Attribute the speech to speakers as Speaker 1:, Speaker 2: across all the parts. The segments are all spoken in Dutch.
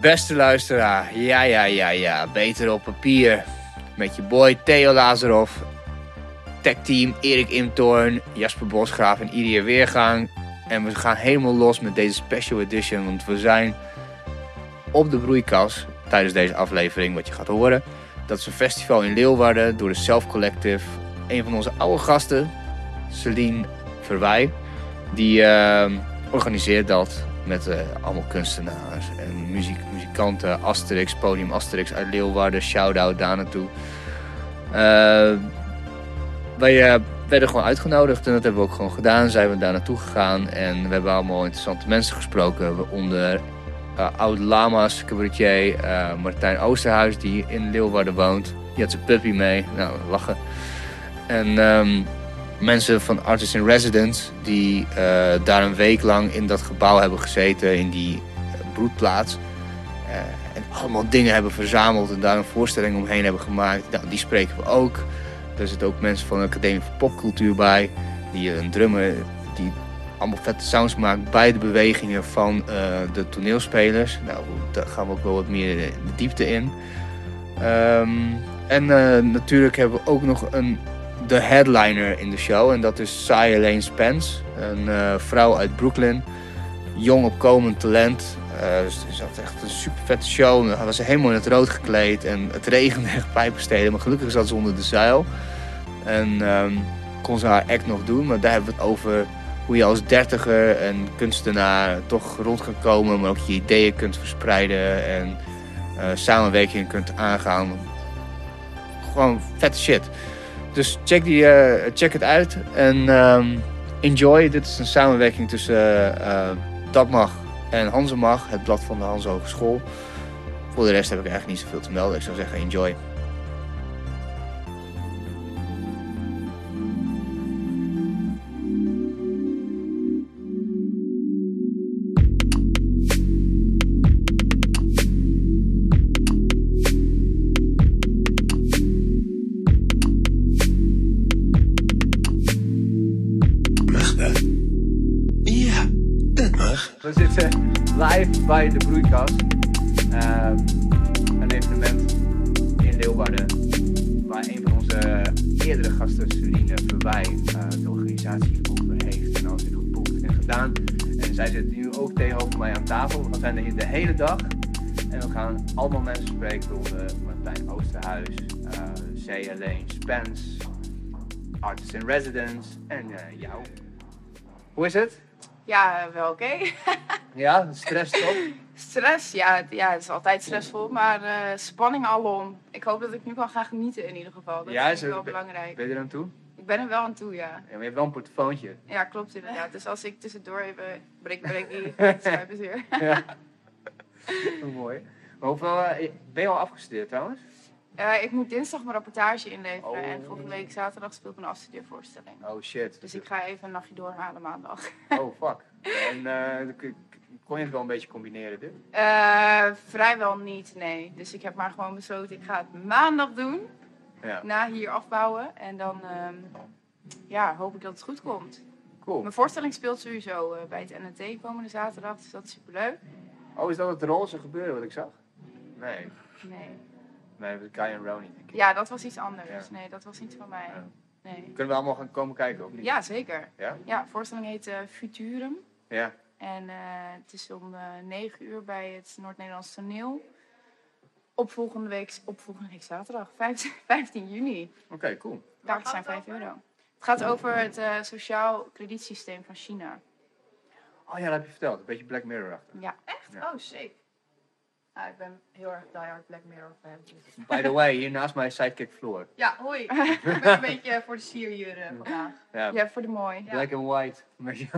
Speaker 1: Beste luisteraar, ja, ja, ja, ja, beter op papier. Met je boy Theo Lazarov, techteam Erik Imtorn, Jasper Bosgraaf en Iria Weergang. En we gaan helemaal los met deze special edition, want we zijn op de broeikas tijdens deze aflevering, wat je gaat horen. Dat is een festival in Leeuwarden door de Self Collective. Een van onze oude gasten, Celine Verwij, die ehm, organiseert dat met eh, allemaal kunstenaars en muziek, muzikanten. Asterix, Podium Asterix uit Leeuwarden, shout-out daar naartoe. Eh, wij eh, werden gewoon uitgenodigd en dat hebben we ook gewoon gedaan. Zijn we daar naartoe gegaan en we hebben allemaal interessante mensen gesproken. Waaronder eh, oud lama's cabaretier eh, Martijn Oosterhuis, die in Leeuwarden woont. Die had zijn puppy mee. Nou, lachen. En ehm, mensen van Artists in Residence, die eh, daar een week lang in dat gebouw hebben gezeten, in die eh, broedplaats. Eh, en allemaal dingen hebben verzameld en daar een voorstelling omheen hebben gemaakt. Nou, die spreken we ook. Er zitten ook mensen van de Academie voor Popcultuur bij, die eh, een drummer die allemaal vette sounds maakt bij de bewegingen van eh, de toneelspelers. Nou, daar gaan we ook wel wat meer de diepte in. Ehm, en eh, natuurlijk hebben we ook nog een, de headliner in de show. En dat is Cy Lane Spence, een eh, vrouw uit Brooklyn. Jong opkomend talent. Eh, dus ze had echt een super vette show. En Dan was ze helemaal in het rood gekleed. En het regende echt pijpenstelen. Maar gelukkig zat ze onder de zeil. En ehm, kon ze haar act nog doen. Maar daar hebben we het over hoe je als dertiger en kunstenaar toch rond kan komen, maar ook je ideeën kunt verspreiden en eh, samenwerkingen kunt aangaan. Gewoon vette shit. Dus check, die, eh, check het uit en ehm, enjoy. Dit is een samenwerking tussen eh, eh, Dat Mag en Hanzemag, het blad van de Hans Hogeschool. Voor de rest heb ik eigenlijk niet zoveel te melden. Ik zou zeggen enjoy.
Speaker 2: Mag dat? Ja, dat mag.
Speaker 1: We zitten live bij de broeikas. Ehm, een evenement in Leeuwarden. Waar een van onze eerdere gasten, Celine Verwij, eh, de organisatie over heeft. En al heeft geboekt en gedaan. En zij zit nu ook tegenover mij aan tafel. We zijn er hier de hele dag. En we gaan allemaal mensen spreken. Onder Martijn Oosterhuis, eh Zee Alleen, Spence, Artist in Residence en eh, jou. Hoe is het?
Speaker 3: Ja, wel oké.
Speaker 1: Ja, stress toch?
Speaker 3: Stress, ja, het- ja, het is altijd stressvol, maar eh, spanning alom. Ik hoop dat ik nu kan gaan genieten in ieder geval. Dat
Speaker 1: Ja,
Speaker 3: is
Speaker 1: is
Speaker 3: wel
Speaker 1: het-
Speaker 3: belangrijk.
Speaker 1: Ben je er aan toe?
Speaker 3: Ik ben er wel aan toe, ja.
Speaker 1: Ja, maar je hebt wel een portofoontje.
Speaker 3: Ja, klopt inderdaad. Dus als ik tussendoor even break, break die schuiven weer.
Speaker 1: Ja. Mooi. Maar hoeveel, eh, ben je al afgestudeerd trouwens?
Speaker 3: Eh, ik moet dinsdag mijn rapportage inleveren
Speaker 1: Oh.
Speaker 3: en volgende week zaterdag speelt mijn afstudeervoorstelling.
Speaker 1: Oh shit.
Speaker 3: Dus ik ga even een nachtje doorhalen maandag.
Speaker 1: Oh fuck. En eh, k- k- kon je het wel een beetje combineren dit?
Speaker 3: Eh, vrijwel niet, nee. Dus ik heb maar gewoon besloten, ik ga het maandag doen.
Speaker 1: Ja.
Speaker 3: na hier afbouwen. En dan ehm, ja, hoop ik dat het goed komt.
Speaker 1: Cool.
Speaker 3: Mijn voorstelling speelt sowieso eh, bij het NNT komende zaterdag. Dus dat is superleuk.
Speaker 1: Oh, is dat het roze gebeuren wat ik zag? Nee.
Speaker 3: Nee.
Speaker 1: Nee, dat Kai en Ronnie denk ik.
Speaker 3: Ja, dat was iets anders.
Speaker 1: Ja.
Speaker 3: Nee, dat was niet van mij.
Speaker 1: Ja.
Speaker 3: Nee.
Speaker 1: Kunnen we allemaal gaan komen kijken of niet?
Speaker 3: Ja, zeker.
Speaker 1: Ja?
Speaker 3: de voorstelling heet eh, Futurum.
Speaker 1: Ja.
Speaker 3: En eh, het is om eh 9 uur bij het Noord-Nederlands Toneel. Op volgende week, op volgende week zaterdag, 15, 15 juni.
Speaker 1: Oké, cool.
Speaker 3: Kaartjes zijn 5 euro. Het gaat over het eh, sociaal kredietsysteem van China.
Speaker 1: Oh ja, dat heb je verteld. Een beetje Black Mirror achter.
Speaker 3: Ja. Echt?
Speaker 1: Ja.
Speaker 3: Oh, sick.
Speaker 4: Nou,
Speaker 3: Ja, ik ben heel erg diehard Black Mirror fan.
Speaker 5: By the way, hier naast mij is sidekick Floor.
Speaker 4: Ja, hoi. Ik ben een beetje voor de sier hier eh, vandaag.
Speaker 1: Ja.
Speaker 3: Ja, voor de mooi.
Speaker 4: Ja.
Speaker 5: Black and white. Met je-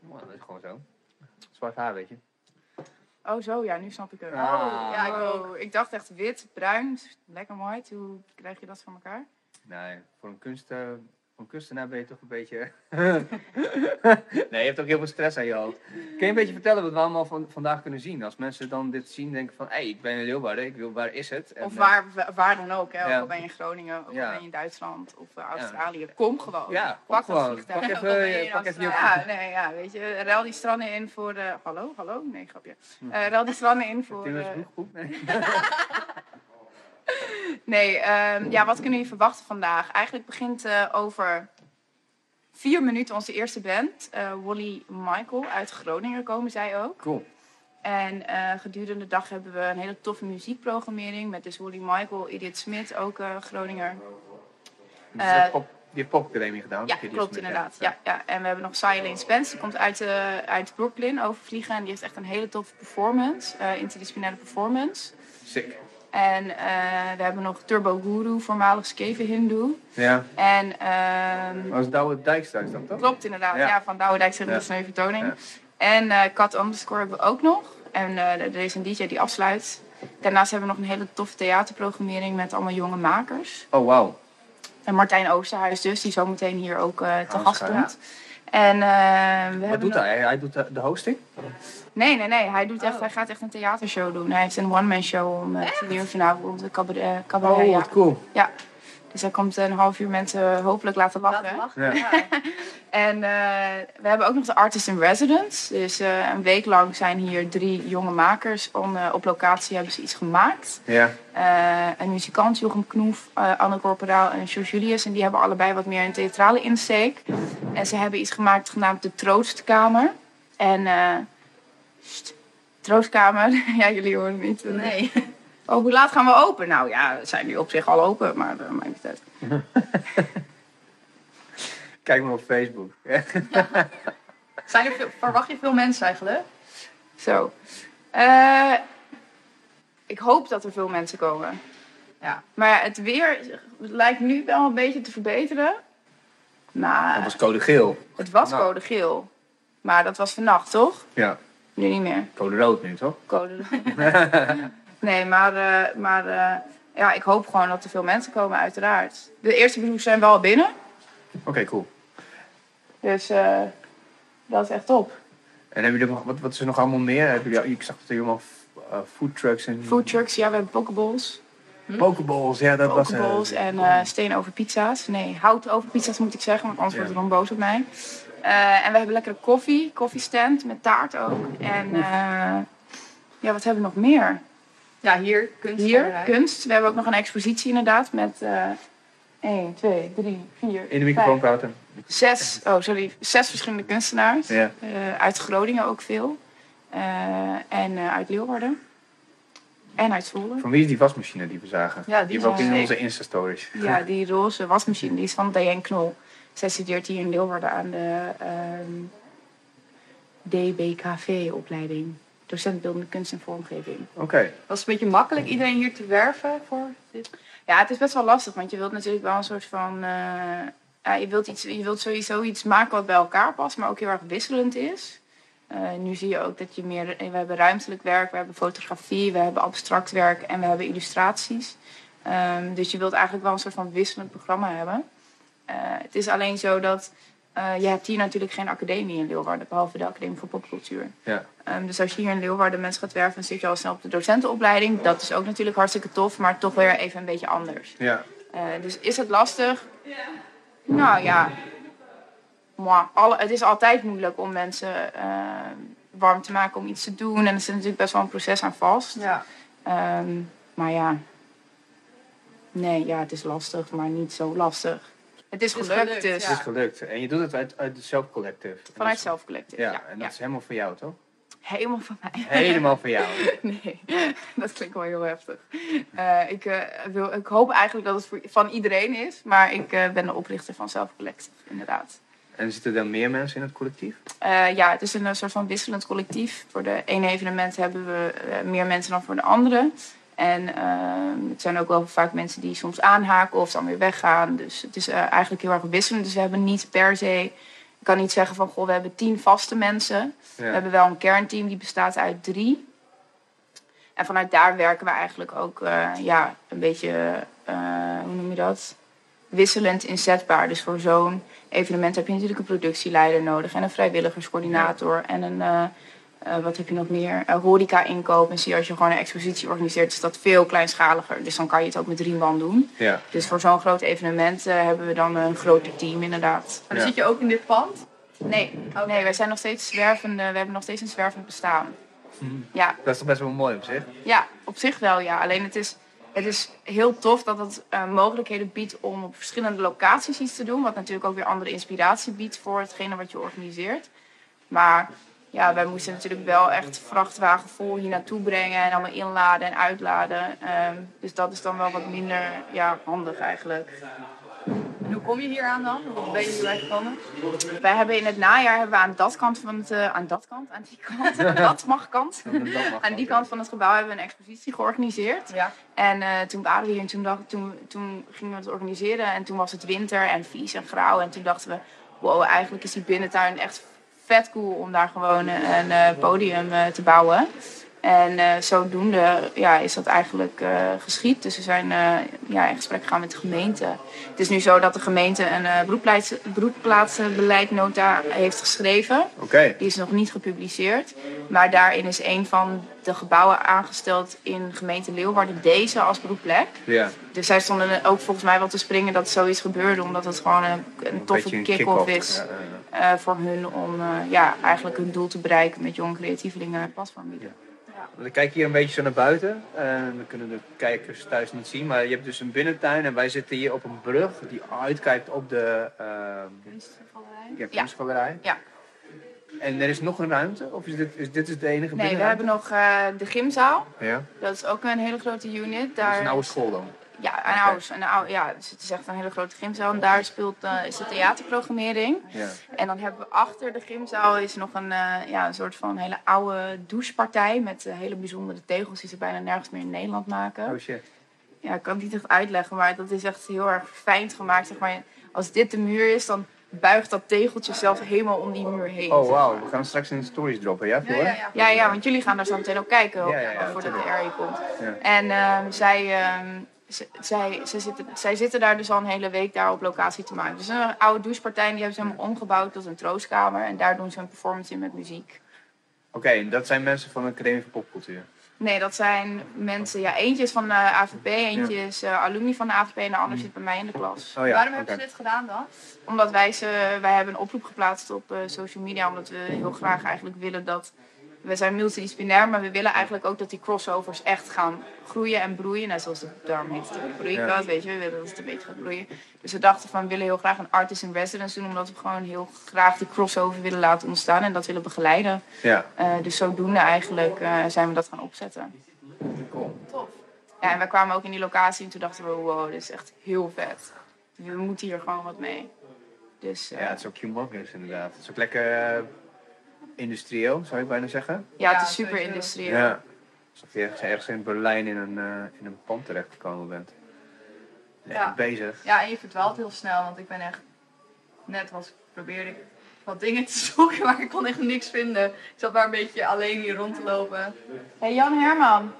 Speaker 1: Man, dat is gewoon zo. Zwart haar, weet je.
Speaker 3: Oh, zo ja, nu snap ik het.
Speaker 1: Ah.
Speaker 4: Oh, ja, ik ook.
Speaker 3: Oh, ik dacht echt wit, bruin, lekker mooi. Hoe krijg je dat voor elkaar?
Speaker 1: Nee, voor Nou, een kunst... eh, Van kunstenaar ben je toch een beetje... nee, je hebt ook heel veel stress aan je hoofd. Kun je een beetje vertellen wat we allemaal van, vandaag kunnen zien? Als mensen dan dit zien, denken van... Hé, hey, ik ben in Leeuwarden, ik wil, waar is het? En,
Speaker 3: Of
Speaker 1: eh,
Speaker 3: waar, waar dan ook, hè.
Speaker 1: Ja.
Speaker 3: Of al ben je in Groningen, of al
Speaker 1: Ja.
Speaker 3: ben je in Duitsland of eh, Australië. Kom gewoon.
Speaker 1: ja,
Speaker 3: Pak dat
Speaker 1: gewoon.
Speaker 3: vliegtuig.
Speaker 1: Pak even,
Speaker 4: Dan ben je
Speaker 1: eh,
Speaker 4: in
Speaker 1: pak even je...
Speaker 4: Australië.
Speaker 3: Ja, nee, ja, weet je, ruil die stranden in voor... eh, hallo, hallo? Nee, grapje. Eh ruil die stranden in voor...
Speaker 1: Hm. Tim is
Speaker 3: eh,
Speaker 1: goed. Nee.
Speaker 3: nee, ehm, ja, wat kunnen jullie verwachten vandaag? Eigenlijk begint eh, over vier minuten onze eerste band. eh Wally Michael uit Groningen komen zij ook.
Speaker 1: Cool.
Speaker 3: En eh, gedurende de dag hebben we een hele toffe muziekprogrammering met dus Wally Michael, Edith Smit, ook eh, Groninger.
Speaker 1: Dus dat
Speaker 3: Eh,
Speaker 1: pop, die heeft popacademie gedaan.
Speaker 3: Ja,
Speaker 1: Die is
Speaker 3: klopt
Speaker 1: met-
Speaker 3: inderdaad. Ja, ja. En we hebben nog Silene Spence, die komt uit, eh, uit Brooklyn overvliegen. En die heeft echt een hele toffe performance, eh, interdisciplinaire performance.
Speaker 1: Sick.
Speaker 3: En eh, we hebben nog Turbo Guru, voormalig Skeven Hindoe.
Speaker 1: Ja.
Speaker 3: En ehm,
Speaker 1: Als Douwe Dijkstra Oh, is dat toch?
Speaker 3: klopt inderdaad, ja,
Speaker 1: Ja.
Speaker 3: van Douwendijk zegt
Speaker 1: Ja.
Speaker 3: dat is dus een even toning.
Speaker 1: Ja.
Speaker 3: En eh Kat Underscore hebben we ook nog. En eh, er is een DJ die afsluit. Daarnaast hebben we nog een hele toffe theaterprogrammering met allemaal jonge makers.
Speaker 1: Oh, wauw.
Speaker 3: En Martijn Oosterhuis dus, die zometeen hier ook eh, te
Speaker 1: Oh,
Speaker 3: gast
Speaker 1: schuin.
Speaker 3: komt. En eh, we
Speaker 1: Wat
Speaker 3: hebben
Speaker 1: doet
Speaker 3: nog-
Speaker 1: hij? Hij doet de, de hosting?
Speaker 3: Nee, nee, nee. Hij, doet echt, hij gaat echt een theatershow doen. Hij heeft een one-man show om eh, tien uur vanavond op de cabaret. cabaret
Speaker 1: Oh,
Speaker 3: ja.
Speaker 1: wat cool.
Speaker 3: ja. Dus hij komt een half uur mensen hopelijk laten lachen.
Speaker 4: Dat mag.
Speaker 1: Ja.
Speaker 4: Ja.
Speaker 3: En eh, we hebben ook nog de Artist in Residence. Dus eh, een week lang zijn hier drie jonge makers. Om, eh, op locatie hebben ze iets gemaakt.
Speaker 1: Ja.
Speaker 3: Eh, een muzikant, Jochem Knoef, eh, Anne Corporaal en George Julius. En die hebben allebei wat meer een theatrale insteek. En ze hebben iets gemaakt genaamd de Troostkamer. En eh sst, Troostkamer, ja jullie horen het niet.
Speaker 4: Nee.
Speaker 3: Oh, hoe laat gaan we open? Nou ja, we zijn nu op zich al open, maar dat maakt niet uit.
Speaker 1: Kijk maar op Facebook.
Speaker 4: Zijn er veel, verwacht je veel mensen eigenlijk?
Speaker 3: Zo. Eh, ik hoop dat er veel mensen komen.
Speaker 4: Ja.
Speaker 3: Maar het weer lijkt nu wel een beetje te verbeteren. Maar...
Speaker 1: Dat was code geel.
Speaker 3: Het was
Speaker 1: Nou.
Speaker 3: code geel. Maar dat was vannacht, toch?
Speaker 1: Ja.
Speaker 3: Nu niet meer.
Speaker 1: Code rood nu, toch?
Speaker 3: Code. nee, maar, eh, maar eh, ja, ik hoop gewoon dat er veel mensen komen, uiteraard. De eerste bezoekers zijn wel al binnen.
Speaker 1: Oké, cool.
Speaker 3: Dus eh, dat is echt top.
Speaker 1: En heb je er nog, wat, wat is er nog allemaal meer? Heb je, ik zag dat er helemaal eh foodtrucks en
Speaker 3: Food trucks, ja, we hebben pokeballs.
Speaker 1: pokeballs. Ja, dat was
Speaker 3: Hm? Pokeballs en eh steen over pizza's. Nee, hout over pizza's moet ik zeggen, want anders
Speaker 1: Ja.
Speaker 3: wordt Ron boos op mij. Eh, en we hebben lekkere koffie, koffiestand met taart ook. En eh, ja, wat hebben we nog meer?
Speaker 4: Ja, hier. Kunst.
Speaker 3: Hier, kunst. We hebben ook nog een expositie inderdaad met... eh 1, 2, 3, 4,
Speaker 1: In de microfoon praten.
Speaker 3: Zes, oh sorry, zes verschillende kunstenaars.
Speaker 1: Ja.
Speaker 3: Eh, uit Groningen ook veel. Eh, en eh, uit Leeuwarden. En uit Zwolle.
Speaker 1: Van wie is die wasmachine die we zagen?
Speaker 4: Ja, die
Speaker 1: hebben we ook
Speaker 3: is
Speaker 1: in
Speaker 3: sick.
Speaker 1: onze Insta-stories.
Speaker 3: Ja, die roze wasmachine, die is van Diane Knol. Zij studeert hier in Leeuwarden aan de ehm, DBKV-opleiding. Docent beeldende kunst en vormgeving.
Speaker 1: Oké.
Speaker 4: Was het een beetje makkelijk iedereen hier te werven voor dit?
Speaker 3: Ja, het is best wel lastig, want je wilt natuurlijk wel een soort van. eh, ja, je, wilt iets, je wilt sowieso iets maken wat bij elkaar past, maar ook heel erg wisselend is. Eh, nu zie je ook dat je meer. eh, We hebben ruimtelijk werk, we hebben fotografie, we hebben abstract werk en we hebben illustraties. Ehm, dus je wilt eigenlijk wel een soort van wisselend programma hebben. Eh, het is alleen zo dat. eh, je hebt hier natuurlijk geen academie in Leeuwarden, behalve de Academie voor Popcultuur.
Speaker 1: Ja.
Speaker 3: Ehm, dus als je hier in Leeuwarden mensen gaat werven, dan zit je al snel op de docentenopleiding. Dat is ook natuurlijk hartstikke tof, maar toch weer even een beetje anders.
Speaker 1: Ja.
Speaker 3: Eh, dus is het lastig? Nou ja. Moi, alle, het is altijd moeilijk om mensen eh, warm te maken om iets te doen. En er zit natuurlijk best wel een proces aan vast.
Speaker 4: Ja.
Speaker 3: Ehm, maar ja. Nee, ja, het is lastig, maar niet zo lastig. Het is
Speaker 4: Het is
Speaker 3: gelukt,
Speaker 4: gelukt,
Speaker 3: dus.
Speaker 4: ja.
Speaker 1: Het is gelukt. En je doet het uit, uit de Self Collective. En dat
Speaker 3: Vanuit
Speaker 1: is-
Speaker 3: Self Collective.
Speaker 1: Ja,
Speaker 3: Ja, ja,
Speaker 1: en dat is helemaal voor jou, toch?
Speaker 3: Helemaal van mij.
Speaker 1: Helemaal voor jou.
Speaker 3: Nee, dat klinkt wel heel heftig. Eh, ik, eh, wil, ik hoop eigenlijk dat het voor, van iedereen is, maar ik eh, ben de oprichter van Self Collective, inderdaad.
Speaker 1: En zitten er meer mensen in het collectief?
Speaker 3: Eh, ja, het is een eh, soort van wisselend collectief. Voor de ene evenement hebben we eh, meer mensen dan voor de andere. En ehm, het zijn ook wel vaak mensen die soms aanhaken of dan weer weggaan. Dus het is eh, eigenlijk heel erg wisselend. Dus we hebben niet per se. Ik kan niet zeggen van goh, we hebben tien vaste mensen. We
Speaker 1: Ja.
Speaker 3: hebben wel een kernteam die bestaat uit drie. En vanuit daar werken we eigenlijk ook eh, ja, een beetje, eh, hoe noem je dat? wisselend inzetbaar. Dus voor zo'n evenement heb je natuurlijk een productieleider nodig en een vrijwilligerscoördinator en een, eh, eh, wat heb je nog meer, Eh, horeca-inkoop. En zie je, als je gewoon een expositie organiseert, is dat veel kleinschaliger. Dus dan kan je het ook met drie man doen.
Speaker 1: Ja.
Speaker 3: Dus voor zo'n groot evenement eh, hebben we dan een groter team inderdaad.
Speaker 4: Maar dan
Speaker 1: Ja.
Speaker 4: zit je ook in dit pand.
Speaker 3: Nee, nee, wij zijn nog steeds zwervende, we hebben nog steeds een zwervend bestaan. Ja,
Speaker 1: Hm. Dat is toch best wel mooi op zich?
Speaker 3: ja, op zich wel ja. Alleen het is, het is heel tof dat het eh, mogelijkheden biedt om op verschillende locaties iets te doen. Wat natuurlijk ook weer andere inspiratie biedt voor hetgene wat je organiseert. Maar ja, wij moesten natuurlijk wel echt vrachtwagen vol hier naartoe brengen en allemaal inladen en uitladen. Ehm, dus dat is dan wel wat minder ja, handig eigenlijk.
Speaker 4: En hoe kom je hier aan dan? Hoe ben je hierbij gekomen?
Speaker 3: Wij hebben in het najaar hebben we aan dat kant van het, eh, aan dat kant, aan die kant, aan dat mag kant. Aan die kant van het gebouw hebben we een expositie georganiseerd.
Speaker 4: Ja.
Speaker 3: En eh, toen waren we hier en toen, dacht, toen, toen gingen we het organiseren. En toen was het winter en vies en grauw. En toen dachten we, wow, eigenlijk is die binnentuin echt vet cool om daar gewoon eh, een eh, podium eh, te bouwen. En eh, zodoende ja, is dat eigenlijk eh, geschied. Dus we zijn eh, ja, in gesprek gegaan met de gemeente. Het is nu zo dat de gemeente een eh broedplaats, broedplaatsbeleidnota heeft geschreven.
Speaker 1: Oké.
Speaker 3: Die is nog niet gepubliceerd. Maar daarin is een van de gebouwen aangesteld in gemeente Leeuwarden deze als broedplek.
Speaker 1: Ja.
Speaker 3: Dus zij stonden er ook volgens mij wel te springen dat zoiets gebeurde. Omdat het gewoon een, een toffe
Speaker 1: beetje een
Speaker 3: kick-off
Speaker 1: kick-off,
Speaker 3: is
Speaker 1: ja, ja, ja.
Speaker 3: eh, voor hun om eh, ja, eigenlijk hun doel te bereiken met jong creatievelingen en platform bieden.
Speaker 1: We kijken hier een beetje zo naar buiten. En we kunnen de kijkers thuis niet zien. Maar je hebt dus een binnentuin en wij zitten hier op een brug die uitkijkt op de ehm ja, kunstgalerij.
Speaker 3: Ja.
Speaker 1: En er is nog een ruimte? Of is dit, is, dit is de enige
Speaker 3: Nee, we
Speaker 1: binnenruimte?
Speaker 3: hebben nog eh, de gymzaal.
Speaker 1: Ja.
Speaker 3: Dat is ook een hele grote unit. Daar
Speaker 1: Dat is een oude school dan.
Speaker 3: Ja, een oude, een oude, ja, dus het is echt een hele grote gymzaal. En daar speelt, eh, is de theaterprogrammering.
Speaker 1: Ja.
Speaker 3: En dan hebben we achter de gymzaal is nog een, eh, ja, een soort van hele oude douchepartij. Met eh, hele bijzondere tegels die ze bijna nergens meer in Nederland maken.
Speaker 1: Oh shit.
Speaker 3: Ja, ik kan het niet echt uitleggen, maar dat is echt heel erg fijn gemaakt. Zeg maar. Als dit de muur is, dan buigt dat tegeltje zelf helemaal om die muur heen.
Speaker 1: Oh
Speaker 3: zeg maar.
Speaker 1: wauw, we gaan het straks in de stories droppen. Ja,
Speaker 4: Ja,
Speaker 1: voor?
Speaker 4: ja, ja.
Speaker 3: Ja, ja, want jullie gaan daar zo meteen ook kijken
Speaker 1: Ja, ja, ja,
Speaker 3: voordat de
Speaker 1: natuurlijk.
Speaker 3: Harry komt.
Speaker 1: Ja.
Speaker 3: En ehm, zij, ehm, z- zij, zij, zitten, zij zitten daar dus al een hele week daar op locatie te maken. Dus een oude douchepartij, die hebben ze helemaal omgebouwd tot een troostkamer. En daar doen ze een performance in met muziek.
Speaker 1: Oké, en dat zijn mensen van de Academie voor Popcultuur.
Speaker 3: Nee, dat zijn mensen, ja, eentje is van de AVP, eentje is eh, alumni van de AVP en de ander zit bij mij in de klas.
Speaker 1: Oh ja,
Speaker 4: Waarom
Speaker 1: oké.
Speaker 4: hebben ze dit gedaan dan?
Speaker 3: Omdat wij ze, wij hebben een oproep geplaatst op eh, social media, omdat we heel graag eigenlijk willen dat. We zijn multidisciplinair, maar we willen eigenlijk ook dat die crossovers echt gaan groeien en broeien. Net zoals de darm heet het ook, broeikas, weet je. We willen dat het een beetje gaat broeien. Dus we dachten van, we willen heel graag een artist in residence doen. Omdat we gewoon heel graag die crossover willen laten ontstaan en dat willen begeleiden.
Speaker 1: Ja.
Speaker 3: Eh, dus zodoende eigenlijk eh, zijn we dat gaan opzetten.
Speaker 4: Tof.
Speaker 3: Ja, en we kwamen ook in die locatie en toen dachten we, wow, dit is echt heel vet. We moeten hier gewoon wat mee. Dus eh,
Speaker 1: ja, het is ook humongous inderdaad. Het is ook lekker eh, industrieel, zou ik bijna zeggen.
Speaker 3: Ja, het
Speaker 4: Ja,
Speaker 3: is super
Speaker 4: sowieso.
Speaker 3: industrieel.
Speaker 1: Ja. Alsof je ergens, ergens in Berlijn in een, eh, in een pand terechtgekomen bent. Lekker
Speaker 4: Ja.
Speaker 1: bezig.
Speaker 4: Ja, en je verdwaalt heel snel, want ik ben echt... Net was, probeerde ik wat dingen te zoeken, maar ik kon echt niks vinden. Ik zat maar een beetje alleen hier rond te lopen.
Speaker 3: Hey, Jan Herman.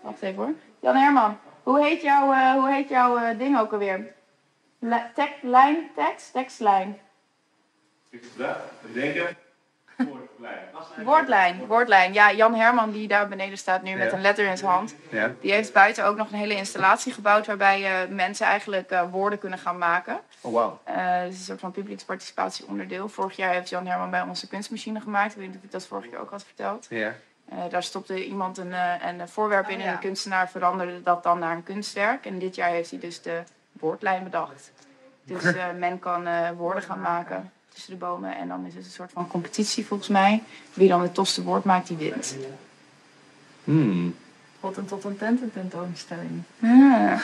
Speaker 3: Wacht even hoor. Jan Herman, hoe heet jouw, eh, hoe heet jouw eh, ding ook alweer? Li- tek- lijn, tekst, tekstlijn. Woordlijn, woordlijn. Ja, Jan Herman die daar beneden staat nu met
Speaker 1: Ja.
Speaker 3: een letter in zijn hand.
Speaker 1: Ja.
Speaker 3: Die heeft buiten ook nog een hele installatie gebouwd waarbij eh, mensen eigenlijk eh, woorden kunnen gaan maken.
Speaker 1: Oh wauw.
Speaker 3: Eh, het is een soort van publieksparticipatie onderdeel. Vorig jaar heeft Jan Herman bij onze kunstmachine gemaakt. Ik weet niet of ik dat vorig jaar ook had verteld.
Speaker 1: Ja.
Speaker 3: Eh, daar stopte iemand een, eh, een voorwerp in
Speaker 4: Oh,
Speaker 3: en
Speaker 4: ja.
Speaker 3: de kunstenaar veranderde dat dan naar een kunstwerk. En dit jaar heeft hij dus de woordlijn bedacht. Dus eh, men kan eh, woorden gaan maken tussen de bomen. En dan is het een soort van competitie volgens mij. Wie dan het tofste woord maakt, die wint.
Speaker 1: Hmm.
Speaker 4: Tot en tot een tentententoonstelling.
Speaker 3: Ah.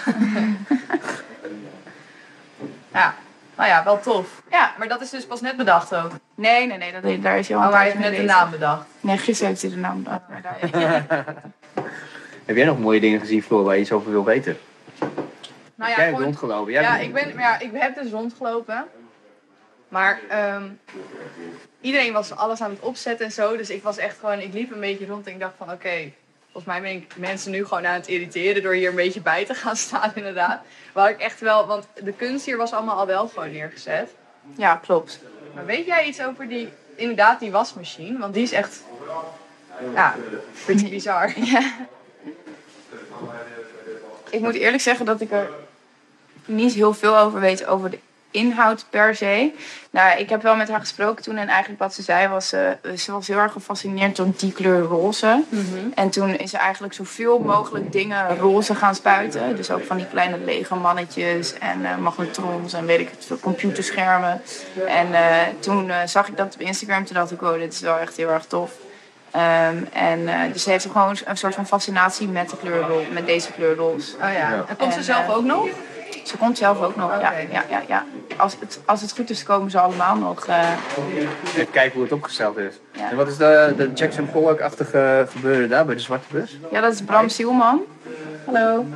Speaker 4: Ja, nou ja, wel tof.
Speaker 3: Ja,
Speaker 4: Maar dat is dus pas net bedacht ook.
Speaker 3: nee, nee, nee, dat, daar is Johan
Speaker 4: Oh, hij heeft
Speaker 3: thuis
Speaker 4: net de
Speaker 3: mee bezig.
Speaker 4: naam bedacht.
Speaker 3: Nee, gisteren heeft hij de naam bedacht. Maar daar-
Speaker 1: Heb jij nog mooie dingen gezien, Floor, waar je iets over wil weten?
Speaker 4: Nou
Speaker 1: jij
Speaker 4: Ah ja,
Speaker 1: hebt
Speaker 4: gewoon-
Speaker 1: rondgelopen. Jij
Speaker 4: ja,
Speaker 1: bent-
Speaker 4: ik ben, maar ja, ik heb dus rondgelopen. Maar ehm, iedereen was alles aan het opzetten en zo. Dus ik was echt gewoon, ik liep een beetje rond en ik dacht van oké, Volgens mij ben ik mensen nu gewoon aan het irriteren door hier een beetje bij te gaan staan, inderdaad. Waar ik echt wel, want de kunst hier was allemaal al wel gewoon neergezet.
Speaker 3: Ja, klopt.
Speaker 4: Maar weet jij iets over die, inderdaad, die wasmachine? Want die is echt, ja, pretty bizar.
Speaker 3: Ja. Ik moet eerlijk zeggen dat ik er niet heel veel over weet over de inhoud per se. Nou, ik heb wel met haar gesproken toen en eigenlijk wat ze zei was... eh, ze was heel erg gefascineerd door die kleur roze. En toen is ze eigenlijk zoveel mogelijk dingen roze gaan spuiten. Dus ook van die kleine lege mannetjes en eh, magnetrons en weet ik het veel, computerschermen. En eh, toen eh, zag ik dat op Instagram, toen dacht ik, wow, dit is wel echt heel erg tof. Ehm, en eh, dus ze heeft gewoon een soort van fascinatie met, de kleur, ro- met deze kleur roze.
Speaker 4: Oh ja, en komt ze
Speaker 3: En,
Speaker 4: zelf
Speaker 3: eh,
Speaker 4: ook nog?
Speaker 3: Ze komt zelf ook nog, ja.
Speaker 4: Oké.
Speaker 3: ja, ja, ja. Als, het, als het goed is, komen ze allemaal nog. eh,
Speaker 1: Even kijken hoe het opgesteld is.
Speaker 3: Ja.
Speaker 1: En wat is de, de Jackson Pollock-achtige gebeuren daar bij de Zwarte Bus?
Speaker 3: Ja, dat is Bram Zielman. Hallo.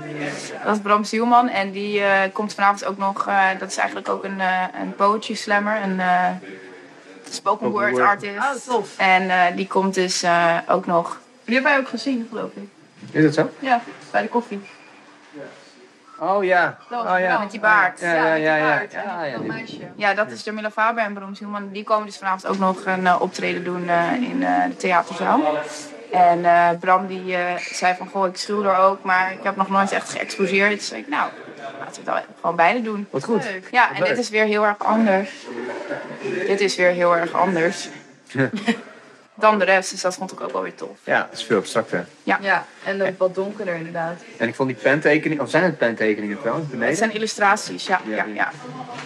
Speaker 3: Dat is Bram Zielman en die eh, komt vanavond ook nog... eh, dat is eigenlijk ook een, eh, een poetry slammer, een eh, spoken word
Speaker 1: word.
Speaker 3: artist.
Speaker 4: Oh, tof.
Speaker 3: En eh, die komt dus eh, ook nog...
Speaker 4: Die hebben wij ook gezien, geloof ik.
Speaker 1: Is dat zo?
Speaker 4: Ja, bij de koffie.
Speaker 1: Oh ja.
Speaker 4: Dat was
Speaker 1: oh, ja.
Speaker 4: Bram.
Speaker 3: Met die baard.
Speaker 1: Ja, ja, ja. ja,
Speaker 4: Paard, en
Speaker 1: ja, ja,
Speaker 4: dat
Speaker 1: die-
Speaker 4: meisje.
Speaker 3: Ja, dat is Jamila Faber en Bram Zielman. Die komen dus vanavond ook nog een eh, optreden doen eh, in eh, de theaterzaal. En eh, Bram die eh, zei van, goh, ik schreeuw er ook, maar ik heb nog nooit echt geëxposeerd. Dus zei ik, nou, laten we het dan gewoon beide doen.
Speaker 1: Wat goed.
Speaker 4: Leuk.
Speaker 3: Ja, en
Speaker 1: Leuk.
Speaker 3: dit is weer heel erg anders. Dit is weer heel erg anders. Dan de rest, dus dat vond ik ook wel weer tof.
Speaker 1: Ja, het is veel abstracter.
Speaker 4: Ja, en dan wat donkerder inderdaad.
Speaker 1: En ik vond die pentekeningen, of zijn het pentekeningen trouwens,
Speaker 3: Het
Speaker 1: beneden?
Speaker 3: zijn illustraties, ja.
Speaker 1: Ja,
Speaker 3: Ja,
Speaker 1: die-
Speaker 3: ja,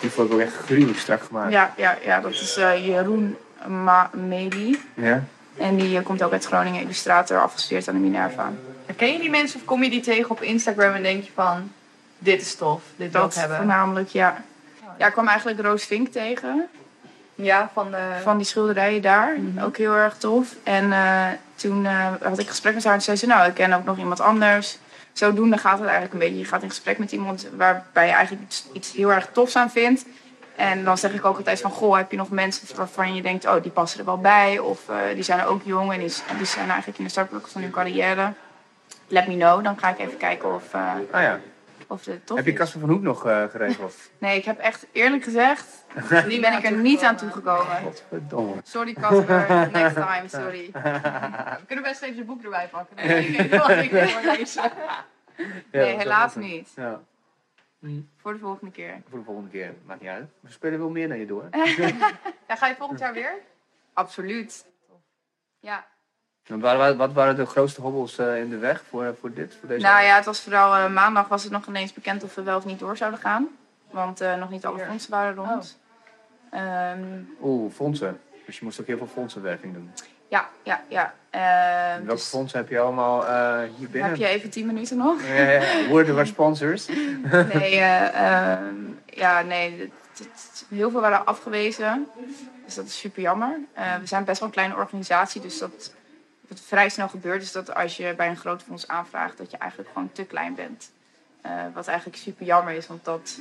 Speaker 1: Die vond ik wel echt gruwelijk strak gemaakt.
Speaker 3: ja, ja, ja dat is eh, Jeroen Ma Medi.
Speaker 1: Ja.
Speaker 3: En die eh, komt ook uit Groningen, illustrator, afgestudeerd aan de Minerva.
Speaker 4: Ken je die mensen of kom je die tegen op Instagram en denk je van... Dit is tof, dit wil ik
Speaker 3: Dat
Speaker 4: hebben.
Speaker 3: voornamelijk, ja. Ja, ik kwam eigenlijk Roos Vink tegen,
Speaker 4: Ja, van de...
Speaker 3: eh, van die schilderijen daar. Ook heel erg tof. En eh, toen eh, had ik gesprek met haar en zei ze, nou, ik ken ook nog iemand anders. Zodoende gaat het eigenlijk een beetje. Je gaat in gesprek met iemand waarbij je eigenlijk iets, iets heel erg tofs aan vindt. En dan zeg ik ook altijd van, goh, heb je nog mensen waarvan je denkt, oh, die passen er wel bij. Of eh, die zijn er ook jong en die, die zijn eigenlijk in de startblok van hun carrière. Let me know, dan ga ik even kijken of, eh
Speaker 1: Ah ja.
Speaker 3: of het tof
Speaker 1: Heb je
Speaker 3: is.
Speaker 1: Casper van Hoek nog eh, geregeld?
Speaker 3: Nee, ik heb echt eerlijk gezegd, die ben ik er niet aan toegekomen.
Speaker 1: Godverdomme.
Speaker 3: Sorry Casper, next time, sorry.
Speaker 4: We kunnen best even je boek erbij pakken. Dan weet ik wat ik wil lezen.
Speaker 1: Ja,
Speaker 3: Nee,
Speaker 1: dat
Speaker 3: helaas
Speaker 1: was-
Speaker 3: niet.
Speaker 1: Ja,
Speaker 3: Voor de volgende keer.
Speaker 1: voor de volgende keer. Maakt niet uit. We spelen wel meer naar je door.
Speaker 4: Ja, ga je volgend jaar weer?
Speaker 3: Absoluut. Ja.
Speaker 1: Wat waren, wat waren de grootste hobbels eh, in de weg voor, voor dit? Voor deze
Speaker 3: Nou ja, het was vooral eh, maandag was het nog ineens bekend of we wel of niet door zouden gaan. Want eh, nog niet alle fondsen waren rond. Ehm,
Speaker 1: Oeh, fondsen. Dus je moest ook heel veel fondsenwerking doen.
Speaker 3: ja, ja, ja. Ehm,
Speaker 1: Welke
Speaker 3: dus
Speaker 1: fondsen heb je allemaal eh, hier binnen?
Speaker 3: heb je even 10 minuten nog?
Speaker 1: Ja, ja, ja. Worden we sponsors?
Speaker 3: Nee, eh, ehm, ja, nee. het- het- heel veel waren afgewezen. Dus dat is super jammer. Eh, we zijn best wel een kleine organisatie, dus dat wat vrij snel gebeurt is dat als je bij een groot fonds aanvraagt, dat je eigenlijk gewoon te klein bent. Eh, wat eigenlijk super jammer is, want dat.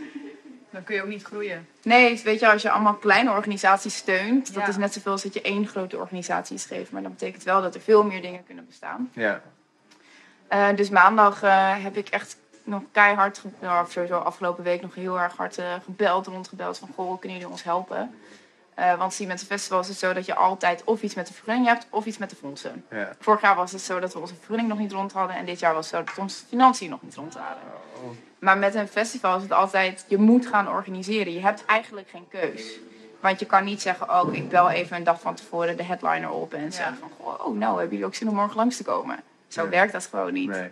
Speaker 4: Dan kun je ook niet groeien.
Speaker 3: Nee, weet je, als je allemaal kleine organisaties steunt, dat
Speaker 4: Ja.
Speaker 3: is net zoveel als dat je één grote organisatie geeft. Maar dat betekent wel dat er veel meer dingen kunnen bestaan.
Speaker 1: Ja.
Speaker 3: Eh, dus maandag eh, heb ik echt nog keihard, ge- nou, of sowieso afgelopen week nog heel erg hard eh, gebeld, rondgebeld van goh, kunnen jullie ons helpen? Eh, want zie je, met de festivals is het zo dat je altijd of iets met de vergunning hebt of iets met de fondsen.
Speaker 1: ja.
Speaker 3: Vorig jaar was het zo dat we onze vergunning nog niet rond hadden en dit jaar was het zo dat onze financiën nog niet rond waren. Maar met een festival is het altijd, je moet gaan organiseren. Je hebt eigenlijk geen keus. Want je kan niet zeggen, oh, ik bel even een dag van tevoren de headliner op en zeg van, goh, oh, nou, hebben jullie ook zin om morgen langs te komen? Zo
Speaker 1: Nee.
Speaker 3: werkt dat gewoon niet.
Speaker 1: Nee.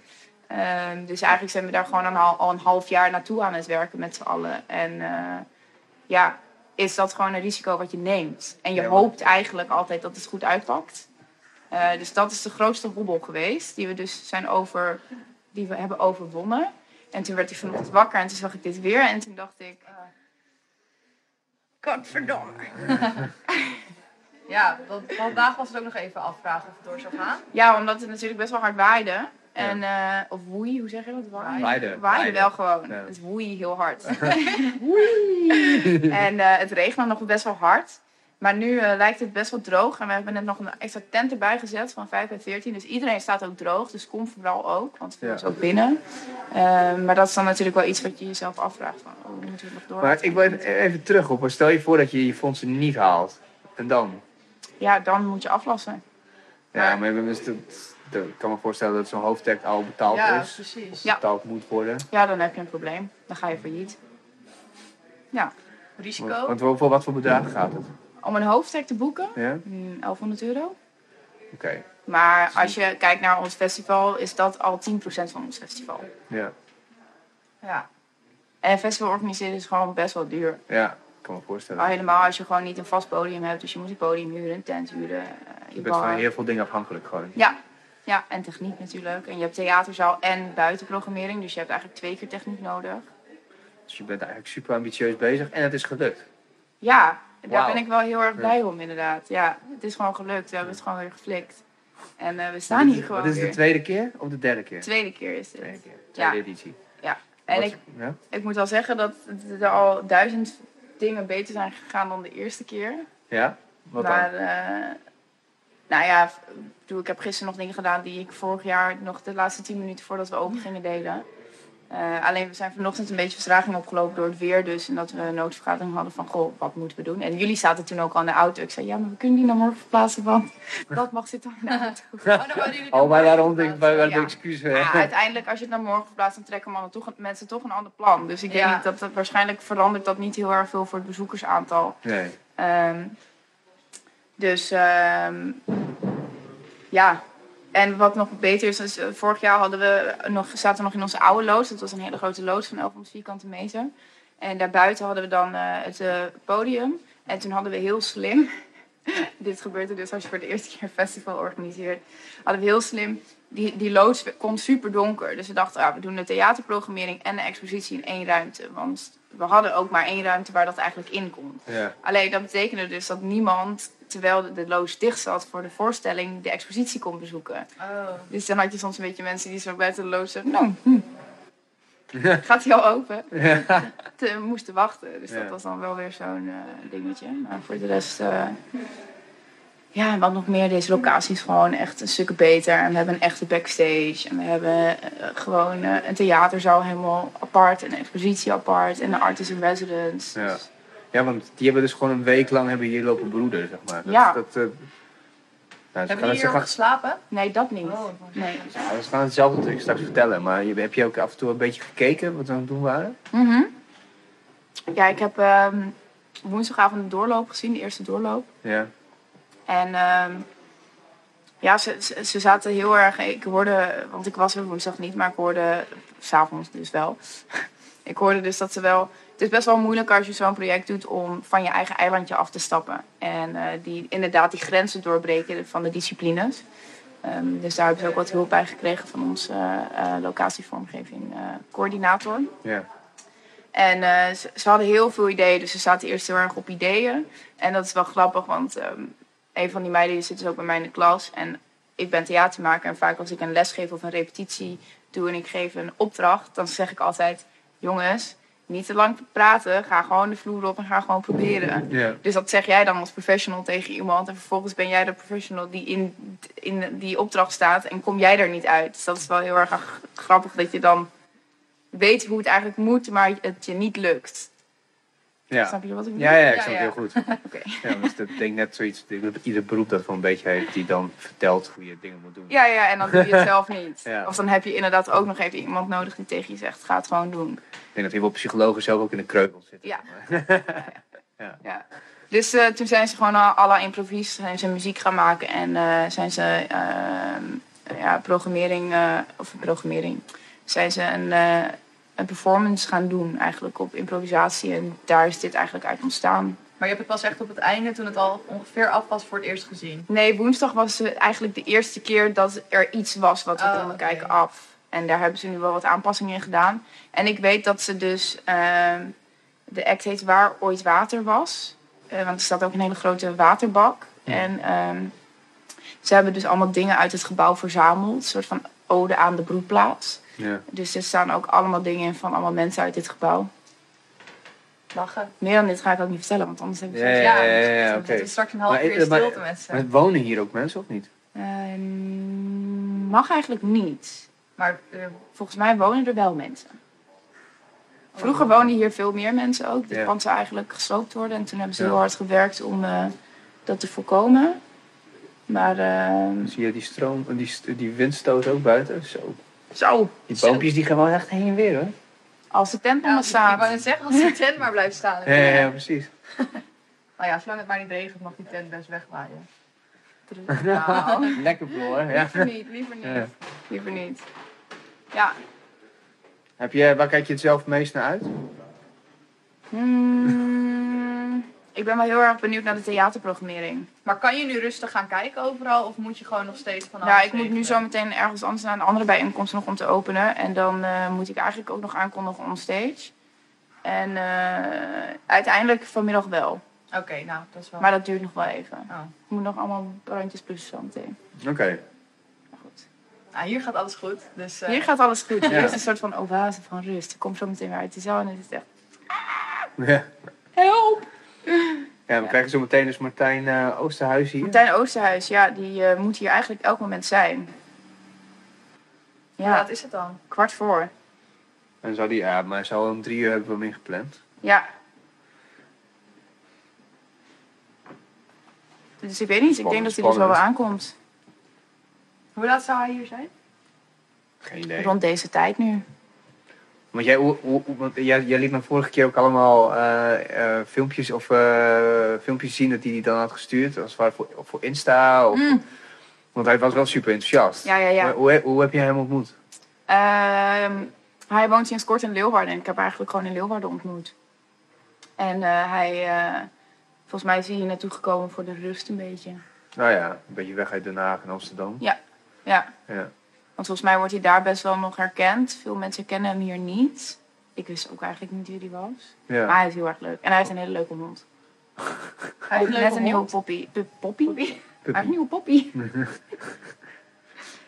Speaker 3: Ehm, dus eigenlijk zijn we daar gewoon een hal- al een half jaar naartoe aan het werken met z'n allen. En eh, ja, is dat gewoon een risico wat je neemt. En je
Speaker 1: Ja, maar-
Speaker 3: hoopt eigenlijk altijd dat het goed uitpakt. Eh, dus dat is de grootste hobbel geweest, die we dus zijn over, die we hebben overwonnen. En toen werd ik vanochtend wakker en toen zag ik dit weer en toen dacht ik,
Speaker 4: Godverdomme. ja, want vandaag was het ook nog even afvragen of het door zou gaan.
Speaker 3: ja, omdat het natuurlijk best wel hard waaide. En, eh, of woei, hoe zeg je dat? Waaide.
Speaker 1: Waaide.
Speaker 3: waaide wel gewoon.
Speaker 1: Ja.
Speaker 3: Het woei heel hard. en eh, het regende nog best wel hard. Maar nu eh, lijkt het best wel droog. En we hebben net nog een extra tent erbij gezet van 5 bij 14. Dus iedereen staat ook droog. Dus kom vooral ook, want veel
Speaker 1: Ja.
Speaker 3: is ook binnen. Eh, maar dat is dan natuurlijk wel iets wat je jezelf afvraagt. Van, oh, moet het nog door?
Speaker 1: Maar ik wil even, even terug op. Stel je voor dat je je fondsen niet haalt. En dan?
Speaker 3: Ja, dan moet je aflassen.
Speaker 1: Ja,
Speaker 3: Maar-
Speaker 1: maar dat is dat- dat- ik kan me voorstellen dat zo'n hoofdtek al betaald
Speaker 4: ja,
Speaker 1: is.
Speaker 4: precies.
Speaker 3: Ja.
Speaker 1: Betaald moet worden.
Speaker 3: Ja, dan heb je een probleem. Dan ga je failliet. Ja,
Speaker 4: Risico.
Speaker 1: Want voor, voor wat voor bedrag gaat het?
Speaker 3: om een hoofdtrek te boeken,
Speaker 1: Ja?
Speaker 3: mm, 1100 euro.
Speaker 1: Oké.
Speaker 3: Maar als je kijkt naar ons festival, is dat al 10% van ons festival.
Speaker 1: Ja.
Speaker 4: Ja.
Speaker 3: En festival organiseren is gewoon best wel duur.
Speaker 1: ja, ik kan me voorstellen.
Speaker 3: Al Oh, helemaal als je gewoon niet een vast podium hebt. Dus je moet een podium huren, een tent huren, eh, je
Speaker 1: Je bent van
Speaker 3: bar.
Speaker 1: heel veel dingen afhankelijk gewoon.
Speaker 3: Ja. ja, en techniek natuurlijk. En je hebt theaterzaal en buitenprogrammering. Dus je hebt eigenlijk twee keer techniek nodig.
Speaker 1: Dus je bent eigenlijk super ambitieus bezig en het is gelukt.
Speaker 3: Ja, daar
Speaker 1: Wauw.
Speaker 3: ben ik wel heel erg blij om inderdaad. Ja, het is gewoon gelukt. We hebben het gewoon weer geflikt. En eh, we staan
Speaker 1: Dit
Speaker 3: hier
Speaker 1: is-
Speaker 3: gewoon
Speaker 1: Wat is het
Speaker 3: weer.
Speaker 1: de tweede keer of de derde keer?
Speaker 3: Tweede keer is dit.
Speaker 1: Tweede keer.
Speaker 3: Ja.
Speaker 1: Tweede editie.
Speaker 3: En
Speaker 1: Wat-
Speaker 3: ik, Oh,
Speaker 1: ja?
Speaker 3: ik moet wel zeggen dat er al duizend dingen beter zijn gegaan dan de eerste keer.
Speaker 1: ja? Wat
Speaker 3: maar,
Speaker 1: dan?
Speaker 3: eh, nou ja, v- ik bedoel, ik heb gisteren nog dingen gedaan die ik vorig jaar nog de laatste tien minuten voordat we open gingen deden. Eh, alleen we zijn vanochtend een beetje vertraging opgelopen door het weer dus. En dat we een noodvergadering hadden van, goh, wat moeten we doen? En jullie zaten toen ook al in de auto. Ik zei, ja, maar we kunnen die naar morgen verplaatsen, want dat mag zitten in de auto.
Speaker 4: Oh, dan worden jullie
Speaker 1: Oh, wij waren onder wij waren de
Speaker 3: ja. Ah,
Speaker 1: excuses.
Speaker 3: Ja,
Speaker 1: hè?
Speaker 3: uiteindelijk, als je het naar morgen verplaatst, dan trekken mannen toch, mensen toch een ander plan. Dus ik denk
Speaker 4: Ja.
Speaker 3: niet dat, dat waarschijnlijk verandert dat niet heel erg veel voor het bezoekersaantal.
Speaker 1: Nee.
Speaker 3: Ehm, dus ehm, ja. En wat nog beter is, is eh, vorig jaar hadden we nog, zaten we nog in onze oude loods. Dat was een hele grote loods van 1100 vierkante meter. En daarbuiten hadden we dan eh, het eh, podium. En toen hadden we heel slim... Dit gebeurt er dus als je voor de eerste keer een festival organiseert. Hadden we heel slim... Die, die loods kon super donker. Dus we dachten, ah, we doen de theaterprogrammering en de expositie in één ruimte. Want we hadden ook maar één ruimte waar dat eigenlijk in kon.
Speaker 1: Ja.
Speaker 3: Alleen dat betekende dus dat niemand, terwijl de, de loods dicht zat voor de voorstelling, de expositie kon bezoeken.
Speaker 4: Oh.
Speaker 3: Dus dan had je soms een beetje mensen die zo buiten de loods zeiden, nou, hm. gaat hij al open? Te, moesten wachten. Dus
Speaker 1: Ja.
Speaker 3: dat was dan wel weer zo'n eh, dingetje. Maar voor de rest, eh, ja, en wat nog meer, deze locatie is gewoon echt een stuk beter. En we hebben een echte backstage. En we hebben eh, gewoon eh, een theaterzaal helemaal apart. En een expositie apart. En een artist in residence.
Speaker 1: Ja.
Speaker 3: Dus-
Speaker 1: ja, want die hebben dus gewoon een week lang hebben hier lopen broeden, zeg maar. Dat,
Speaker 3: Ja.
Speaker 1: Dat, eh, nou, ze, gaan,
Speaker 4: Hebben jullie
Speaker 1: ze,
Speaker 4: hier ook
Speaker 1: gaan,
Speaker 4: geslapen?
Speaker 3: Nee, dat niet.
Speaker 4: Oh.
Speaker 3: Nee.
Speaker 1: ja, ze gaan hetzelfde natuurlijk straks vertellen, maar je, heb je ook af en toe een beetje gekeken wat we aan het doen waren?
Speaker 3: Mhm. Ja, ik heb ehm, woensdagavond de doorloop gezien, de eerste doorloop.
Speaker 1: Ja.
Speaker 3: En ehm, ja, ze, ze, ze zaten heel erg. Ik hoorde, want ik was er woensdag niet, maar ik hoorde s'avonds dus wel. ik hoorde dus dat ze wel. Het is best wel moeilijk als je zo'n project doet om van je eigen eilandje af te stappen. En eh, die, inderdaad die grenzen doorbreken van de disciplines. Ehm, dus daar hebben ze ook wat hulp bij gekregen van onze eh, eh, locatievormgeving eh, coördinator.
Speaker 1: Ja.
Speaker 3: En eh, ze, ze hadden heel veel ideeën, dus ze zaten eerst heel erg op ideeën. En dat is wel grappig, want ehm, een van die meiden die zit dus ook bij mij in de klas. En ik ben theatermaker en vaak als ik een les geef of een repetitie doe en ik geef een opdracht, dan zeg ik altijd: jongens, niet te lang praten, ga gewoon de vloer op en ga gewoon proberen.
Speaker 1: Ja.
Speaker 3: Dus dat zeg jij dan als professional tegen iemand. En vervolgens ben jij de professional die in, in die opdracht staat. En kom jij er niet uit. Dus dat is wel heel erg ag- grappig dat je dan weet hoe het eigenlijk moet, maar het je niet lukt.
Speaker 1: Ja.
Speaker 3: Snap je wat ik bedoel?
Speaker 1: Ja, ja, ik
Speaker 4: Ja,
Speaker 1: snap het
Speaker 4: ja.
Speaker 1: heel goed.
Speaker 3: Oké.
Speaker 1: Ja, dus dat ik denk net zoiets, ik denk dat ieder beroep dat wel een beetje heeft, die dan vertelt hoe je dingen moet doen.
Speaker 3: Ja, ja, en dan doe je het zelf niet.
Speaker 1: Ja.
Speaker 3: Of dan heb je inderdaad ook nog even iemand nodig die tegen je zegt, ga het gewoon doen.
Speaker 1: Ik denk dat heel veel psychologen zelf ook in de kreugel zitten.
Speaker 3: Ja.
Speaker 1: Ja.
Speaker 3: Ja. Dus eh, toen zijn ze gewoon al à la improvies, zijn ze muziek gaan maken en eh, zijn ze ehm, ja, programmering, eh, of programmering, zijn ze een, eh, een performance gaan doen eigenlijk op improvisatie. En daar is dit eigenlijk uit ontstaan.
Speaker 4: Maar je hebt het pas echt op het einde, toen het al ongeveer af was, voor het eerst gezien.
Speaker 3: Nee, woensdag was eh, eigenlijk de eerste keer dat er iets was wat we
Speaker 4: Oh,
Speaker 3: konden
Speaker 4: oké.
Speaker 3: kijken af. En daar hebben ze nu wel wat aanpassingen in gedaan. En ik weet dat ze dus... ehm, de act heet Waar Ooit Water Was. Eh, want er staat ook een hele grote waterbak. En ehm, ze hebben dus allemaal dingen uit het gebouw verzameld. Een soort van ode aan de broedplaats.
Speaker 1: Ja.
Speaker 3: Dus er staan ook allemaal dingen in van allemaal mensen uit dit gebouw.
Speaker 4: lachen.
Speaker 3: Meer dan dit ga ik ook niet vertellen, want anders heb ik
Speaker 1: Ja,
Speaker 3: zoiets-
Speaker 4: Ja,
Speaker 1: ja,
Speaker 4: dus
Speaker 1: ja,
Speaker 4: het
Speaker 1: oké.
Speaker 4: is straks een half
Speaker 1: Maar-
Speaker 4: uur
Speaker 1: maar-
Speaker 4: stilte met ze.
Speaker 1: Maar wonen hier ook mensen of niet?
Speaker 3: Eh, Ehm, mag eigenlijk niet.
Speaker 4: Maar eh,
Speaker 3: Volgens mij wonen er wel mensen. Vroeger woonden hier veel meer mensen ook. Dit
Speaker 1: Oh. Ja.
Speaker 3: pand zou eigenlijk gesloopt worden. En toen hebben ze
Speaker 1: Ja.
Speaker 3: heel hard gewerkt om eh, dat te voorkomen. Maar ehm,
Speaker 1: Zie je die stroom, die, st- die windstoot ook buiten? Zo.
Speaker 3: zo,
Speaker 1: Die boompjes die gaan wel echt heen en weer hoor.
Speaker 3: als de tent nog
Speaker 4: ja,
Speaker 3: maar
Speaker 4: als- ik wou
Speaker 3: staat.
Speaker 4: net zeggen, als die tent maar blijft staan. dan
Speaker 1: Ja,
Speaker 4: kun je-
Speaker 1: ja, ja, precies.
Speaker 4: Nou ja, zolang het maar niet regent, mag die tent best wegwaaien.
Speaker 3: Nou,
Speaker 1: Lekker voor, hè? Ja.
Speaker 3: liever niet, liever niet.
Speaker 1: Ja.
Speaker 3: Liever niet. Ja.
Speaker 1: Heb je, waar kijk je het zelf het meest naar uit?
Speaker 3: Hmm, ik ben wel heel erg benieuwd naar de theaterprogrammering.
Speaker 4: Maar kan je nu rustig gaan kijken overal? Of moet je gewoon nog steeds van
Speaker 3: Nou,
Speaker 4: alles
Speaker 3: ik moet nu
Speaker 4: regelen?
Speaker 3: zo meteen ergens anders naar een andere bijeenkomst nog om te openen. En dan eh, moet ik eigenlijk ook nog aankondigen on stage. En eh, uiteindelijk vanmiddag wel.
Speaker 4: Oké, nou, dat is wel...
Speaker 3: Maar dat duurt nog wel even.
Speaker 4: Oh.
Speaker 3: Ik moet nog allemaal brandjes plussen zo meteen.
Speaker 1: Oké.
Speaker 3: Maar goed.
Speaker 4: Nou, hier gaat alles goed. Dus, eh,
Speaker 3: Hier gaat alles goed.
Speaker 1: Ja.
Speaker 3: Hier is een soort van oase van rust. Ik kom zo meteen weer uit de zaal en het is echt...
Speaker 1: Ja.
Speaker 3: Help!
Speaker 1: ja, we krijgen zo meteen dus Martijn eh Oosterhuis hier.
Speaker 3: Martijn Oosterhuis, ja, die eh, moet hier eigenlijk elk moment zijn.
Speaker 4: hoe
Speaker 3: Ja,
Speaker 4: laat is het dan?
Speaker 3: kwart voor.
Speaker 1: En zou die, ja, maar zo om drie uur hebben we hem ingepland.
Speaker 3: Ja. Dus ik weet niet, ik denk dat hij er zo wel
Speaker 1: Spannend.
Speaker 3: aankomt.
Speaker 4: Hoe laat zou hij hier zijn?
Speaker 1: Geen idee.
Speaker 3: Rond deze tijd nu.
Speaker 1: Want jij, hoe- hoe- hoe- want jij, jij liet me vorige keer ook allemaal eh, eh, filmpjes, of, eh, filmpjes zien dat hij die dan had gestuurd. Als het ware voor, voor Insta. Of, Want hij was wel super enthousiast.
Speaker 3: Mm. Ja, ja, ja.
Speaker 1: Hoe, hoe, hoe heb je hem ontmoet?
Speaker 3: Ehm, hij woont sinds kort in Leeuwarden en ik heb hem eigenlijk gewoon in Leeuwarden ontmoet. En eh, hij, eh, volgens mij is hij hier naartoe gekomen voor de rust een beetje.
Speaker 1: Nou ja, een beetje weg uit Den Haag en Amsterdam.
Speaker 3: Ja,
Speaker 1: Ja.
Speaker 3: want volgens mij wordt hij daar best wel nog herkend. Veel mensen kennen hem hier niet. Ik wist ook eigenlijk niet wie hij was.
Speaker 1: ja.
Speaker 3: Maar hij is heel erg leuk. En hij heeft een hele leuke hond. Hij heeft
Speaker 4: een
Speaker 3: net
Speaker 4: leuke
Speaker 3: een nieuwe
Speaker 4: hond.
Speaker 3: poppy. Pu- Poppy? Hij heeft
Speaker 1: Puppy.
Speaker 3: een nieuwe poppy.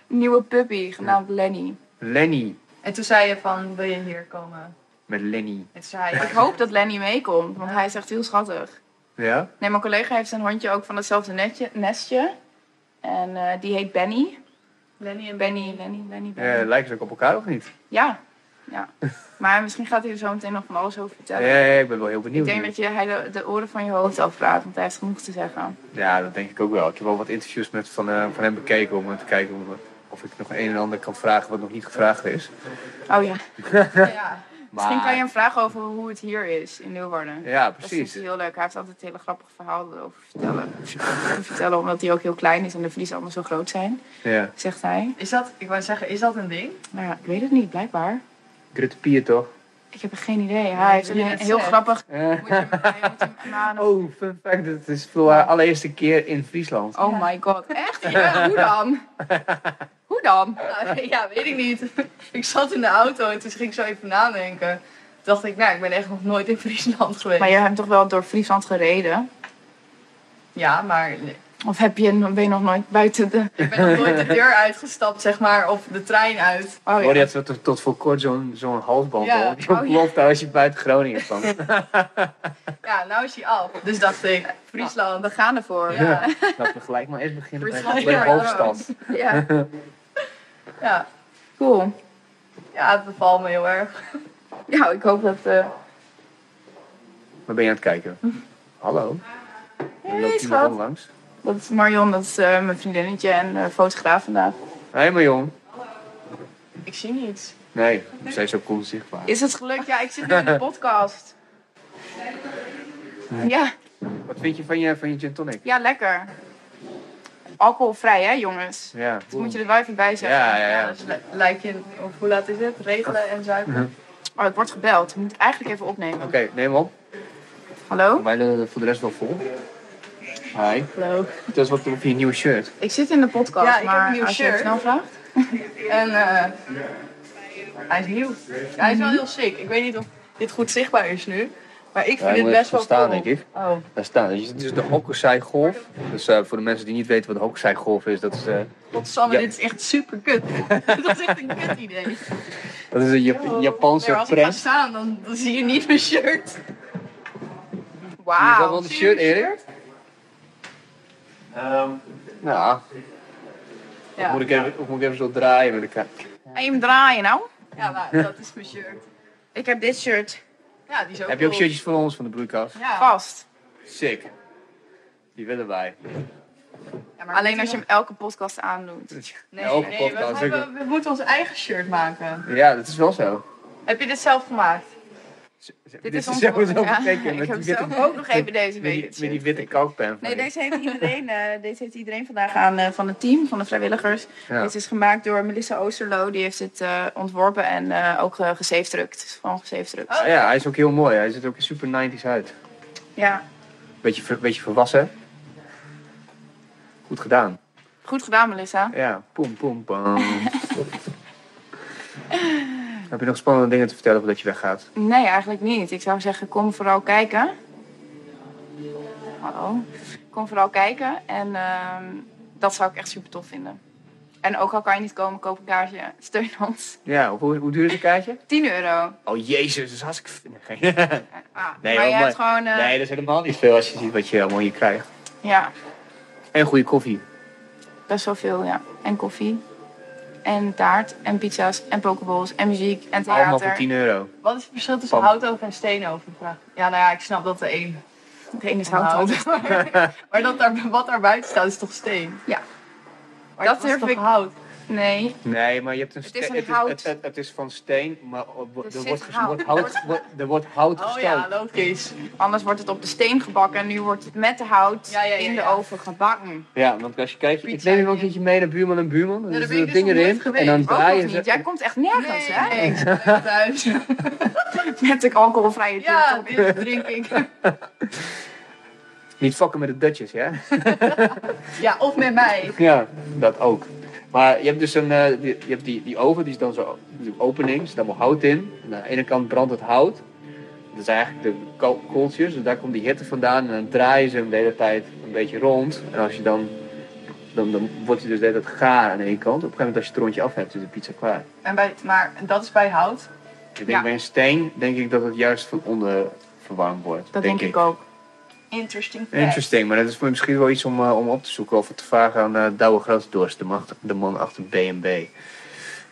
Speaker 3: Een nieuwe puppy, genaamd Lenny.
Speaker 1: Lenny.
Speaker 4: En toen zei je van, wil je hier komen? En
Speaker 1: Met Lenny.
Speaker 4: toen zei
Speaker 3: Ik
Speaker 4: je...
Speaker 3: hoop dat Lenny meekomt, want hij is echt heel schattig.
Speaker 1: Ja?
Speaker 3: Nee, mijn collega heeft zijn hondje ook van hetzelfde netje, nestje. En eh, die heet Benny.
Speaker 4: Lenny en
Speaker 3: Benny,
Speaker 4: Benny.
Speaker 3: Lenny, Lenny, Benny.
Speaker 1: Eh, lijken ze ook op elkaar of niet?
Speaker 3: Ja, ja. Maar misschien gaat hij er zo meteen nog van alles
Speaker 1: Ja,
Speaker 3: over vertellen.
Speaker 1: ja, ik ben wel heel
Speaker 3: Ik
Speaker 1: benieuwd.
Speaker 3: denk
Speaker 1: nu.
Speaker 3: dat je, hij de, de oren van je hoofd afpraat, want hij heeft genoeg te zeggen.
Speaker 1: Ja, dat denk ik ook wel. Ik heb wel wat interviews met van, eh, van hem bekeken om te kijken of- of ik nog een en ander kan vragen wat nog niet gevraagd is.
Speaker 3: Oh ja,
Speaker 4: Ja.
Speaker 3: misschien kan je hem vragen over hoe het hier is in Leeuwarden.
Speaker 1: Ja,
Speaker 3: Dat is
Speaker 1: precies.
Speaker 3: natuurlijk heel leuk. Hij heeft altijd hele grappige verhalen over vertellen. Over vertellen omdat hij ook heel klein is en de verliezen allemaal zo groot zijn,
Speaker 1: Ja.
Speaker 3: zegt hij.
Speaker 4: Is dat, ik wou zeggen, is dat een ding?
Speaker 3: Maar ja, ik weet het niet, blijkbaar.
Speaker 1: Grutte Pier toch?
Speaker 3: Ik heb geen idee. Hij heeft een
Speaker 4: je net
Speaker 3: heel
Speaker 4: zegt.
Speaker 3: grappig...
Speaker 1: Eh,
Speaker 3: Moet je hem- je moet hem aan-
Speaker 1: oh, fun fact. Het is voor haar allereerste keer in Friesland.
Speaker 3: Oh my god, echt? Ja, hoe dan? Hoe dan?
Speaker 4: Nou, ja, weet ik niet. Ik zat in de auto en toen ging ik zo even nadenken. Toen dacht ik, nou, ik ben echt nog nooit in Friesland geweest.
Speaker 3: Maar je hebt toch wel door Friesland gereden?
Speaker 4: Ja, maar nee.
Speaker 3: Of heb je, ben je nog nooit buiten de...
Speaker 4: ik ben nog nooit de deur uitgestapt, zeg maar, of de trein uit.
Speaker 3: Oh
Speaker 1: Hoor je
Speaker 3: ja.
Speaker 1: dat we tot, tot voor kort zo'n zo'n halsband
Speaker 4: Ja.
Speaker 1: hadden? Die
Speaker 3: Oh, ja.
Speaker 1: ontplofte als je buiten Groningen kwam.
Speaker 4: Ja, nou is hij af. Dus dacht ik, Friesland.
Speaker 3: We gaan ervoor. Ja.
Speaker 4: Ja,
Speaker 1: Laten we gelijk maar eerst beginnen bij,
Speaker 3: Friesland,
Speaker 1: bij de
Speaker 3: ja.
Speaker 1: hoofdstad.
Speaker 4: ja,
Speaker 3: Cool.
Speaker 4: ja, het bevalt me heel erg.
Speaker 3: Ja, ik hoop dat... eh
Speaker 1: Waar ben je aan het kijken?
Speaker 4: Hm.
Speaker 1: Hallo? Er
Speaker 3: Hey,
Speaker 1: loopt iemand
Speaker 3: schat.
Speaker 1: langs.
Speaker 3: Dat is Marion, dat is eh, mijn vriendinnetje en eh, fotograaf vandaag.
Speaker 1: Hé, maar jong.
Speaker 4: Ik zie niets.
Speaker 1: Nee, zij is ook cool zichtbaar.
Speaker 3: Is het gelukt? Ja, ik zit nu in de podcast. Ja,
Speaker 1: Wat vind je van je, van je gin tonic?
Speaker 3: ja, lekker. Alcoholvrij, hè, jongens?
Speaker 1: Ja.
Speaker 4: Dus
Speaker 3: Dat moet je er wel even bij zeggen.
Speaker 1: Ja, ja,
Speaker 4: Ja,
Speaker 1: ja.
Speaker 4: dus li- lijkt je, of hoe laat is het? Regelen en zuipen.
Speaker 3: Oh, ik word gebeld. Ik moet het eigenlijk even opnemen.
Speaker 1: Mhm. Oké, neem op.
Speaker 3: Hallo?
Speaker 1: Wij lullen voor de rest wel vol. Hi.
Speaker 3: Hallo.
Speaker 1: Het is wat over je nieuwe shirt.
Speaker 3: Ik zit in de podcast,
Speaker 4: Ja, ik heb
Speaker 3: maar
Speaker 4: een nieuw
Speaker 3: als je
Speaker 4: shirt.
Speaker 3: het snel vraagt.
Speaker 4: En eh, hij is nieuw. Hij is wel heel sick. Ik weet niet of dit goed zichtbaar is nu. Maar ik
Speaker 1: Ja,
Speaker 4: vind
Speaker 1: je
Speaker 4: het
Speaker 1: moet
Speaker 4: best wel
Speaker 1: even staan,
Speaker 4: cool.
Speaker 1: denk ik.
Speaker 4: Oh.
Speaker 1: Daar staan. Dus dit is de Hokusai Golf. Dus eh, voor de mensen die niet weten wat Hokusai Golf is, dat is, eh,
Speaker 4: Godsamme,
Speaker 1: Ja.
Speaker 4: dit is echt super kut. dat is echt een kut idee.
Speaker 1: dat is een Jap-
Speaker 4: Oh.
Speaker 1: Japanse
Speaker 4: Nee, maar als ik ga
Speaker 1: press.
Speaker 4: staan, dan, dan zie je niet mijn shirt.
Speaker 1: Zie je dat
Speaker 3: Wauw.
Speaker 1: wel, de
Speaker 3: Zie je
Speaker 1: shirt,
Speaker 3: de
Speaker 1: Erik? Nou,
Speaker 4: Ja,
Speaker 1: moet ik even, of moet ik even zo draaien met de kaart?
Speaker 3: En je hem draaien nou?
Speaker 4: ja maar dat is mijn shirt.
Speaker 3: Ik heb dit shirt
Speaker 4: Ja, die is ook
Speaker 1: Heb je ook
Speaker 4: cool.
Speaker 1: shirtjes voor ons van de broeikas?
Speaker 4: Ja.
Speaker 3: vast.
Speaker 1: Sick. Die willen wij.
Speaker 4: Ja, maar
Speaker 3: Alleen
Speaker 4: we
Speaker 3: als je
Speaker 4: moeten
Speaker 3: hem elke podcast aandoet.
Speaker 4: nog- Nee,
Speaker 1: Elke
Speaker 4: nee we,
Speaker 1: podcast
Speaker 4: hebben- we moeten ons eigen shirt maken.
Speaker 1: Ja, dat is wel zo.
Speaker 4: Heb je dit zelf gemaakt?
Speaker 1: Dit,
Speaker 3: onze-
Speaker 1: sowieso
Speaker 3: ja,
Speaker 1: getekend
Speaker 3: Ik
Speaker 1: met
Speaker 3: heb
Speaker 1: die witte,
Speaker 3: zelf ook nog even deze
Speaker 1: met die, met
Speaker 3: week.
Speaker 1: die witte kalkpen.
Speaker 3: Nee, deze heeft iedereen, eh, deze heeft iedereen vandaag aan eh, van het team, van de vrijwilligers.
Speaker 1: Ja.
Speaker 3: Dit is gemaakt door Melissa Oosterlo. Die heeft het eh, ontworpen en eh, ook eh gezeefdrukt. Het is gewoon gezeefdrukt.
Speaker 4: Oh.
Speaker 1: Ah Ja, hij is ook heel mooi. Hij ziet er ook super 90s uit.
Speaker 3: Ja,
Speaker 1: Beetje, ver- beetje volwassen. Goed gedaan.
Speaker 3: goed gedaan Melissa.
Speaker 1: Ja, poem, poem, pam. Heb je nog spannende dingen te vertellen voordat je weggaat?
Speaker 3: Nee, eigenlijk niet. Ik zou zeggen, kom vooral kijken. Hallo. Kom vooral kijken. En ehm, dat zou ik echt super tof vinden. En ook al kan je niet komen, koop een kaartje. Steun ons.
Speaker 1: Ja, hoe, hoe duur is een kaartje?
Speaker 3: 10 euro.
Speaker 1: Oh jezus, dat is hartstikke... veel.
Speaker 3: Ah,
Speaker 1: Nee,
Speaker 3: maar
Speaker 1: hoor,
Speaker 3: je hebt
Speaker 1: maar-
Speaker 3: gewoon... eh,
Speaker 1: Nee, dat is helemaal niet veel als je ziet wat je allemaal hier krijgt.
Speaker 3: Ja,
Speaker 1: En goede koffie.
Speaker 3: best wel veel, ja. En koffie. En taart. En pizza's. En pokeballs. En muziek. En
Speaker 1: Allemaal voor
Speaker 3: theater.
Speaker 1: 10 euro.
Speaker 4: Wat is het verschil tussen
Speaker 1: Pam.
Speaker 4: houtoven en steenoven? Vraag. Ja, nou ja, ik snap dat de een
Speaker 3: Het ene is
Speaker 4: hout
Speaker 3: hout.
Speaker 4: Maar Nou, dat daar, wat daar buiten staat is toch steen?
Speaker 3: Ja.
Speaker 4: Maar
Speaker 3: Dat
Speaker 4: dat is
Speaker 3: durf
Speaker 4: toch
Speaker 3: ik-
Speaker 4: hout?
Speaker 3: Nee,
Speaker 1: Nee, maar je hebt een
Speaker 3: Het is
Speaker 1: ste-
Speaker 3: een hout.
Speaker 1: Het, het, het is van steen, maar op-
Speaker 3: Er
Speaker 1: er,
Speaker 3: zit
Speaker 1: wordt, ges-
Speaker 3: hout.
Speaker 1: wordt hout, wordt- er wordt hout
Speaker 4: Oh
Speaker 1: gestookt.
Speaker 4: ja, logisch.
Speaker 3: anders wordt het op de steen gebakken. En nu wordt het met de hout
Speaker 4: Ja, ja, ja,
Speaker 3: in de
Speaker 4: ja.
Speaker 3: oven gebakken.
Speaker 1: Ja, want als je kijkt, ik
Speaker 4: Pizza
Speaker 1: neem hem ook
Speaker 4: hier.
Speaker 1: een keertje mee naar buurman en buurman. Dan
Speaker 4: daar
Speaker 1: doen
Speaker 4: ben
Speaker 1: ze
Speaker 4: ik
Speaker 1: dat
Speaker 4: dus
Speaker 1: ding
Speaker 4: nog
Speaker 1: erin
Speaker 4: nooit
Speaker 1: en dan
Speaker 4: geweest.
Speaker 3: Ook nog
Speaker 1: draaien
Speaker 3: niet.
Speaker 1: ze.
Speaker 3: Jij komt echt nergens, hè?
Speaker 4: nee, ik zit lekker thuis.
Speaker 3: Met de alcoholvrije
Speaker 4: ja,
Speaker 3: ja.
Speaker 4: dit drink ik.
Speaker 1: Niet fokken met de Dutjes, ja?
Speaker 4: Ja, of met mij.
Speaker 1: Ja, dat ook. Maar je hebt dus een, eh, die- je hebt die, die oven, die is dan zo die opening, er zit allemaal hout in. En aan de ene kant brandt het hout. Dat zijn eigenlijk de ko- kooltjes, dus daar komt die hitte vandaan. En dan draaien ze hem de hele tijd een beetje rond. En als je dan, dan, dan wordt hij dus de hele tijd gaar aan de ene kant. Op een gegeven moment als je het rondje af hebt, is de pizza klaar.
Speaker 4: En bij, maar dat is bij hout.
Speaker 1: Ik denk
Speaker 3: Ja.
Speaker 1: bij een steen, denk ik dat het juist van onder verwarmd wordt.
Speaker 3: Dat denk ik ook.
Speaker 4: Interesting fact.
Speaker 1: Interesting, maar dat is misschien wel iets om, eh, om op te zoeken of het te vragen aan eh Douwe Grootdorst, de, macht- de man achter B&B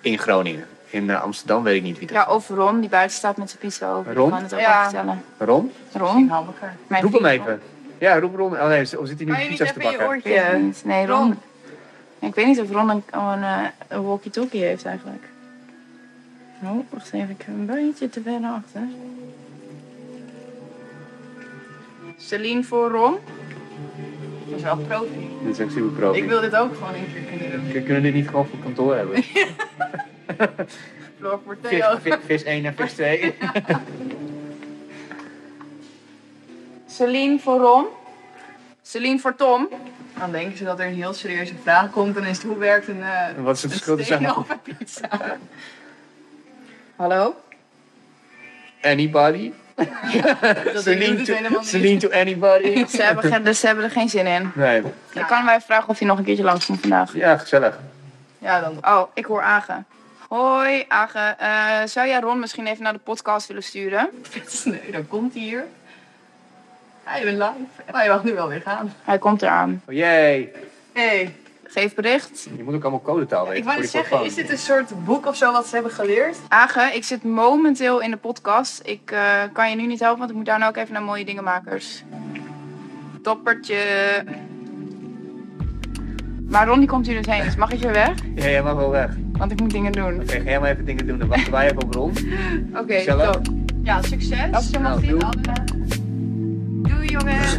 Speaker 1: in Groningen. In eh, Amsterdam weet ik niet wie dat
Speaker 3: Ja, of Ron, die buiten staat met zijn pizza over.
Speaker 1: Ron?
Speaker 3: Ik kan het ook
Speaker 4: Ja.
Speaker 3: ja. vertellen.
Speaker 1: Ron?
Speaker 3: Ron?
Speaker 4: Handiger.
Speaker 3: Mijn
Speaker 1: Roep hem
Speaker 3: vriend
Speaker 1: even. Ja, roep Ron. Oh nee, of zit hij
Speaker 4: Kan
Speaker 1: nu
Speaker 4: je niet
Speaker 1: pizza's te
Speaker 4: even in je
Speaker 1: bakken?
Speaker 4: oortje?
Speaker 3: Ron. Ik weet het niet. Nee, Ron.
Speaker 4: Ron.
Speaker 3: Ik weet niet of Ron een, oh, een, eh, een walkie-talkie heeft eigenlijk. Oh, wacht even. Ik heb een beetje te ver naar achter. Celine voor Ron.
Speaker 4: Dat is wel profi.
Speaker 1: Dit is echt super pro.
Speaker 4: Ik wil dit ook gewoon een keer kunnen doen.
Speaker 1: Kun- Kunnen we dit niet gewoon voor kantoor hebben?
Speaker 4: Floor voor
Speaker 1: Vis,
Speaker 4: Theo.
Speaker 1: vi- vis 1 en vis 2.
Speaker 3: Celine voor Ron. Celine voor Tom.
Speaker 4: Dan denken ze dat er een heel serieuze vraag komt. En is het hoe werkt een, eh
Speaker 1: Wat is het
Speaker 4: een
Speaker 1: verschil tussen
Speaker 4: steen over pizza?
Speaker 3: Hallo?
Speaker 1: anybody?
Speaker 4: Dat
Speaker 1: Celine
Speaker 4: doet het
Speaker 1: to,
Speaker 4: helemaal
Speaker 1: Celine
Speaker 4: niet.
Speaker 1: to anybody?
Speaker 3: Ze hebben, ge- dus ze hebben er geen zin in.
Speaker 1: Nee.
Speaker 3: Dan kan wij vragen of je nog een keertje langs komt vandaag.
Speaker 1: Ja, gezellig.
Speaker 4: Ja, dan.
Speaker 3: Oh, ik hoor Age. Hoi Age, Eh, zou jij Ron misschien even naar de podcast willen sturen?
Speaker 4: Vet sneu, dan komt hij hier. Hij bent live. Maar je mag nu wel weer gaan.
Speaker 3: Hij komt eraan.
Speaker 1: Oh jee.
Speaker 4: Hey,
Speaker 3: Geef bericht.
Speaker 1: Je moet ook allemaal codetaal weten.
Speaker 4: ik wou
Speaker 1: voor
Speaker 4: net
Speaker 1: die
Speaker 4: zeggen,
Speaker 1: telefoon.
Speaker 4: is dit een soort boek of zo wat ze hebben geleerd?
Speaker 3: Age, ik zit momenteel in de podcast. Ik eh, kan je nu niet helpen, want ik moet daarna ook even naar Mooie Dingenmakers. Toppertje. Maar Ron die komt hier dus heen, dus mag ik weer weg?
Speaker 1: Ja, jij mag wel weg.
Speaker 3: Want ik moet dingen doen.
Speaker 1: Oké, ga jij maar even dingen doen. Dan wachten wij even op Ron.
Speaker 3: Oké,
Speaker 1: Gezellig.
Speaker 3: top.
Speaker 4: Ja, succes.
Speaker 3: Als je mag
Speaker 1: Nou,
Speaker 3: zien,
Speaker 1: doei.
Speaker 3: alle- Doei jongens.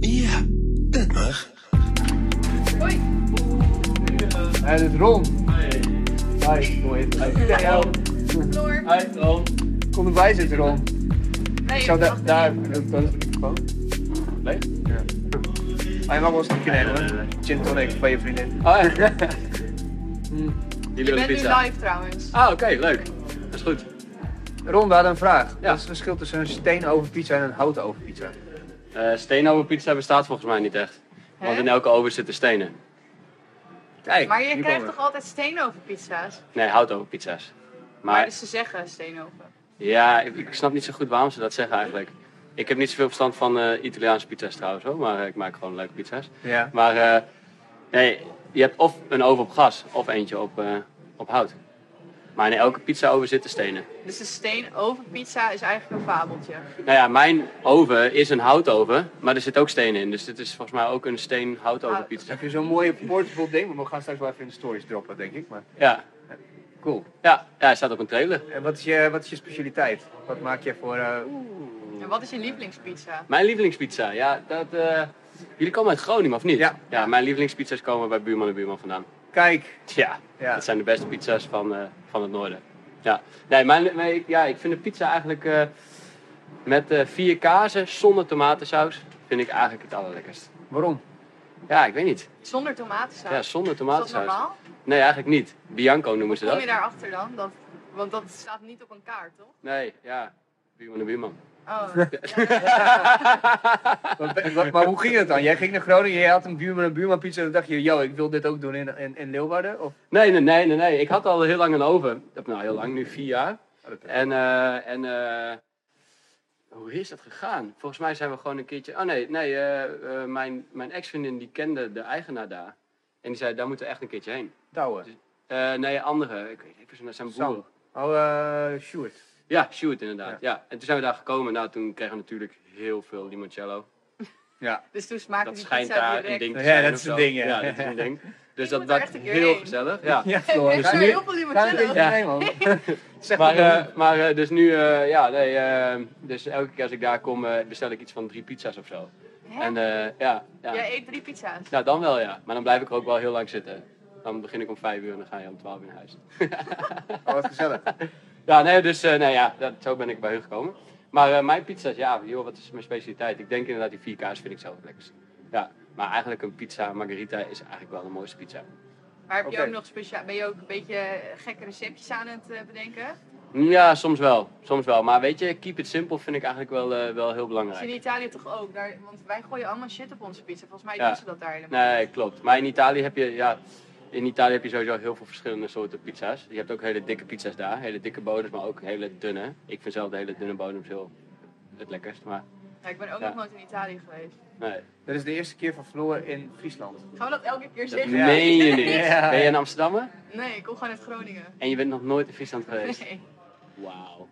Speaker 2: Ja, dat mag.
Speaker 4: Hoi.
Speaker 1: Hij is Ron. Hi. Hi, hoe heet het?
Speaker 4: Floor.
Speaker 1: Kom erbij zitten, Ron.
Speaker 4: Nee,
Speaker 1: Ik zou
Speaker 4: wacht.
Speaker 1: daar... daar eh, dat is de microfoon. Nee? Ja. Oh, je mag wel een stukje nemen, hoor. Gin tonic van je vriendin. Ah,
Speaker 4: je bent nu live trouwens.
Speaker 6: Ah, oké, leuk. Dat is goed.
Speaker 1: Ron, we hadden een vraag. Wat
Speaker 6: Ja.
Speaker 1: is het verschil tussen een steenoven pizza en een houten oven pizza?
Speaker 6: Eh steenoven pizza bestaat volgens mij niet echt. Want
Speaker 4: Hè?
Speaker 6: in elke oven zitten stenen.
Speaker 1: Kijk,
Speaker 4: Maar je
Speaker 1: hier
Speaker 4: krijgt
Speaker 1: komen
Speaker 4: toch altijd steenovenpizza's?
Speaker 6: Nee, houtoven pizza's.
Speaker 4: Maar
Speaker 6: Maar
Speaker 4: dus ze zeggen steenoven.
Speaker 6: ja, ik, ik snap niet zo goed waarom ze dat zeggen eigenlijk. Ik heb niet zoveel verstand van eh, Italiaanse pizza's trouwens hoor, maar eh, ik maak gewoon leuke pizza's.
Speaker 1: Ja.
Speaker 6: Maar eh, nee, je hebt of een oven op gas of eentje op, eh, op hout. Maar in elke pizzaoven zitten stenen.
Speaker 4: Dus de steen over pizza is eigenlijk een fabeltje.
Speaker 6: Nou ja, mijn oven is een houtoven, maar er zit ook stenen in. Dus dit is volgens mij ook een steen houtoven pizza.
Speaker 1: Heb je zo'n mooie portable ding? We gaan straks wel even in de stories droppen, denk ik. Maar
Speaker 6: Ja,
Speaker 1: cool.
Speaker 6: ja, ja hij staat op een trailer.
Speaker 1: En wat is je, wat is je specialiteit? Wat maak je voor... eh,
Speaker 4: En wat is je lievelingspizza?
Speaker 6: Mijn lievelingspizza, ja, dat... eh, jullie komen uit Groningen, of niet?
Speaker 1: Ja.
Speaker 6: mijn lievelingspizza's komen bij buurman en buurman vandaan.
Speaker 1: kijk,
Speaker 6: Ja,
Speaker 1: Ja.
Speaker 6: dat zijn de beste pizza's van, eh, van het noorden. Ja, nee, mijn, mijn- ja, ik vind de pizza eigenlijk eh, met eh, vier kazen zonder tomatensaus vind ik eigenlijk het allerlekkerst.
Speaker 1: waarom?
Speaker 6: Ja, ik weet niet.
Speaker 4: Zonder tomatensaus.
Speaker 6: Ja, zonder
Speaker 4: is dat
Speaker 6: tomatensaus.
Speaker 4: normaal?
Speaker 6: Nee, eigenlijk niet. Bianco noemen ze
Speaker 4: Kom
Speaker 6: dat.
Speaker 4: je daarachter dan? Dat, want dat staat niet op een kaart, toch?
Speaker 6: Nee, ja, buurman en buurman.
Speaker 4: Oh,
Speaker 1: Wat- wat- maar hoe ging het dan? Jij ging naar Groningen, jij had een buurman en buurman pizza en dan dacht je, yo, ik wil dit ook doen in, in, in Leeuwarden? Of,
Speaker 6: Nee, nee, nee, nee, nee. Ik had al heel lang een oven. Of Nou, heel lang, nu vier jaar. En, eh, en eh, hoe is dat gegaan? Volgens mij zijn we gewoon een keertje. Oh nee, nee, eh, eh, mijn, mijn ex-vriendin die kende de eigenaar daar. En die zei, daar moeten we echt een keertje heen.
Speaker 1: touwen.
Speaker 6: Eh, nee, andere. Ik weet niet, even, dat zijn
Speaker 1: Sam.
Speaker 6: boeren.
Speaker 1: Oh, eh Sjoerd.
Speaker 6: Ja, Sjoerd inderdaad. Ja. En toen zijn we daar gekomen. Nou, toen kregen we natuurlijk heel veel limoncello.
Speaker 4: dus toen smaakt
Speaker 6: Dat
Speaker 4: die
Speaker 6: schijnt
Speaker 4: pizza
Speaker 6: daar
Speaker 4: direct.
Speaker 6: een ding te
Speaker 1: Ja,
Speaker 6: zijn.
Speaker 1: dat
Speaker 6: of
Speaker 1: is een
Speaker 6: zo.
Speaker 1: ding, ja.
Speaker 6: dat is een ding. Dus dat
Speaker 4: moet daar
Speaker 6: was
Speaker 4: echt een keer
Speaker 6: heel
Speaker 4: heen.
Speaker 6: gezellig. Ja. dus
Speaker 1: Floor. dus
Speaker 4: Ik
Speaker 1: Ga
Speaker 4: zou
Speaker 1: nu-
Speaker 4: heel veel
Speaker 1: ga een
Speaker 4: limoncello.
Speaker 1: beetje heen, man. Zeg
Speaker 6: Maar,
Speaker 1: maar,
Speaker 6: eh, maar eh, dus nu, eh, ja, nee, eh, dus elke keer als ik daar kom, eh, bestel ik iets van drie pizza's of zo.
Speaker 4: Hè?
Speaker 6: En eh, ja, ja.
Speaker 4: Jij eet drie pizza's.
Speaker 6: Nou, dan wel ja. Maar dan blijf ik er ook wel heel lang zitten. Dan begin ik om vijf uur en dan ga je om twaalf uur naar huis.
Speaker 1: oh, wat gezellig.
Speaker 6: Ja, nee, dus eh, nee, ja, dat, zo ben ik bij hun gekomen. Maar eh, mijn pizza's, ja, joh, wat is mijn specialiteit? Ik denk inderdaad die vier kaas vind ik zelf het lekkerst. Ja, maar eigenlijk een pizza margarita is eigenlijk wel de mooiste pizza.
Speaker 4: Maar heb je
Speaker 1: Oké.
Speaker 4: ook nog speciaal, ben je ook een beetje gekke receptjes aan het eh, bedenken?
Speaker 6: Ja, soms wel. Soms wel. Maar weet je, keep it simple vind ik eigenlijk wel, eh, wel heel
Speaker 4: Dat
Speaker 6: belangrijk.
Speaker 4: is in Italië toch ook? Daar, want wij gooien allemaal shit op onze pizza. Volgens mij
Speaker 6: Ja.
Speaker 4: doen ze dat daar helemaal.
Speaker 6: Nee, klopt. Maar in Italië heb je, ja, in Italië heb je sowieso heel veel verschillende soorten pizza's. Je hebt ook hele dikke pizza's daar, hele dikke bodems, maar ook hele dunne. Ik vind zelf de hele dunne bodems heel het lekkerst, maar
Speaker 4: Ja, ik ben ook
Speaker 6: Ja.
Speaker 4: nog nooit in Italië geweest.
Speaker 6: nee.
Speaker 1: Dat is de eerste keer van Floor in Friesland.
Speaker 4: Gaan we dat elke keer
Speaker 6: Dat
Speaker 4: zeggen?
Speaker 6: meen je niet.
Speaker 1: Ja.
Speaker 6: Ben je een Amsterdammer
Speaker 4: Nee, ik kom gewoon uit Groningen.
Speaker 6: en je bent nog nooit in Friesland geweest?
Speaker 4: Nee.
Speaker 6: Wauw.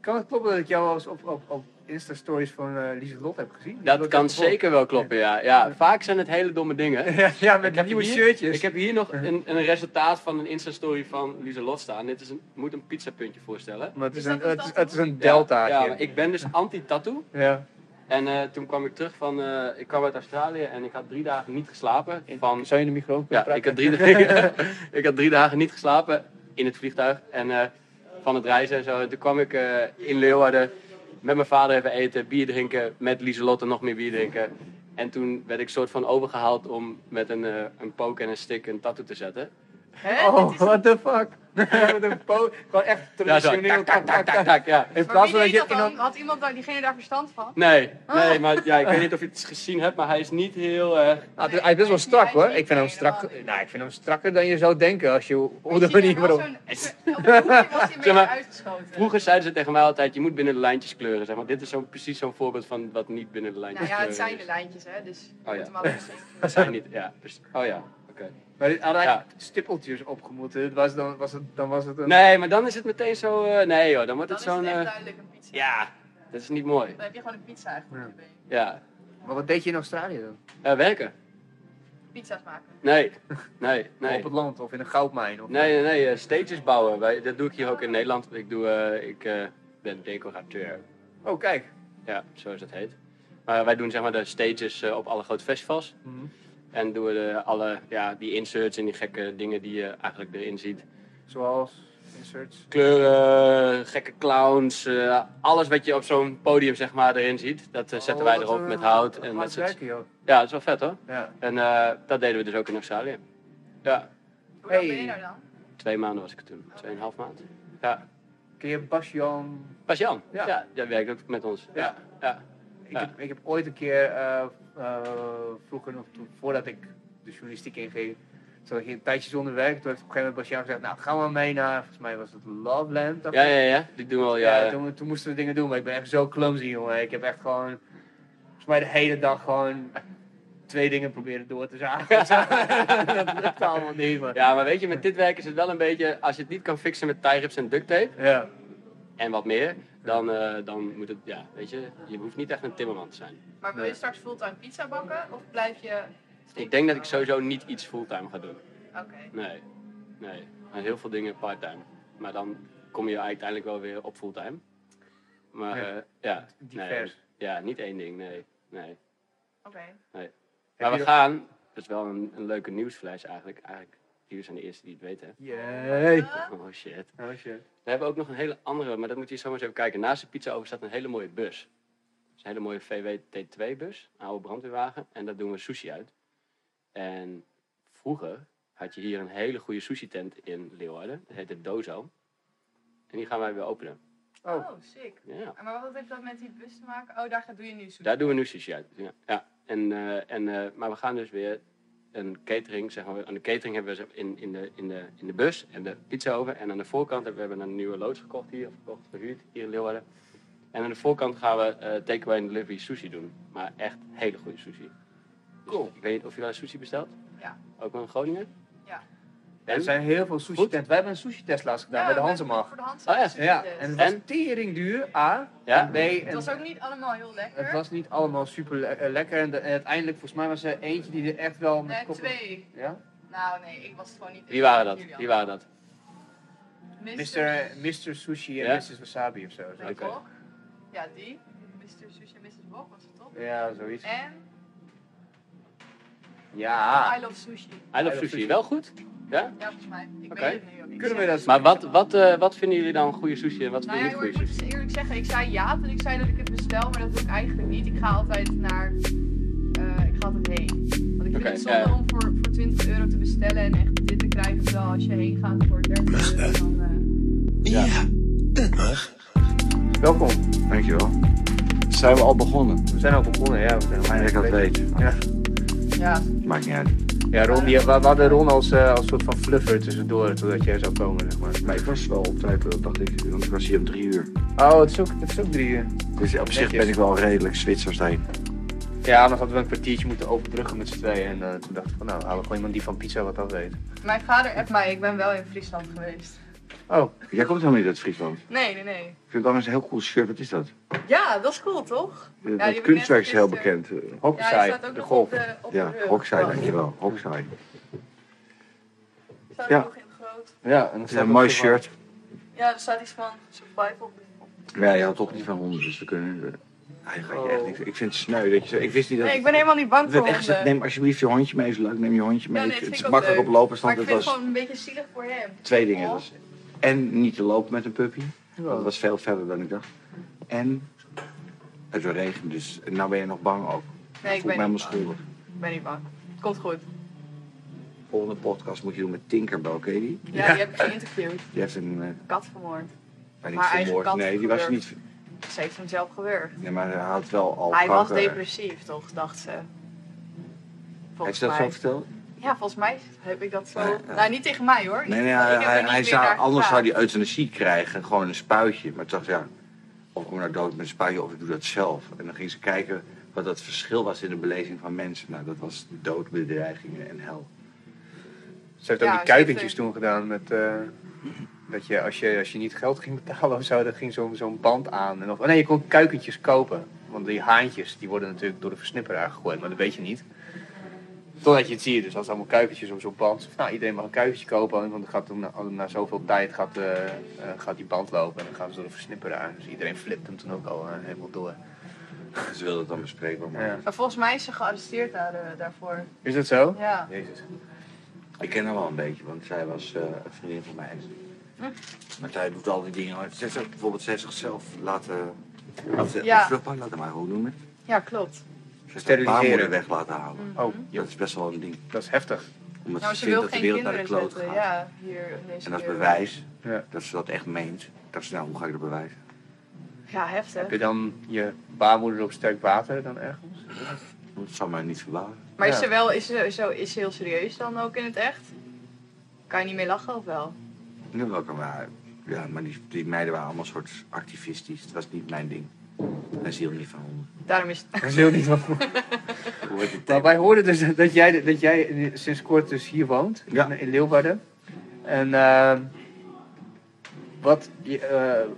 Speaker 1: Kan het kloppen dat ik jou wel eens op, op, op Insta-stories van eh Lieselot heb gezien?
Speaker 6: Dat kan zeker wel kloppen, ja. ja. Vaak zijn het hele domme dingen.
Speaker 1: ja, met
Speaker 6: heb
Speaker 1: nieuwe
Speaker 6: hier-
Speaker 1: shirtjes. Uh-huh.
Speaker 6: Ik heb hier nog een, een resultaat van een Insta-story van Lieselot staan. Dit is een, moet een pizzapuntje voorstellen.
Speaker 1: Maar het is,
Speaker 4: Is
Speaker 1: een,
Speaker 4: dat een
Speaker 1: het, is,
Speaker 4: tattoo?
Speaker 1: het is een
Speaker 6: Ja,
Speaker 1: delta.
Speaker 6: ja, maar ik ben dus anti-tattoo.
Speaker 1: Ja.
Speaker 6: En eh, toen kwam ik terug van, eh, ik kwam uit Australië en ik had drie dagen niet geslapen. Van,
Speaker 1: Zou je de microfoon
Speaker 6: ja, ik had, drie, dagen- ik had drie dagen niet geslapen in het vliegtuig en eh, van het reizen en zo. En toen kwam ik eh, in Leeuwarden met mijn vader even eten, bier drinken, met Lieselotte nog meer bier drinken. En toen werd ik soort van overgehaald om met een, eh, een pook en een stick een tattoo te zetten.
Speaker 4: Hè? Dit
Speaker 1: Oh,
Speaker 4: is-
Speaker 1: what the fuck. Met een po- Gewoon echt
Speaker 6: Ja, zo,
Speaker 1: traditioneel.
Speaker 6: tak, tak, tak, tak, ja.
Speaker 1: In
Speaker 4: Maar
Speaker 1: plaats
Speaker 4: wie
Speaker 1: van dat
Speaker 4: deed
Speaker 1: je
Speaker 4: dat
Speaker 1: in
Speaker 4: dan?
Speaker 1: een...
Speaker 4: Had iemand daar, diegene daar verstand van?
Speaker 6: Nee, nee, maar ja, ik weet niet of je het gezien hebt, maar hij is niet heel eh, erg...
Speaker 1: Ah, hij is best wel strak hoor. Ik vind hem strak.
Speaker 4: Helemaal niet.
Speaker 1: Nou, ik vind hem strakker dan je zou denken als je op
Speaker 4: Maar
Speaker 1: de
Speaker 4: je ziet
Speaker 1: manier
Speaker 4: er wel
Speaker 1: waarop.
Speaker 4: zo'n- Op een hoekje was hij een beetje
Speaker 6: maar,
Speaker 4: uitgeschoten.
Speaker 6: Vroeger zeiden ze tegen mij altijd, je moet binnen de lijntjes kleuren. Zeg maar. Dit is zo, precies zo'n voorbeeld van wat niet binnen de
Speaker 4: Nou
Speaker 6: lijntjes
Speaker 4: ja,
Speaker 6: kleuren
Speaker 4: het zijn de
Speaker 6: is.
Speaker 4: lijntjes, hè, dus je
Speaker 6: Oh, ja.
Speaker 4: moet hem altijd zien.
Speaker 6: Het zijn niet, ja. precies. Oh ja, oké.
Speaker 1: Maar dit hadden
Speaker 6: Ja.
Speaker 1: eigenlijk stippeltjes opgemoeten. Het Was dan, was het, dan was het een...
Speaker 6: Nee, maar dan is het meteen zo... eh, nee joh, dan wordt
Speaker 4: Dan
Speaker 6: het
Speaker 4: is
Speaker 6: zo'n...
Speaker 4: het echt
Speaker 6: eh,
Speaker 4: duidelijk een pizza.
Speaker 6: ja, dat is niet mooi.
Speaker 4: Dan heb je gewoon een pizza eigenlijk
Speaker 1: Ja.
Speaker 4: in je been.
Speaker 6: Ja.
Speaker 1: Maar wat deed je in Australië dan?
Speaker 6: Eh, werken?
Speaker 4: Pizza's maken.
Speaker 6: Nee, nee, nee.
Speaker 1: Op het land of in een goudmijn? Of...
Speaker 6: Nee, nee, nee. eh, stages bouwen. Wij, dat doe ik hier ook in Nederland. Ik, doe, eh, ik eh, ben decorateur.
Speaker 1: Oh, kijk.
Speaker 6: Ja, zoals dat heet. Maar wij doen zeg maar de stages eh, op alle grote festivals.
Speaker 1: Mhm.
Speaker 6: En doen we de, alle, ja, die inserts en die gekke dingen die je eigenlijk erin ziet.
Speaker 1: Zoals inserts.
Speaker 6: Kleuren, gekke clowns, eh, alles wat je op zo'n podium zeg maar erin ziet. Dat eh, zetten
Speaker 1: Oh,
Speaker 6: wij
Speaker 1: wat
Speaker 6: erop
Speaker 1: een-
Speaker 6: met hout.
Speaker 1: hard
Speaker 6: En met soort-
Speaker 1: werken, joh.
Speaker 6: ja, dat is wel vet hoor.
Speaker 1: Ja.
Speaker 6: En eh, dat deden we dus ook in Australië. Ja,
Speaker 4: Hoe lang
Speaker 1: Hey.
Speaker 4: ben je daar dan?
Speaker 6: twee maanden was ik er toen. Tweeënhalf maand. Ja.
Speaker 1: Ken je Basjan?
Speaker 6: Pas Jan,
Speaker 1: Ja.
Speaker 6: ja. dat werkt ook met ons. Ja. Ja.
Speaker 1: Ik,
Speaker 6: Ja.
Speaker 1: heb, ik heb ooit een keer, eh, eh, vroeger nog toen, voordat ik de journalistiek inging, Toen ging ik een tijdje zonder werk. Toen heeft op een gegeven moment Bastiaan gezegd, nou ga maar mee naar, volgens mij was het Loveland. dacht
Speaker 6: Ja,
Speaker 1: ik.
Speaker 6: ja, ja. Die doen we al jaren.
Speaker 1: toen, toen moesten we dingen doen, maar ik ben echt zo clumsy, jongen. Ik heb echt gewoon, volgens mij de hele dag gewoon twee dingen proberen door te zagen. dat lukt allemaal niet, man.
Speaker 6: Ja, maar weet je, met dit werk is het wel een beetje... Als je het niet kan fixen met tie rips en duct tape...
Speaker 1: ja.
Speaker 6: en wat meer, dan, eh, dan moet het... Ja, weet je, je hoeft niet echt een timmerman te zijn.
Speaker 4: Maar wil je straks fulltime pizza bakken of blijf je...
Speaker 6: Ik denk dat ik sowieso niet iets fulltime ga doen.
Speaker 4: Oké.
Speaker 6: Nee, nee. En heel veel dingen parttime. Maar dan kom je uiteindelijk wel weer op fulltime. Maar
Speaker 1: Ja.
Speaker 6: ja, ja nee.
Speaker 1: Divers.
Speaker 6: Ja, niet één ding, nee. nee.
Speaker 4: Oké.
Speaker 6: Maar
Speaker 1: je
Speaker 6: we
Speaker 1: nog-
Speaker 6: gaan, dat is wel een, een leuke nieuwsflash eigenlijk. Eigenlijk, jullie zijn de eerste die het weten.
Speaker 1: Jee.
Speaker 6: hè. Oh shit.
Speaker 1: Oh shit.
Speaker 6: We hebben ook nog een hele andere, maar dat moet je zo maar eens even kijken. Naast de pizza staat een hele mooie bus. Dat is een hele mooie VW T2-bus, een oude brandweerwagen. En daar doen we sushi uit. En vroeger had je hier een hele goede sushi-tent in Leeuwarden. Dat heette Dozo. En die gaan wij weer openen.
Speaker 4: Oh. sick.
Speaker 6: Ja.
Speaker 4: Maar wat heeft dat met die bus te maken? Oh, daar ga- doe je nu zoeken.
Speaker 6: Daar doen we nu sushi uit. Ja. ja. En, eh, en, eh, maar we gaan dus weer een catering, zeg maar. Aan de catering hebben we ze in, in, de, in, de, in de bus en de pizzaoven. En aan de voorkant hebben we hebben een nieuwe loods gekocht hier, of gekocht, verhuurd hier in Leeuwarden. En aan de voorkant gaan we eh takeaway en delivery sushi doen. Maar echt hele goede sushi. Dus
Speaker 1: Cool.
Speaker 6: ik weet niet of je wel eens sushi bestelt.
Speaker 4: Ja.
Speaker 6: Ook wel in Groningen.
Speaker 4: Ja.
Speaker 1: Er
Speaker 6: En?
Speaker 1: zijn heel veel sushi
Speaker 6: Goed.
Speaker 1: tenten. Wij hebben een sushi test laatst gedaan
Speaker 4: Ja,
Speaker 1: bij de
Speaker 4: met-
Speaker 1: Hansemag.
Speaker 4: Voor de Hansemag.
Speaker 6: Oh ja.
Speaker 1: Ja, en het was
Speaker 6: En?
Speaker 1: tering duur, A.
Speaker 6: Ja?
Speaker 1: En B, en
Speaker 4: Het was ook niet allemaal heel lekker.
Speaker 1: het was niet allemaal super le- eh, lekker. En, de- en uiteindelijk, volgens mij was er eentje die er echt wel met
Speaker 4: Nee,
Speaker 1: kop-
Speaker 4: twee.
Speaker 1: Ja?
Speaker 4: Nou nee, ik was het gewoon niet.
Speaker 6: Wie waren dat?
Speaker 4: Julian.
Speaker 6: Wie waren dat?
Speaker 4: Mr.
Speaker 1: Mr. Mr. Sushi en
Speaker 6: Ja?
Speaker 1: Mrs. Wasabi of zo.
Speaker 4: Nee,
Speaker 6: Oké.
Speaker 4: Wok. Ja, die. Mr. Sushi en Mrs. Wok was het top.
Speaker 1: Ja, zoiets.
Speaker 4: En
Speaker 1: Ja.
Speaker 4: I Love Sushi.
Speaker 6: Ah. I love sushi. Wel goed? Ja?
Speaker 4: Ja, volgens mij. Ik
Speaker 6: Oké.
Speaker 4: weet het nu ook niet.
Speaker 1: Kunnen we dat
Speaker 6: Maar wat, wat, eh, wat vinden jullie dan goede sushi en wat
Speaker 4: Nou
Speaker 6: vinden
Speaker 4: ja,
Speaker 6: jullie
Speaker 4: hoor,
Speaker 6: niet
Speaker 4: ik
Speaker 6: goede
Speaker 4: moet
Speaker 6: sushi?
Speaker 4: dus eerlijk zeggen, ik zei ja toen ik zei dat ik het bestel, maar dat doe ik eigenlijk niet. Ik ga altijd naar, eh, ik ga altijd heen. Want ik vind
Speaker 6: Oké,
Speaker 4: het zonde
Speaker 6: ja.
Speaker 4: om voor, voor 20 euro te bestellen en echt dit te krijgen, terwijl als je heen gaat voor 30 euro dan... eh,
Speaker 6: Ja.
Speaker 2: Ja, dat mag.
Speaker 1: Welkom.
Speaker 7: Dankjewel. Zijn we al begonnen?
Speaker 1: We zijn al begonnen, ja. We zijn al
Speaker 7: Ik
Speaker 1: bijna
Speaker 7: dat
Speaker 1: een beetje-
Speaker 7: weet.
Speaker 1: Ja.
Speaker 4: eh, ja,
Speaker 7: Maakt niet uit.
Speaker 1: Ja, Ron, die, we, we hadden Ron als, eh, als soort van fluffer tussendoor, totdat jij zou komen, zeg maar.
Speaker 7: Maar ik was wel op tijd, dat dacht ik. Want ik was hier om drie uur.
Speaker 1: Oh, het is ook, het is ook drie uur.
Speaker 7: Dus op zich
Speaker 1: Netjes.
Speaker 7: ben ik wel redelijk Zwitsers heen.
Speaker 1: Ja, anders hadden we een kwartiertje moeten overbruggen met z'n tweeën. En eh, toen dacht ik van, nou, halen we gewoon iemand die van pizza wat af weet.
Speaker 4: mijn vader appt mij, ik ben wel in Friesland geweest.
Speaker 1: Oh,
Speaker 7: Jij komt helemaal niet uit Friesland.
Speaker 4: Nee, nee, nee.
Speaker 7: Ik vind het anders een heel cool shirt. Wat is dat?
Speaker 4: Ja, dat is cool toch?
Speaker 7: Eh,
Speaker 4: die heb
Speaker 7: dat
Speaker 4: ik
Speaker 7: kunstwerk is
Speaker 4: net
Speaker 7: heel
Speaker 4: gisteren.
Speaker 7: bekend. Eh,
Speaker 4: Ja, hij
Speaker 1: Hokusai,
Speaker 4: staat ook
Speaker 1: de
Speaker 4: nog
Speaker 1: golf.
Speaker 4: op de, op
Speaker 7: Ja,
Speaker 4: de rug.
Speaker 7: Hoksai,
Speaker 4: Oh,
Speaker 7: dankjewel. Hoksai.
Speaker 4: staat
Speaker 7: Ja.
Speaker 4: ook nog in het groot.
Speaker 1: Ja, en
Speaker 7: Het is een mooi shirt.
Speaker 4: Ja, er staat iets van survival.
Speaker 7: Ja, je had toch niet van honden, dus we kunnen... eh, hij gaat je echt niks. Ik vind het sneu dat je zo... Ik wist niet dat...
Speaker 4: Oh. Nee, ik ben helemaal niet bang
Speaker 7: Er
Speaker 4: voor
Speaker 7: werd echt gezegd,
Speaker 4: honden.
Speaker 7: neem alsjeblieft je hondje mee. Is leuk, neem je hondje mee.
Speaker 4: Ja, nee, dat
Speaker 7: het
Speaker 4: vind
Speaker 7: is
Speaker 4: ik ook
Speaker 7: makkelijk
Speaker 4: leuk.
Speaker 7: op lopen
Speaker 4: Maar
Speaker 7: staan.
Speaker 4: ik
Speaker 7: Dat
Speaker 4: vind het
Speaker 7: was
Speaker 4: gewoon een beetje zielig voor hem.
Speaker 7: twee dingen.
Speaker 4: Oh.
Speaker 7: Dat was- en niet te lopen met een puppy. Dat was veel verder dan ik dacht. En het wil regenen, dus nou ben je nog bang ook.
Speaker 4: Nee, ik
Speaker 7: voel me
Speaker 4: ben
Speaker 7: helemaal
Speaker 4: niet bang.
Speaker 7: schuldig.
Speaker 4: Ik ben niet bang. Het komt goed.
Speaker 7: Volgende podcast moet je doen met Tinkerbell, ken je die?
Speaker 4: Ja, die heb ik geïnterviewd.
Speaker 7: Die heeft een... eh,
Speaker 4: Kat vermoord.
Speaker 7: maar
Speaker 4: Haar
Speaker 7: niet
Speaker 4: eigen
Speaker 7: vermoord.
Speaker 4: kat
Speaker 7: Nee, die was
Speaker 4: vermoord.
Speaker 7: niet...
Speaker 4: Ze heeft hem zelf gewurgd.
Speaker 7: Nee, maar hij had wel al
Speaker 4: Hij was
Speaker 7: kanker.
Speaker 4: depressief, toch? Dacht ze.
Speaker 7: Heeft
Speaker 4: Volgens
Speaker 7: ze dat
Speaker 4: mij.
Speaker 7: zo verteld?
Speaker 4: Ja, volgens mij heb ik dat zo...
Speaker 7: Nee, ja.
Speaker 4: Nou, niet tegen mij, hoor.
Speaker 7: Nee, nee,
Speaker 4: Ik
Speaker 7: hij,
Speaker 4: heb er
Speaker 7: hij-
Speaker 4: niet
Speaker 7: hij
Speaker 4: meer
Speaker 7: zou,
Speaker 4: naar
Speaker 7: anders zou hij
Speaker 4: gevraagd.
Speaker 7: euthanasie krijgen, gewoon een spuitje. Maar toen dacht ik, ja, of ik moet nou dood met een spuitje of ik doe dat zelf. En dan ging ze kijken wat dat verschil was in de beleving van mensen. Nou, dat was doodbedreigingen en hel.
Speaker 1: Ze heeft
Speaker 4: Ja,
Speaker 1: ook
Speaker 4: ze
Speaker 1: die kuikentjes
Speaker 4: heeft
Speaker 1: toen gedaan met... eh, dat je als, je als je niet geld ging betalen of zo, dan ging zo'n zo'n band aan. En of, oh nee, je kon kuikentjes kopen. Want die haantjes, die worden natuurlijk door de versnipperaar gegooid, maar dat weet je niet. Totdat je het ziet, dus als allemaal kuikentjes op zo'n band. Nou, iedereen mag een kuikentje kopen, want dan gaat toen, na, na zoveel tijd gaat, eh, eh, gaat die band lopen. En dan gaan ze door de versnipperaar. Dus iedereen flipt hem toen ook al eh, helemaal door.
Speaker 7: Ze wilden het dan bespreekbaar maken.
Speaker 1: Ja.
Speaker 4: Maar volgens mij is ze gearresteerd daar, eh, daarvoor.
Speaker 1: Is dat zo?
Speaker 4: Ja.
Speaker 1: Jezus.
Speaker 7: Ik ken haar wel een beetje, want zij was eh, een vriendin van mij.
Speaker 4: Hm.
Speaker 7: Maar zij doet al die dingen. Zij zegt bijvoorbeeld, zij zichzelf laten... laten
Speaker 4: Ja.
Speaker 7: Vruchtbaar laten, maar hoe noemen?
Speaker 4: Ja, klopt.
Speaker 7: Ze heeft haar
Speaker 1: Steriliseren.
Speaker 7: baarmoeder weg laten halen.
Speaker 1: Oh,
Speaker 7: Dat is best wel een ding.
Speaker 1: dat is heftig.
Speaker 7: Omdat
Speaker 4: Nou,
Speaker 7: ze
Speaker 4: ze
Speaker 7: vindt
Speaker 4: wil
Speaker 7: dat de
Speaker 4: geen
Speaker 7: wereld naar de
Speaker 4: kinderen
Speaker 7: kloot
Speaker 4: zetten.
Speaker 7: gaat.
Speaker 4: Ja, hier in deze
Speaker 7: En dat is
Speaker 4: wereld.
Speaker 7: bewijs
Speaker 1: Ja.
Speaker 7: dat ze dat echt meent. Dat ze, nou, hoe ga ik dat bewijzen?
Speaker 4: Ja, heftig.
Speaker 1: Heb je dan je baarmoeder op sterk water dan ergens?
Speaker 7: Dat zou mij niet verbazen.
Speaker 4: Maar is
Speaker 1: Ja.
Speaker 4: ze wel, is ze, zo, is ze heel serieus dan ook in het echt? Kan je niet meer lachen of wel?
Speaker 7: Nu wel kan maar. Ja, maar die, die meiden waren allemaal soort activistisch. Dat was niet mijn ding. Daar zie je niet van honden.
Speaker 4: Daarom is het...
Speaker 1: Dat is heel niet van
Speaker 7: Hoe wordt het
Speaker 1: Maar Nou, wij hoorden dus dat jij, dat jij sinds kort dus hier woont,
Speaker 7: Ja.
Speaker 1: in, in Leeuwarden. En ehm, wat, je, eh,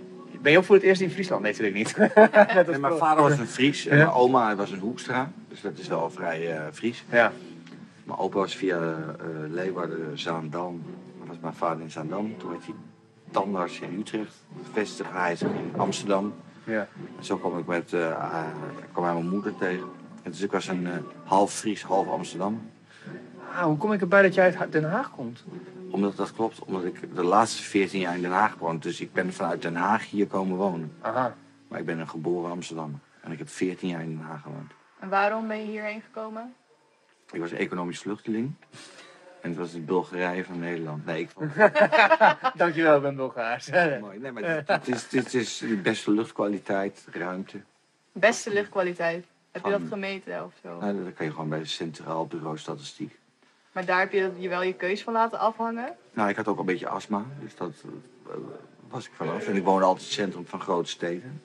Speaker 1: ben je ook voor het eerst in Friesland? Nee, natuurlijk niet. Net als
Speaker 7: Nee, mijn
Speaker 1: Koos.
Speaker 7: vader was een Fries en
Speaker 1: Ja.
Speaker 7: mijn oma was een Hoekstra. Dus dat is wel vrij eh, Fries.
Speaker 1: Ja,
Speaker 7: Mijn opa was via eh, Leeuwarden, Zaandam. Dat was mijn vader in Zaandam. Toen werd hij tandarts in Utrecht. Vestigde hij zich in Amsterdam.
Speaker 1: ja.
Speaker 7: En zo kwam ik met, eh, haar- kwam hij mijn moeder tegen. En dus ik was een eh, half Fries, half Amsterdam.
Speaker 1: Ah, hoe kom ik erbij dat jij uit Ha- Den Haag komt?
Speaker 7: Omdat dat klopt, omdat ik de laatste 14 jaar in Den Haag woon. Dus ik ben vanuit Den Haag hier komen wonen.
Speaker 1: Aha.
Speaker 7: Maar ik ben een geboren Amsterdammer. En ik heb 14 jaar in Den Haag gewoond.
Speaker 4: En waarom ben je hierheen gekomen?
Speaker 7: Ik was economisch vluchteling. En het was het Bulgarije van Nederland. Nee, ik vond
Speaker 1: Dankjewel, Ben Bulgaars.
Speaker 7: het mooi. Nee, maar het, het is, het is de beste luchtkwaliteit, ruimte.
Speaker 4: Beste luchtkwaliteit. Heb je dat
Speaker 7: Van-
Speaker 4: gemeten of zo?
Speaker 7: Nou, dat kan je gewoon bij het Centraal Bureau Statistiek.
Speaker 4: Maar daar heb je je wel je keus van laten afhangen.
Speaker 7: Nou, ik had ook een beetje astma, dus dat eh, was ik vanaf. En ik woonde altijd in het centrum van grote steden.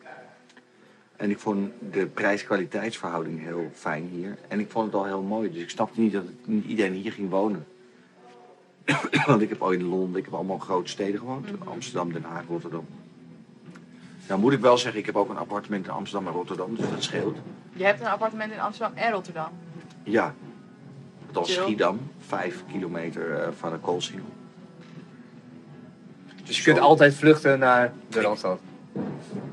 Speaker 7: En ik vond de prijs-kwaliteitsverhouding heel fijn hier. En ik vond het al heel mooi, dus ik snapte niet dat het- niet iedereen hier ging wonen. Want ik heb ooit in Londen, ik heb allemaal in grote steden gewoond. Amsterdam, Den Haag, Rotterdam. Nou moet ik wel zeggen, ik heb ook een appartement in Amsterdam en Rotterdam, dus dat scheelt.
Speaker 4: Je hebt een appartement in Amsterdam en Rotterdam.
Speaker 7: Ja. Dat was
Speaker 4: Chill.
Speaker 7: Schiedam, vijf kilometer eh, van de koolsingel.
Speaker 1: Dus je kunt altijd vluchten naar de Randstad.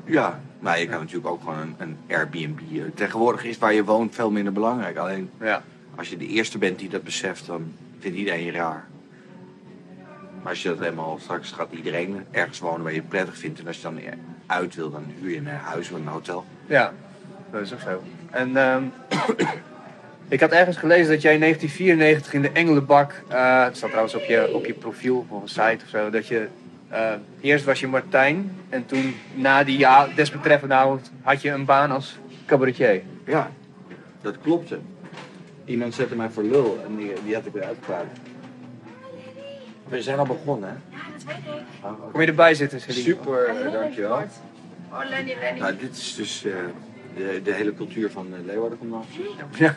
Speaker 7: Ja, maar je kan natuurlijk ook gewoon een, een Airbnb. eh, Tegenwoordig is waar je woont veel minder belangrijk. Alleen
Speaker 1: Ja.
Speaker 7: als je de eerste bent die dat beseft, dan vindt iedereen je raar. Maar als je dat helemaal straks gaat iedereen ergens wonen waar je het prettig vindt. En als je dan eh, uit wil, dan huur je een eh, huis of een hotel.
Speaker 1: Ja, dat is ook zo. En ehm, ik had ergens gelezen dat jij in 1994 in de Engelenbak, eh het staat trouwens op je, op je profiel of een site of zo, dat je eh, eerst was je Martijn en toen na die ja, desbetreffende avond had je een baan als cabaretier.
Speaker 7: Ja, dat klopte. Iemand zette mij voor lul en die, die had ik weer uitgepraat. We zijn al begonnen, hè? Ja, dat
Speaker 1: Kom je erbij zitten, Celine?
Speaker 7: Super, eh, dankjewel. Nou, dit is dus eh, de, de hele cultuur van eh, Leeuwarden komt af.
Speaker 1: Ja.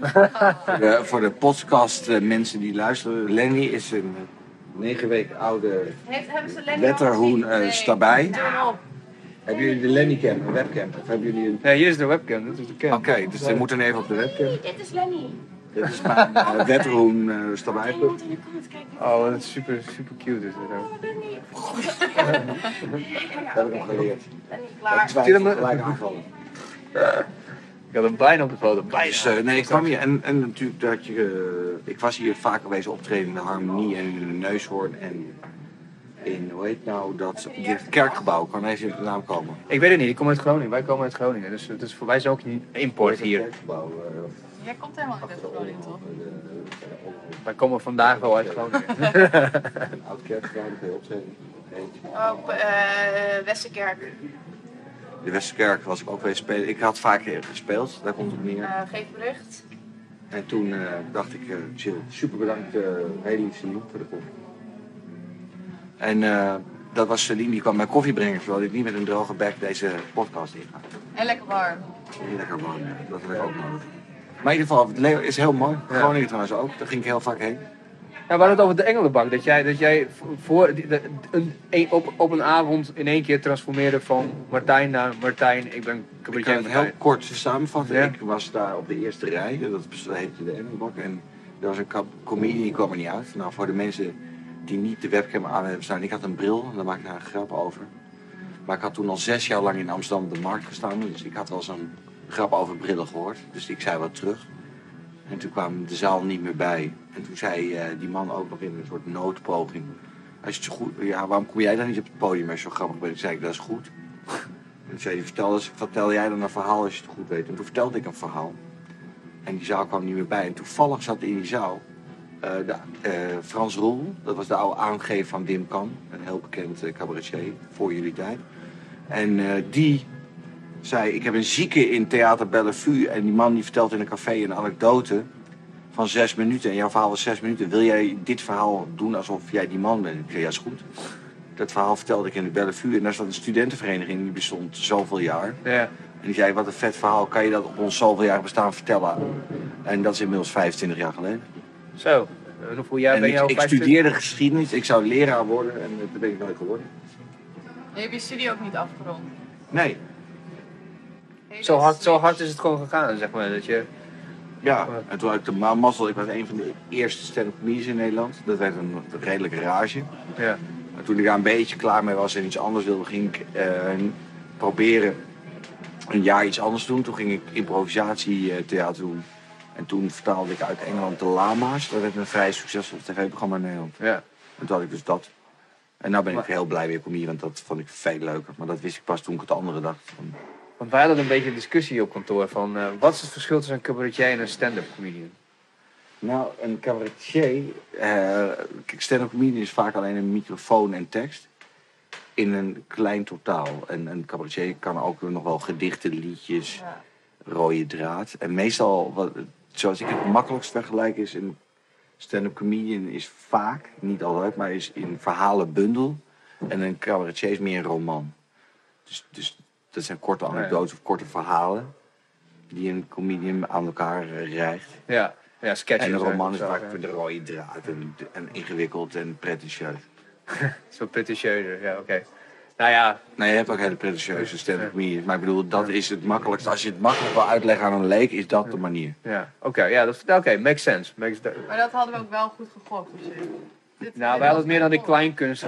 Speaker 7: voor, de, voor de podcast eh, mensen die luisteren, Lenny is een eh, negen weken oude letterhoen eh stabij. Hebben jullie de Lenny cam, een webcam? Of hebben jullie een...
Speaker 1: Nee, hier is de webcam, dat is de cam.
Speaker 7: Oké, dus we moeten even op de webcam.
Speaker 8: Dit is Lenny.
Speaker 7: Dit is mijn eh, letterhoen eh stabij.
Speaker 8: Hij moet in de krant kijken.
Speaker 1: Oh, dat is super, super cute is dit ook.
Speaker 8: Lenny.
Speaker 7: Dat heb ik hem geleerd.
Speaker 4: Klaar.
Speaker 7: Wij
Speaker 1: Zie je dat-
Speaker 7: gelijk aanvallen.
Speaker 1: Ik had hem bijna op de foto. Bijna.
Speaker 7: Dus, eh, nee, ik kwam hier en, en natuurlijk dat je. eh, ik was hier vaak geweest optreden in de Harmonie en in de Neushoorn en in, hoe heet nou dat? Dit kerkgebouw, kan eens in de naam komen.
Speaker 1: Ik weet het niet, ik kom uit Groningen, wij komen uit Groningen, dus het is voor wij is ook een import hier.
Speaker 7: Kerkgebouw, eh,
Speaker 4: Jij komt helemaal niet uit
Speaker 7: achter de
Speaker 4: Groningen, toch?
Speaker 7: Oldenhof, eh, de- de-
Speaker 1: Wij komen vandaag wel uit Groningen.
Speaker 7: Een oud kerkgebouw, dat kun je optreden. Heet.
Speaker 3: Op eh Westerkerk.
Speaker 7: De Westerkerk was ik ook weer spelen. Ik had vaak eh, gespeeld, daar komt het neer.
Speaker 3: eh geef bericht.
Speaker 7: En toen eh, dacht ik, eh, chill, super bedankt, eh heel lief Celine voor de koffie. En eh, dat was Celine, die kwam mij koffie brengen, terwijl ik niet met een droge bek deze podcast inga.
Speaker 4: En lekker warm.
Speaker 7: Heel lekker man, eh, dat heb ik ook nodig. Maar in ieder geval, het Leeuwen is heel mooi. Groningen trouwens ook, daar ging ik heel vaak heen.
Speaker 1: Ja, we hadden het over de Engelenbak. Dat jij, dat jij v- voor, die- dat- een, een- op, op een avond in één keer transformeerde van Martijn naar Martijn. Ik
Speaker 7: Ik eh,
Speaker 1: ben
Speaker 7: kan
Speaker 1: cabaretier
Speaker 7: het heel
Speaker 1: Martijn.
Speaker 7: kort samenvatten.
Speaker 1: Ja.
Speaker 7: Ik was daar op de eerste rij, en dat heette de Engelbak. En er was een kap- comedian die kwam er niet uit. Nou, voor de mensen die niet de webcam aan hebben staan, ik had een bril, en daar maak ik daar een grap over. Maar ik had toen al zes jaar lang in Amsterdam op de markt gestaan, dus ik had wel zo'n grap over brillen gehoord. Dus ik zei wat terug. En toen kwam de zaal niet meer bij. En toen zei eh, die man ook nog in een soort noodpoging. Als je het zo goed, ja, waarom kom jij dan niet op het podium als je zo grappig bent? Ik zei, dat is goed. En toen zei hij, vertel, eens, vertel jij dan een verhaal als je het goed weet. En toen vertelde ik een verhaal. En die zaal kwam niet meer bij. En toevallig zat in die zaal eh, de, eh, Frans Roel. Dat was de oude aangever van Wim Kan. Een heel bekend eh, cabaretier voor jullie tijd. En eh, die zei: Ik heb een zieke in Theater Bellevue. En die man die vertelt in een café een anekdote van zes minuten. En jouw verhaal was zes minuten. Wil jij dit verhaal doen alsof jij die man bent? Ik zei: Ja, is goed. Dat verhaal vertelde ik in de Bellevue. En daar zat een studentenvereniging die bestond zoveel jaar.
Speaker 1: Ja.
Speaker 7: En die zei: Wat een vet verhaal. Kan je dat op ons zoveel jaar bestaan vertellen? En dat is inmiddels 25 jaar geleden.
Speaker 1: Zo. En hoeveel jaar
Speaker 7: en
Speaker 1: ben
Speaker 7: ik,
Speaker 1: je al
Speaker 7: ik
Speaker 1: 25?
Speaker 7: studeerde geschiedenis. Ik zou leraar worden. En eh, dat ben ik nooit geworden.
Speaker 4: Je hebt je studie ook niet afgerond.
Speaker 7: Nee.
Speaker 4: Hele
Speaker 1: Zo hard, zo
Speaker 4: switch.
Speaker 1: hard is het gewoon gegaan, zeg maar. Dat je...
Speaker 7: Ja, en toen had ik de ma- mazzel. Ik was een van de eerste stand-up comedians in Nederland. Dat werd een redelijke rage.
Speaker 1: Ja.
Speaker 7: Maar toen ik daar een beetje klaar mee was en iets anders wilde, ging ik eh, proberen een jaar iets anders te doen. Toen ging ik improvisatietheater doen. En toen vertaalde ik uit Engeland de Lama's. Dat werd een vrij succesvol tv-programma in Nederland.
Speaker 1: Ja.
Speaker 7: En toen had ik dus dat. En nou ben ik
Speaker 1: Maar-
Speaker 7: heel blij weer comedy, want dat vond ik veel leuker. Maar dat wist ik pas toen ik het andere dacht. Van,
Speaker 1: Want wij hadden een beetje een discussie op kantoor van... eh, wat is het verschil tussen een cabaretier en een stand-up comedian?
Speaker 7: Nou, een cabaretier, eh, kijk, stand-up comedian is vaak alleen een microfoon en tekst in een klein totaal. En een cabaretier kan ook nog wel gedichten, liedjes,
Speaker 4: Ja.
Speaker 7: rode draad. En meestal, wat, zoals ik het makkelijkst vergelijk, is een stand-up comedian is vaak, niet altijd, maar is in verhalenbundel. En een cabaretier is meer een roman. Dus, dus dat zijn korte
Speaker 1: ja.
Speaker 7: anekdotes of korte verhalen die een comedian aan elkaar eh, rijgt.
Speaker 1: Ja. Ja, sketches.
Speaker 7: En een
Speaker 1: hè,
Speaker 7: roman is
Speaker 1: zo,
Speaker 7: vaak
Speaker 1: ja.
Speaker 7: de rode draad en, en ingewikkeld en pretentieus.
Speaker 1: Zo pretentieuzer, ja, oké. Nou ja,
Speaker 7: Nou, je hebt ook hele pretentieuze stand-up comedians. Maar ik bedoel, dat is het makkelijkst. Als je het makkelijk wil uitleggen aan een leek, is dat de manier.
Speaker 1: ja. oké, ja, dat nou, oké, makes sense. Makes
Speaker 4: Maar dat hadden we ook wel goed gegokt op zich. Dit-
Speaker 1: nou,
Speaker 4: dit
Speaker 1: wij hadden
Speaker 4: was
Speaker 1: het meer dan die
Speaker 4: goed.
Speaker 1: kleinkunst.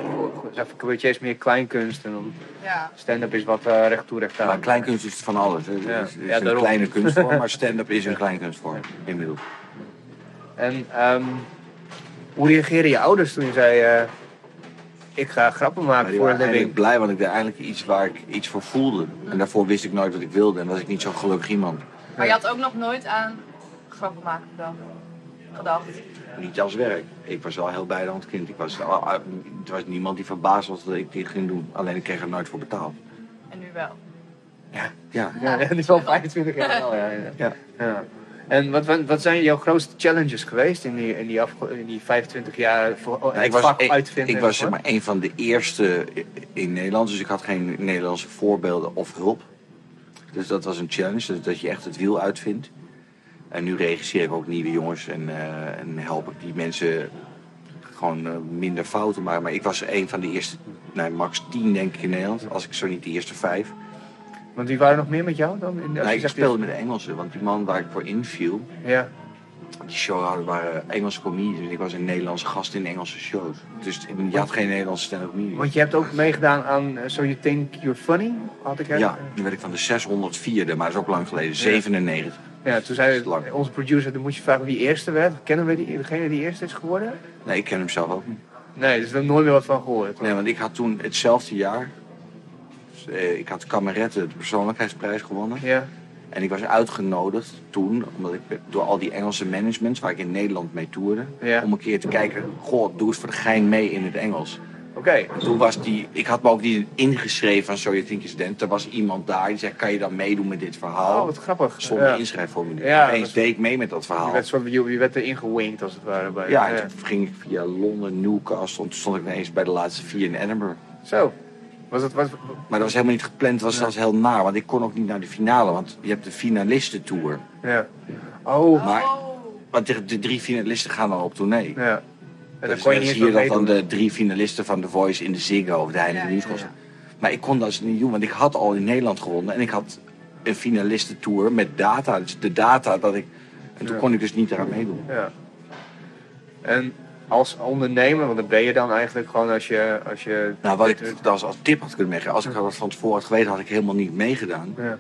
Speaker 1: Zeg, cabaretier is meer kleinkunst en dan
Speaker 4: Ja.
Speaker 1: stand-up is wat eh recht toe, recht aan.
Speaker 7: Maar kleinkunst is van alles. hè. Het is- Het is,
Speaker 1: Ja,
Speaker 7: een
Speaker 1: daarom.
Speaker 7: kleine kunstvorm, maar stand-up is een klein kunstvorm. Inmiddels.
Speaker 1: En ehm, hoe reageerden je ouders toen je zei... eh, ik ga grappen
Speaker 7: Maar
Speaker 1: maken
Speaker 7: die
Speaker 1: voor een
Speaker 7: waren
Speaker 1: living?
Speaker 7: eigenlijk blij, want ik deed eigenlijk iets waar ik iets voor voelde. En daarvoor wist ik nooit wat ik wilde en was ik niet zo'n gelukkig iemand.
Speaker 4: Maar je had ook nog nooit aan grappen maken gedacht. gedacht.
Speaker 7: Niet als werk. Ik was wel heel bij de hand kind. Ik was, er was niemand die verbaasd was dat ik dit ging doen. Alleen ik kreeg er nooit voor betaald.
Speaker 4: En nu wel.
Speaker 7: Ja.
Speaker 1: Ja, dat is wel 25 jaar al, ja. ja.
Speaker 7: Ja.
Speaker 1: Ja. En wat, wat, wat zijn jouw grootste challenges geweest in die, in die, afge- in die 25 jaar voor oh,
Speaker 7: Nou,
Speaker 1: het
Speaker 7: ik was,
Speaker 1: vak
Speaker 7: ik,
Speaker 1: uitvinden?
Speaker 7: ik was zeg maar een van de eerste i- in Nederland, dus ik had geen Nederlandse voorbeelden of hulp. Dus dat was een challenge, dus dat je echt het wiel uitvindt. En nu regisseer ik ook nieuwe jongens en, eh, en help ik die mensen gewoon eh, minder fouten maken. Maar ik was een van de eerste, nou, max 10 denk ik in Nederland, als ik zo niet de eerste vijf.
Speaker 1: Want wie waren nog meer met jou dan? In, als
Speaker 7: Nou,
Speaker 1: je
Speaker 7: ik
Speaker 1: zegt-
Speaker 7: speelde met de Engelsen, want die man waar ik voor inviel,
Speaker 1: Ja.
Speaker 7: die show hadden waren Engelse comedians. En ik was een Nederlandse gast in Engelse shows. Dus je had geen Nederlandse stand-up comedians.
Speaker 1: Want je hebt ook meegedaan aan eh, So You Think You're Funny, had ik hè?
Speaker 7: Ja, nu werd ik van de 604e, maar dat is ook lang geleden, 97.
Speaker 1: Ja, toen
Speaker 7: Dat
Speaker 1: zei
Speaker 7: is lang.
Speaker 1: onze producer, dan moet je vragen wie eerste werd. Kennen we die, degene die eerste is geworden?
Speaker 7: Nee, ik ken hem zelf ook niet.
Speaker 1: Nee, dus daar nooit meer wat van gehoord.
Speaker 7: Nee, want ik had toen hetzelfde jaar, dus, eh, ik had Kamerette de persoonlijkheidsprijs gewonnen.
Speaker 1: Ja,
Speaker 7: En ik was uitgenodigd toen, omdat ik door al die Engelse managements waar ik in Nederland mee toerde,
Speaker 1: Ja.
Speaker 7: om een keer te kijken, goh, doe eens voor de gein mee in het Engels.
Speaker 1: oké.
Speaker 7: Toen was die, ik had me ook niet ingeschreven van So You Think You Stand. Er was iemand daar die zei, kan je dan meedoen met dit verhaal?
Speaker 1: Oh, wat grappig.
Speaker 7: Zonder
Speaker 1: ja.
Speaker 7: inschrijfformulier.
Speaker 1: Ja,
Speaker 7: Ineens
Speaker 1: dat-
Speaker 7: deed ik mee met dat verhaal.
Speaker 1: Je werd, soort, je, je werd er ingewinkt als het ware. Bij,
Speaker 7: Nou.
Speaker 1: eh,
Speaker 7: Ja, en toen ging ik via Londen, Newcastle. En toen stond ik ineens bij de laatste vier in Edinburgh.
Speaker 1: Zo. Was het, was,
Speaker 7: Maar dat was helemaal niet gepland. Dat was zelfs heel naar. Want ik kon ook niet naar de finale. Want je hebt de finalistentour.
Speaker 1: ja. Oh,
Speaker 7: Maar-
Speaker 4: Oh.
Speaker 7: Want de, de drie finalisten gaan dan op tournee.
Speaker 1: Ja. En
Speaker 7: En
Speaker 1: dan
Speaker 7: dus
Speaker 1: kon je
Speaker 7: dan
Speaker 1: niet
Speaker 7: zie je
Speaker 1: eens
Speaker 7: dat
Speaker 1: meer
Speaker 7: dan
Speaker 1: meedoen.
Speaker 7: de drie finalisten van The Voice in de Ziggo of de Heineken
Speaker 4: Ja, ja,
Speaker 7: Musical.
Speaker 4: ja.
Speaker 7: Maar ik kon dat dus niet doen. Want ik had al in Nederland gewonnen. En ik had een finalistentour met data. Dus de data dat ik... En toen
Speaker 1: Ja.
Speaker 7: kon ik dus niet eraan meedoen.
Speaker 1: Ja. En als ondernemer, want dat ben je dan eigenlijk gewoon als je... Als je
Speaker 7: Nou, wat ik als, als tip had kunnen meegeven. Als ik dat van tevoren had geweten, had ik helemaal niet meegedaan.
Speaker 1: Ja.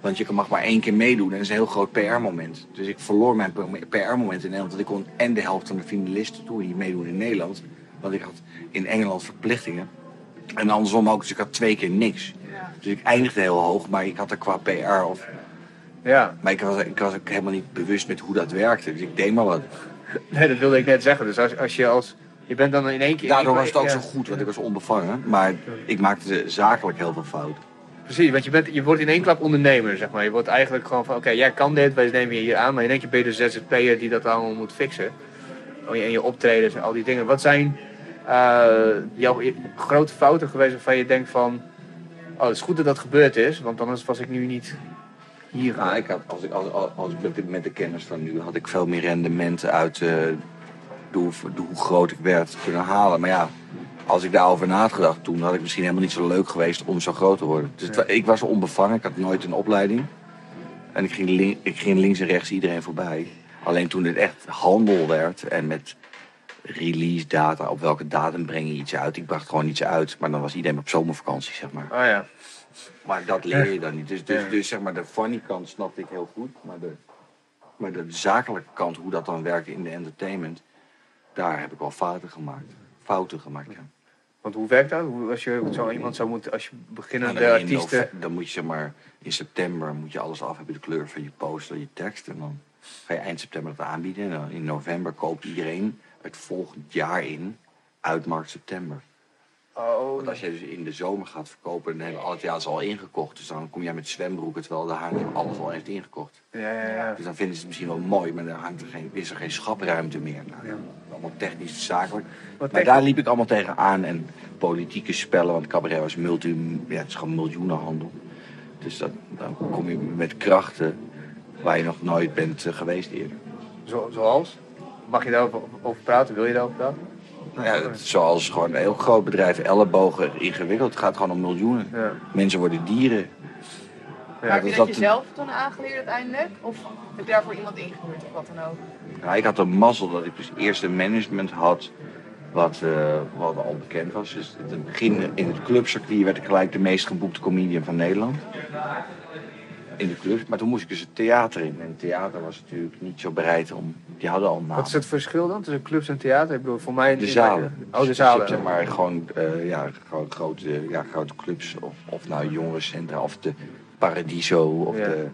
Speaker 7: Want je mag maar één keer meedoen en dat is een heel groot PR-moment. Dus ik verloor mijn PR-moment in Nederland. Want ik kon en de helft van de finalisten toe die meedoen in Nederland. Want ik had in Engeland verplichtingen. En andersom ook, dus ik had twee keer niks.
Speaker 4: Ja.
Speaker 7: Dus ik eindigde heel hoog, maar ik had er qua PR of...
Speaker 1: ja,
Speaker 7: Maar ik was, ik was ook helemaal niet bewust met hoe dat werkte. Dus ik deed maar wat.
Speaker 1: nee, dat wilde ik net zeggen. Dus als, als je als... Je bent dan in één keer...
Speaker 7: Daardoor was het ook
Speaker 1: ja.
Speaker 7: zo goed, want ik was onbevangen. Maar ik maakte zakelijk heel veel fouten.
Speaker 1: Precies, want je, bent, je wordt in één klap ondernemer, zeg maar. Je wordt eigenlijk gewoon van, oké, jij kan dit, wij nemen je hier aan. Maar in één keer ben je de ZZP'er die dat allemaal moet fixen. Oh, je- En je optredens en al die dingen. Wat zijn eh, jouw i- grote fouten geweest waarvan je denkt van... Oh, het is goed dat dat gebeurd is, want anders was ik nu niet hier.
Speaker 7: Nou, ik had, als, ik, als, als, als ik met- met de kennis van nu had ik veel meer rendement uit eh, de hoe, de hoe groot ik werd kunnen halen. Maar ja, als ik daarover na had gedacht toen, had ik misschien helemaal niet zo leuk geweest om zo groot te worden. Dus het wa- ik was onbevangen, ik had nooit een opleiding. En ik ging, lin- ik ging links en rechts iedereen voorbij. Alleen toen het echt handel werd en met release data, op welke datum breng je iets uit. Ik bracht gewoon iets uit, maar dan was iedereen op zomervakantie, zeg maar.
Speaker 1: Oh ja.
Speaker 7: Maar dat leer je dan niet. Dus, dus,
Speaker 1: Ja.
Speaker 7: dus zeg maar, de funny kant snapte ik heel goed. Maar de, maar de zakelijke kant, hoe dat dan werkt in de entertainment, daar heb ik wel fouten gemaakt. Fouten gemaakt. Ja.
Speaker 1: Want hoe werkt dat? Hoe, als je zo iemand zou moeten, als je
Speaker 7: Nou,
Speaker 1: beginnende
Speaker 7: dan in
Speaker 1: artiesten...
Speaker 7: nove- dan moet je zeg maar, in september moet je alles af hebben, de kleur van je poster, je tekst. En dan ga je eind september dat aanbieden. En dan in november koopt iedereen het volgend jaar in, uit maart september.
Speaker 1: Oh,
Speaker 7: Want als je dus in de zomer gaat verkopen, dan hebben al het jaar ze al ingekocht. Dus dan kom jij met zwembroeken, terwijl de haarneem alles al heeft ingekocht.
Speaker 1: ja, ja, ja.
Speaker 7: Dus dan vinden ze het misschien wel mooi, maar dan hangt er geen, is er geen schapruimte meer. Nou, ja, Allemaal technisch zakelijk.
Speaker 1: Wat
Speaker 7: maar
Speaker 1: technisch-
Speaker 7: daar liep ik allemaal tegen aan. En politieke spellen, want cabaret was multi, ja, het is gewoon miljoenenhandel. Dus dat, dan kom je met krachten waar je nog nooit bent eh, geweest eerder.
Speaker 1: Zo, zoals? Mag je daarover over praten? Wil je daarover praten?
Speaker 7: Nou ja, het- zoals gewoon een heel groot bedrijf, ellebogen, ingewikkeld. Het gaat gewoon om miljoenen.
Speaker 1: Ja.
Speaker 7: Mensen worden dieren.
Speaker 4: maar heb
Speaker 7: dus
Speaker 4: je dat
Speaker 7: dat-
Speaker 4: jezelf toen aangeleerd uiteindelijk? Of heb je daarvoor iemand ingehuurd of wat dan ook?
Speaker 7: Nou, ik had de mazzel dat ik dus eerst een management had wat, eh, wat al bekend was. Dus in het begin in het clubcircuit werd ik gelijk de meest geboekte comedian van Nederland. In de club. Maar toen moest ik dus het theater in. En het theater was natuurlijk niet zo bereid om... Die hadden al een naam.
Speaker 1: Wat is het verschil dan tussen clubs en theater? Ik bedoel, voor mij...
Speaker 7: Nou. De zalen.
Speaker 1: Oh, de
Speaker 7: Dus
Speaker 1: zalen.
Speaker 7: Je hebt, zeg maar gewoon, eh, ja, gewoon grote, ja, grote clubs. Of, of nou jongerencentra. Of de Paradiso. Of
Speaker 1: Ja.
Speaker 7: de...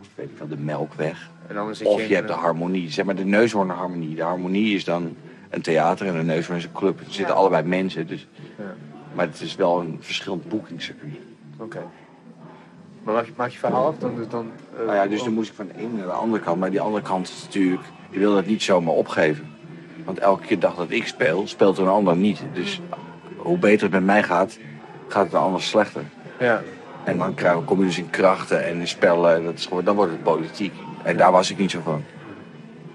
Speaker 7: Of weet ik wel, de Melkweg.
Speaker 1: En dan zit
Speaker 7: Of
Speaker 1: in eh,
Speaker 7: je hebt de
Speaker 1: een-
Speaker 7: harmonie, zeg maar de neushoornharmonie. De harmonie is dan een theater en de neushoorn is een club. Er zitten
Speaker 4: Ja.
Speaker 7: allebei mensen, dus...
Speaker 1: Ja.
Speaker 7: Maar het is wel een verschillend boekingscircuit.
Speaker 1: Oké. Maar maak je, maak je verhaal af, dan... dan eh,
Speaker 7: Nou ja, dus
Speaker 1: oh.
Speaker 7: dan moest ik van de ene naar de andere kant. Maar die andere kant is natuurlijk... Je wil dat niet zomaar opgeven. Want elke keer dacht dat ik speel, speelt een ander niet. Dus hoe beter het met mij gaat, gaat het de ander slechter.
Speaker 1: Ja.
Speaker 7: En dan krijg- kom je dus in krachten en in spellen. Dat is gewoon, dan wordt het politiek. En daar was ik niet zo van.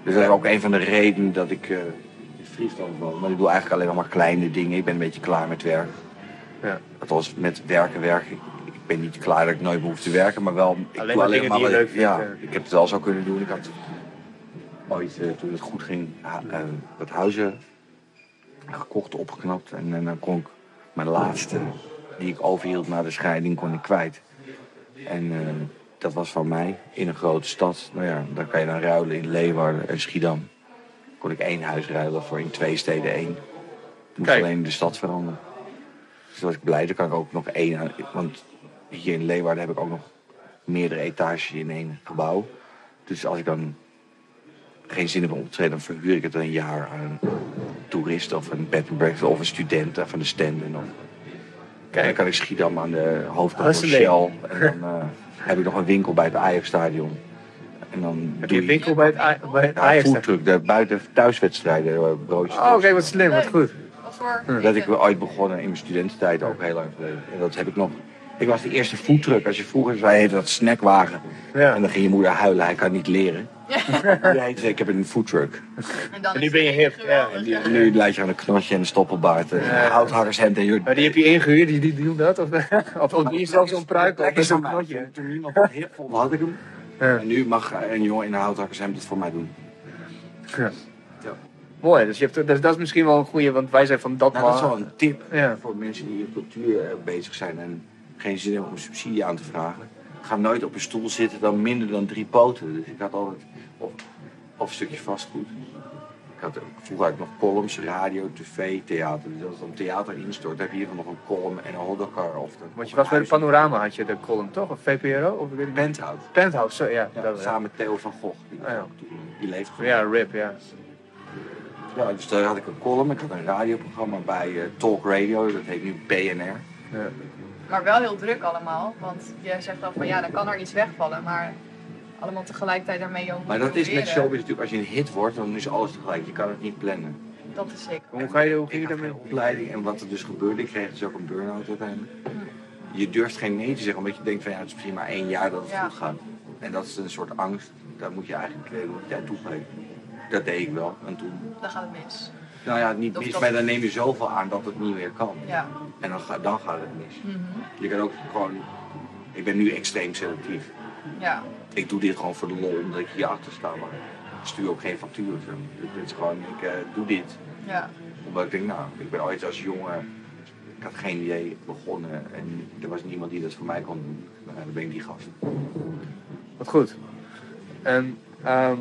Speaker 7: Dus dat is ook een van de redenen dat ik eh, in Friesland woon. Maar ik doe eigenlijk alleen nog maar kleine dingen. Ik ben een beetje klaar met werk.
Speaker 1: Ja.
Speaker 7: Althans, met werken, werken. Ik ben niet klaar dat ik nooit meer hoef te werken, maar wel... Ik
Speaker 1: Alleen
Speaker 7: doe
Speaker 1: maar dingen die je
Speaker 7: wat
Speaker 1: leuk
Speaker 7: ik-
Speaker 1: vindt,
Speaker 7: Ja,
Speaker 1: ja.
Speaker 7: ik heb het wel zo kunnen doen. Ik had ooit, eh, toen het goed ging, ha- eh, wat huizen gekocht, opgeknapt. En, eh, dan kon ik mijn laatste, die ik overhield na de scheiding, kon ik kwijt. En eh, dat was van mij, in een grote stad. Nou ja, dan kan je dan ruilen in Leeuwarden en Schiedam. Kon ik één huis ruilen voor in twee steden één. Ik moest
Speaker 1: Kijk.
Speaker 7: alleen de stad veranderen. Dus toen was ik blij, dan kan ik ook nog één... aan- Want hier in Leeuwarden heb ik ook nog meerdere etages in één gebouw. Dus als ik dan geen zin heb om op te treden, dan verhuur ik het een jaar aan een toerist of een bed and breakfast of een student van de stand. En dan,
Speaker 1: Kijk.
Speaker 7: dan kan ik Schiedam aan de hoofdkant
Speaker 1: Dat
Speaker 7: van
Speaker 1: is een
Speaker 7: Shell. En dan eh, heb ik nog een winkel bij het Ajax-stadion. En dan
Speaker 1: Heb
Speaker 7: doe
Speaker 1: je een winkel bij het, A- bij het
Speaker 7: Ja,
Speaker 1: Ajax? daar?
Speaker 7: foodtruck, daar buiten thuiswedstrijden, eh, broodjes. Dus
Speaker 1: Oh, oké, wat slim, wat goed.
Speaker 4: Wat voor
Speaker 7: Dat ik ooit begonnen in mijn studententijd, ook heel lang geleden. En dat heb ik nog. Ik was de eerste foodtruck. Als je vroeger zei, heette dat snackwagen.
Speaker 1: Ja.
Speaker 7: En dan ging je moeder huilen, hij kan niet leren. Nu heet het, ik heb een foodtruck.
Speaker 4: En, dan
Speaker 1: En
Speaker 4: is
Speaker 1: nu ben je
Speaker 4: het
Speaker 1: hip,
Speaker 4: geweldig,
Speaker 1: ja.
Speaker 4: ja.
Speaker 7: En nu leid je aan een knotje en een stoppelbaard. En
Speaker 1: Ja.
Speaker 7: een houthakkershemd en
Speaker 1: Maar
Speaker 7: je...
Speaker 1: die heb je ingehuurd, die, die doen dat? Of, of, of die is zelfs zo'n pruik op en zo'n knotje?
Speaker 7: Toen niemand het hip vond, had ik hem.
Speaker 1: Ja.
Speaker 7: En nu mag een jongen in een houthakkershemd het voor mij doen.
Speaker 1: Mooi, dus, je hebt, dus dat is misschien wel een goeie, want wij zijn van dat
Speaker 7: Nou, dat is wel
Speaker 1: maar-
Speaker 7: een tip
Speaker 1: Ja.
Speaker 7: voor mensen die in cultuur eh, bezig zijn en geen zin hebben om subsidie aan te vragen. Ga nooit op een stoel zitten dan minder dan drie poten. Dus ik had altijd of, of een stukje vastgoed. Ik had, ook- vroeger had ik nog columns, radio, tv, theater. Dus als dan theater instort, heb je hier nog een column en een hoddokar. Of de,
Speaker 1: Want je was bij de Panorama, had je de column toch? Of VPRO? Of ik weet niet.
Speaker 7: Penthout.
Speaker 1: Penthouse, zo, ja.
Speaker 7: Ja,
Speaker 1: dat-
Speaker 7: samen met Theo van Gogh. Die,
Speaker 1: Ah, ja.
Speaker 7: die leeft gewoon.
Speaker 1: ja, RIP, ja.
Speaker 7: Ja, dus daar had ik een column. Ik had een radioprogramma bij eh, Talk Radio, dat heet nu BNR.
Speaker 1: Ja.
Speaker 4: Maar wel heel druk allemaal. Want jij zegt al van ja, dan kan er iets wegvallen. Maar allemaal tegelijkertijd daarmee om.
Speaker 7: Maar dat is met showbiz natuurlijk. Als je een hit wordt, dan is alles tegelijk. Je kan het niet plannen.
Speaker 4: Dat is zeker.
Speaker 1: Hoe ga je, hoe ging
Speaker 7: Ik
Speaker 1: je
Speaker 7: had
Speaker 1: daarmee
Speaker 7: geen opleiding en wat er dus gebeurde, ik kreeg dus ook een burn-out uiteindelijk. Je durft geen nee te zeggen, omdat je denkt van ja, het is misschien maar één jaar dat het
Speaker 4: Ja.
Speaker 7: goed gaat. En dat is een soort angst, daar moet je eigenlijk eh, moet je aan toegeven. Dat deed ik wel. En toen,
Speaker 4: Dan gaat het mis.
Speaker 7: nou ja, niet
Speaker 4: Of
Speaker 7: mis,
Speaker 4: dat-
Speaker 7: maar dan neem je zoveel aan dat het niet meer kan.
Speaker 4: Ja.
Speaker 7: En dan, ga- dan gaat het mis.
Speaker 4: Mhm.
Speaker 7: Je kan ook gewoon, ik ben nu extreem selectief.
Speaker 4: Ja.
Speaker 7: Ik doe dit gewoon voor de lol, omdat ik hierachter sta, maar ik stuur ook geen factuur. of zo. Dit- Dit is gewoon, ik eh, doe dit
Speaker 4: Ja.
Speaker 7: omdat ik denk, nou, ik ben ooit als jongen, ik had geen idee, begonnen en er was niemand die dat voor mij kon doen. Nou, dan ben ik die gast.
Speaker 1: Wat goed. En ehm,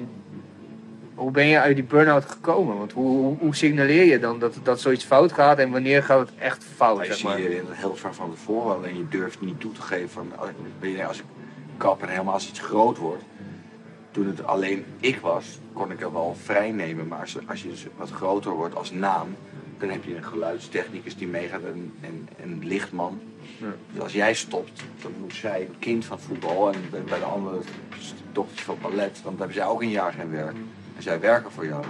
Speaker 1: hoe ben je uit die burn-out gekomen? Want hoe, hoe, hoe signaleer je dan dat, dat zoiets fout gaat en wanneer gaat het echt fout?
Speaker 7: Maar je
Speaker 1: Zeg maar?
Speaker 7: ziet je heel ver van tevoren, alleen je durft niet toe te geven van, als- weet je, als ik kap en helemaal als iets groot wordt, toen het alleen ik was, kon ik er wel vrij nemen. Maar als, als je dus wat groter wordt als naam, dan heb je een geluidstechnicus die meegaat en en- en een lichtman.
Speaker 1: Ja.
Speaker 7: Dus als jij stopt, dan moet zij kind van voetbal en bij- bij de andere dochters van ballet, want dan hebben zij ook een jaar geen werk. En zij werken voor jou.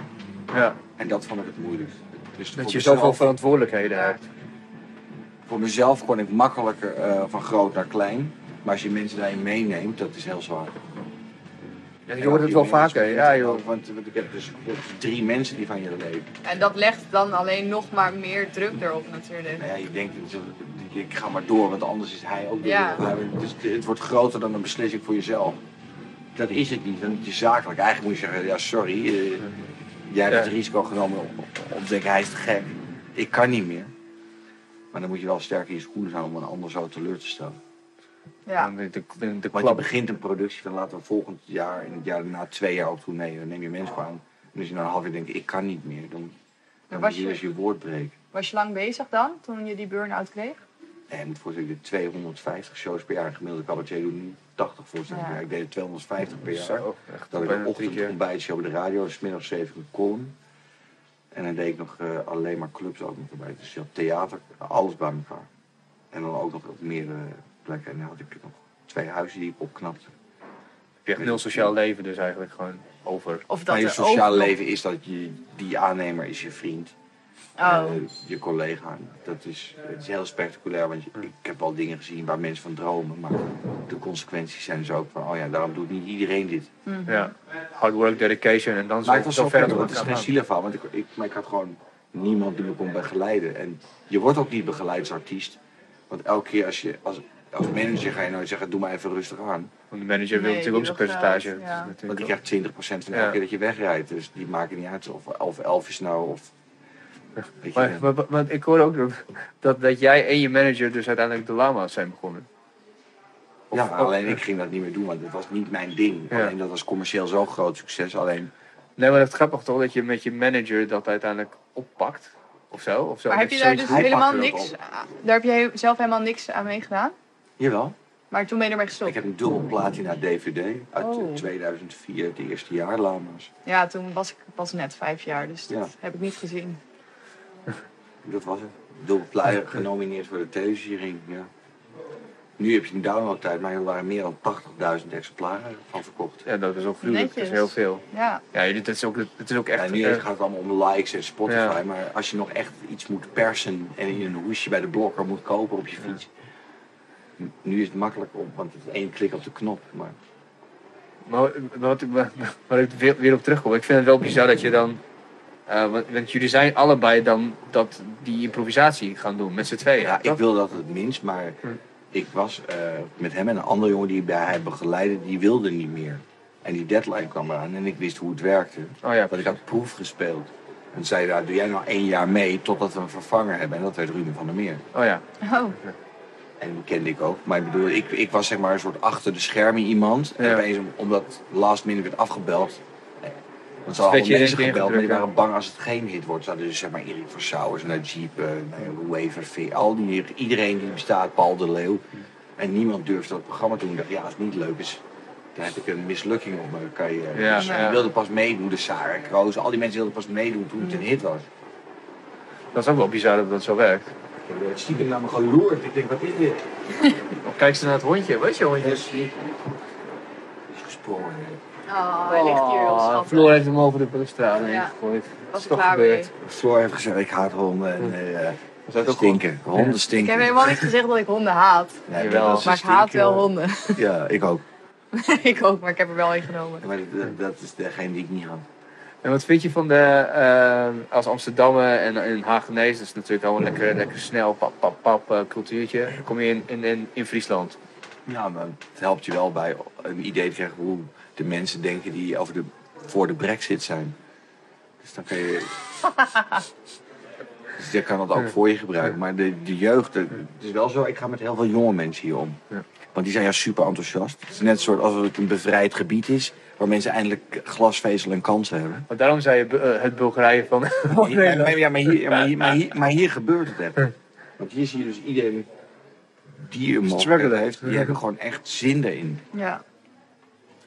Speaker 1: Ja,
Speaker 7: En dat vond ik het moeilijk. Dus
Speaker 1: dat
Speaker 7: voor
Speaker 1: je zoveel
Speaker 7: mezelf-
Speaker 1: verantwoordelijkheden
Speaker 4: Ja.
Speaker 1: hebt.
Speaker 7: voor mezelf kon ik makkelijker eh, van groot naar klein. Maar als je mensen daarin meeneemt, dat is heel zwaar.
Speaker 1: Ja, je hoort het wel vaker. Ja, joh.
Speaker 7: Want, want ik heb dus drie mensen die van je leven.
Speaker 4: En dat legt dan alleen nog maar meer druk erop natuurlijk.
Speaker 7: Nou ja, je denkt, ik ga maar door, want anders is hij ook
Speaker 4: Ja.
Speaker 7: weer- Dus het wordt groter dan een beslissing voor jezelf. Dat is het niet, dan is je zakelijk. Eigenlijk moet je zeggen, ja sorry, eh, jij hebt
Speaker 1: Ja.
Speaker 7: het risico genomen om, om te denken, hij is te gek. Ik kan niet meer. Maar dan moet je wel sterk in je schoenen zijn om een ander zo teleur te stellen.
Speaker 4: Ja.
Speaker 1: De, de, de, de
Speaker 7: Want je
Speaker 1: klap.
Speaker 7: begint een productie, dan laten we volgend jaar en het jaar daarna twee jaar op tournee. Dan neem je mensen voor aan. En als je na een half jaar denkt, ik kan niet meer, dan, dan
Speaker 4: was
Speaker 7: moet je
Speaker 4: je-
Speaker 7: dus je woord breken.
Speaker 4: Was je lang bezig dan, toen je die burn-out kreeg?
Speaker 7: En je moet voorstellen, ik deed 250 shows per jaar. Een gemiddelde cabaretier doet nu 80 voorstellingen per
Speaker 4: Ja.
Speaker 7: jaar. Ik deed er 250 per jaar.
Speaker 1: Zo, echt
Speaker 7: Dat ik
Speaker 1: bijna
Speaker 7: een
Speaker 1: drie
Speaker 7: ochtend
Speaker 1: keer.
Speaker 7: ontbijtje op de radio, smiddags zeven een column. En dan deed ik nog eh, alleen maar clubs ook nog erbij. Dus je had theater, alles bij elkaar. En dan ook nog op meerdere plekken. En dan had ik nog twee huizen die ik opknapte.
Speaker 1: Je hebt nul sociaal leven dus eigenlijk gewoon over.
Speaker 4: Of dat
Speaker 7: Maar je
Speaker 4: er
Speaker 7: sociaal
Speaker 4: ook nog-
Speaker 7: leven is dat je, die aannemer is je vriend,
Speaker 4: Oh.
Speaker 7: eh, je collega. Dat is, het is heel spectaculair, want je- ik heb al dingen gezien waar mensen van dromen, maar de consequenties zijn dus ook van, oh ja, daarom doet niet iedereen dit.
Speaker 8: Mhm.
Speaker 1: Ja. Hard work, dedication en dan
Speaker 7: Maar
Speaker 1: zo,
Speaker 7: ik was
Speaker 1: zo
Speaker 7: zo
Speaker 1: ver
Speaker 7: verder,
Speaker 1: tot
Speaker 7: want het is
Speaker 1: elkaar
Speaker 7: geen
Speaker 1: gaan.
Speaker 7: zielig verhaal, want ik, ik, maar ik had gewoon niemand die me kon begeleiden. En je wordt ook niet begeleid als artiest, want elke keer als je, als, als manager ga je nooit zeggen, doe maar even rustig aan.
Speaker 1: Want de manager wil
Speaker 4: Nee,
Speaker 1: natuurlijk ook zijn
Speaker 4: die wil
Speaker 1: percentage.
Speaker 4: geld,
Speaker 1: Dat is
Speaker 4: ja.
Speaker 1: natuurlijk
Speaker 7: Want die
Speaker 1: ook-
Speaker 7: krijgt 20% van elke
Speaker 1: Ja.
Speaker 7: keer dat je wegrijdt, dus die maken niet uit of, of Elvis nou of... Weet je,
Speaker 1: Maar, maar, maar- want ik hoor ook dat- dat, dat jij en je manager dus uiteindelijk de lama's zijn begonnen.
Speaker 7: ja, alleen ik ging dat niet meer doen, want dat was niet mijn ding.
Speaker 1: Ja.
Speaker 7: Alleen dat was commercieel zo'n groot succes. Alleen,
Speaker 1: Nee, maar dat is grappig toch dat je met je manager dat uiteindelijk oppakt? Of zo? Of zo
Speaker 4: Maar heb je daar dus
Speaker 7: Hij
Speaker 4: helemaal
Speaker 7: pakt er ook
Speaker 4: niks
Speaker 7: op.
Speaker 4: Daar heb je he- zelf helemaal niks aan meegedaan.
Speaker 7: jawel,
Speaker 4: Maar toen ben je ermee
Speaker 7: ik
Speaker 4: gestopt.
Speaker 7: heb een dubbel platina DVD uit eh,
Speaker 4: Oh.
Speaker 7: 2004, het eerste jaar Lama's.
Speaker 4: Ja, toen was ik pas net vijf jaar, dus dat
Speaker 7: Ja.
Speaker 4: heb ik niet gezien.
Speaker 7: Dat was het. Dubbel platina, genomineerd voor de televisiering, ja. Nu heb je een downloadtijd, maar er waren meer dan 80.000 exemplaren van verkocht.
Speaker 1: Ja, dat is ook gruwelijk. Dat is
Speaker 4: Netjes.
Speaker 1: heel veel.
Speaker 4: Ja,
Speaker 1: Ja, jullie- dat is ook, dat is ook echt...
Speaker 7: Ja, nu
Speaker 1: eh,
Speaker 7: gaat het allemaal om likes en Spotify,
Speaker 1: Ja.
Speaker 7: maar als je nog echt iets moet persen en in een hoesje bij de blokker moet kopen op je fiets, n- nu is het makkelijk om, want het is één klik op de knop. Maar
Speaker 1: Maar eh, wat, wat, waar ik weer, weer op terugkom, ik vind het wel bizar dat je dan. eh, want, want jullie zijn allebei dan dat die improvisatie gaan doen met z'n tweeën.
Speaker 7: Ja, ik
Speaker 1: Dat-
Speaker 7: wil dat het minst, maar
Speaker 1: Hm.
Speaker 7: ik was eh, met hem en een andere jongen die bij hij begeleidde, die wilde niet meer. En die deadline kwam eraan en ik wist hoe het werkte.
Speaker 1: Oh ja,
Speaker 7: Want ik had proef gespeeld. En zei, nou, doe jij nou één jaar mee totdat we een vervanger hebben. En dat werd Ruben van der Meer.
Speaker 1: oh ja.
Speaker 4: oh,
Speaker 7: En die kende ik ook. Maar ik bedoel, ik, ik was zeg maar een soort achter de schermen iemand. En
Speaker 1: Ja.
Speaker 7: opeens, omdat last minute werd afgebeld. eh, Want ze hadden
Speaker 1: werd je
Speaker 7: allemaal mensen
Speaker 1: in één keer
Speaker 7: gebeld, maar die
Speaker 1: ingedrukt,
Speaker 7: waren bang als het geen hit wordt. Ze hadden dus zeg maar Erik van Sauers, Najib, eh, nou ja, Waver, V, al die, iedereen die bestaat, Paul de Leeuw. En niemand durfde dat programma toen. Ik dacht, ja, als het niet leuk is, dan heb ik een mislukking op mijn carrière.
Speaker 1: Ja,
Speaker 7: dus
Speaker 1: ja.
Speaker 7: die wilden pas meedoen, de Sarah Kroos, al die mensen wilden pas meedoen toen het een hit was.
Speaker 1: Dat is ook wel bizar dat dat zo werkt.
Speaker 7: Ik heb stiekem naar me geloerd. Ik denk, wat is dit?
Speaker 1: Of Oh, kijk ze naar het hondje? Wat is je hondje?
Speaker 7: Hij is niet- is gesprongen.
Speaker 4: Oh, hij ligt hier heel schattig.
Speaker 1: Ah, Floor heeft hem over de balustrade heen
Speaker 4: Ja.
Speaker 1: gegooid. Dat
Speaker 4: Was
Speaker 1: is
Speaker 4: ik
Speaker 1: toch
Speaker 4: klaar mee.
Speaker 1: gebeurd.
Speaker 7: Floor heeft gezegd, ik haat honden en eh,
Speaker 1: Dat is ook goed.
Speaker 7: stinken. Honden
Speaker 4: Ik heb
Speaker 7: stinken.
Speaker 4: helemaal niet gezegd dat ik honden haat.
Speaker 7: Nee,
Speaker 1: Jawel.
Speaker 7: dat is dus eh,
Speaker 4: Maar ik haat
Speaker 7: stinken.
Speaker 4: wel honden.
Speaker 7: Ja, ik ook.
Speaker 4: ik ook, maar ik heb er wel een genomen.
Speaker 7: Ja, Maar dat, dat is degene die ik niet haat.
Speaker 1: En wat vind je van de, eh, als Amsterdammer en, en Haagenees, dat is natuurlijk allemaal lekker, lekker snel, pap, pap, pap, eh, cultuurtje. Dan kom je in, in, in, in Friesland.
Speaker 7: Ja, maar het helpt je wel bij een idee te krijgen hoe de mensen denken die over de, voor de brexit zijn. Dus dan kan je... dus je kan dat ook voor je gebruiken. Maar de, de jeugd, de- het is wel zo, ik ga met heel veel jonge mensen hier om.
Speaker 1: Ja.
Speaker 7: Want die zijn juist super enthousiast. Het is net soort alsof het een bevrijd gebied is, waar mensen eindelijk glasvezel en kansen hebben.
Speaker 1: Maar daarom zei je Bu- eh, het Bulgarije van...
Speaker 7: Ja, maar, ja, maar, hier, maar, hier, maar, hier, maar hier gebeurt het echt. Want hier zie je dus iedereen die een mogelijkheid heeft, die hebben gewoon echt zin erin.
Speaker 4: Ja.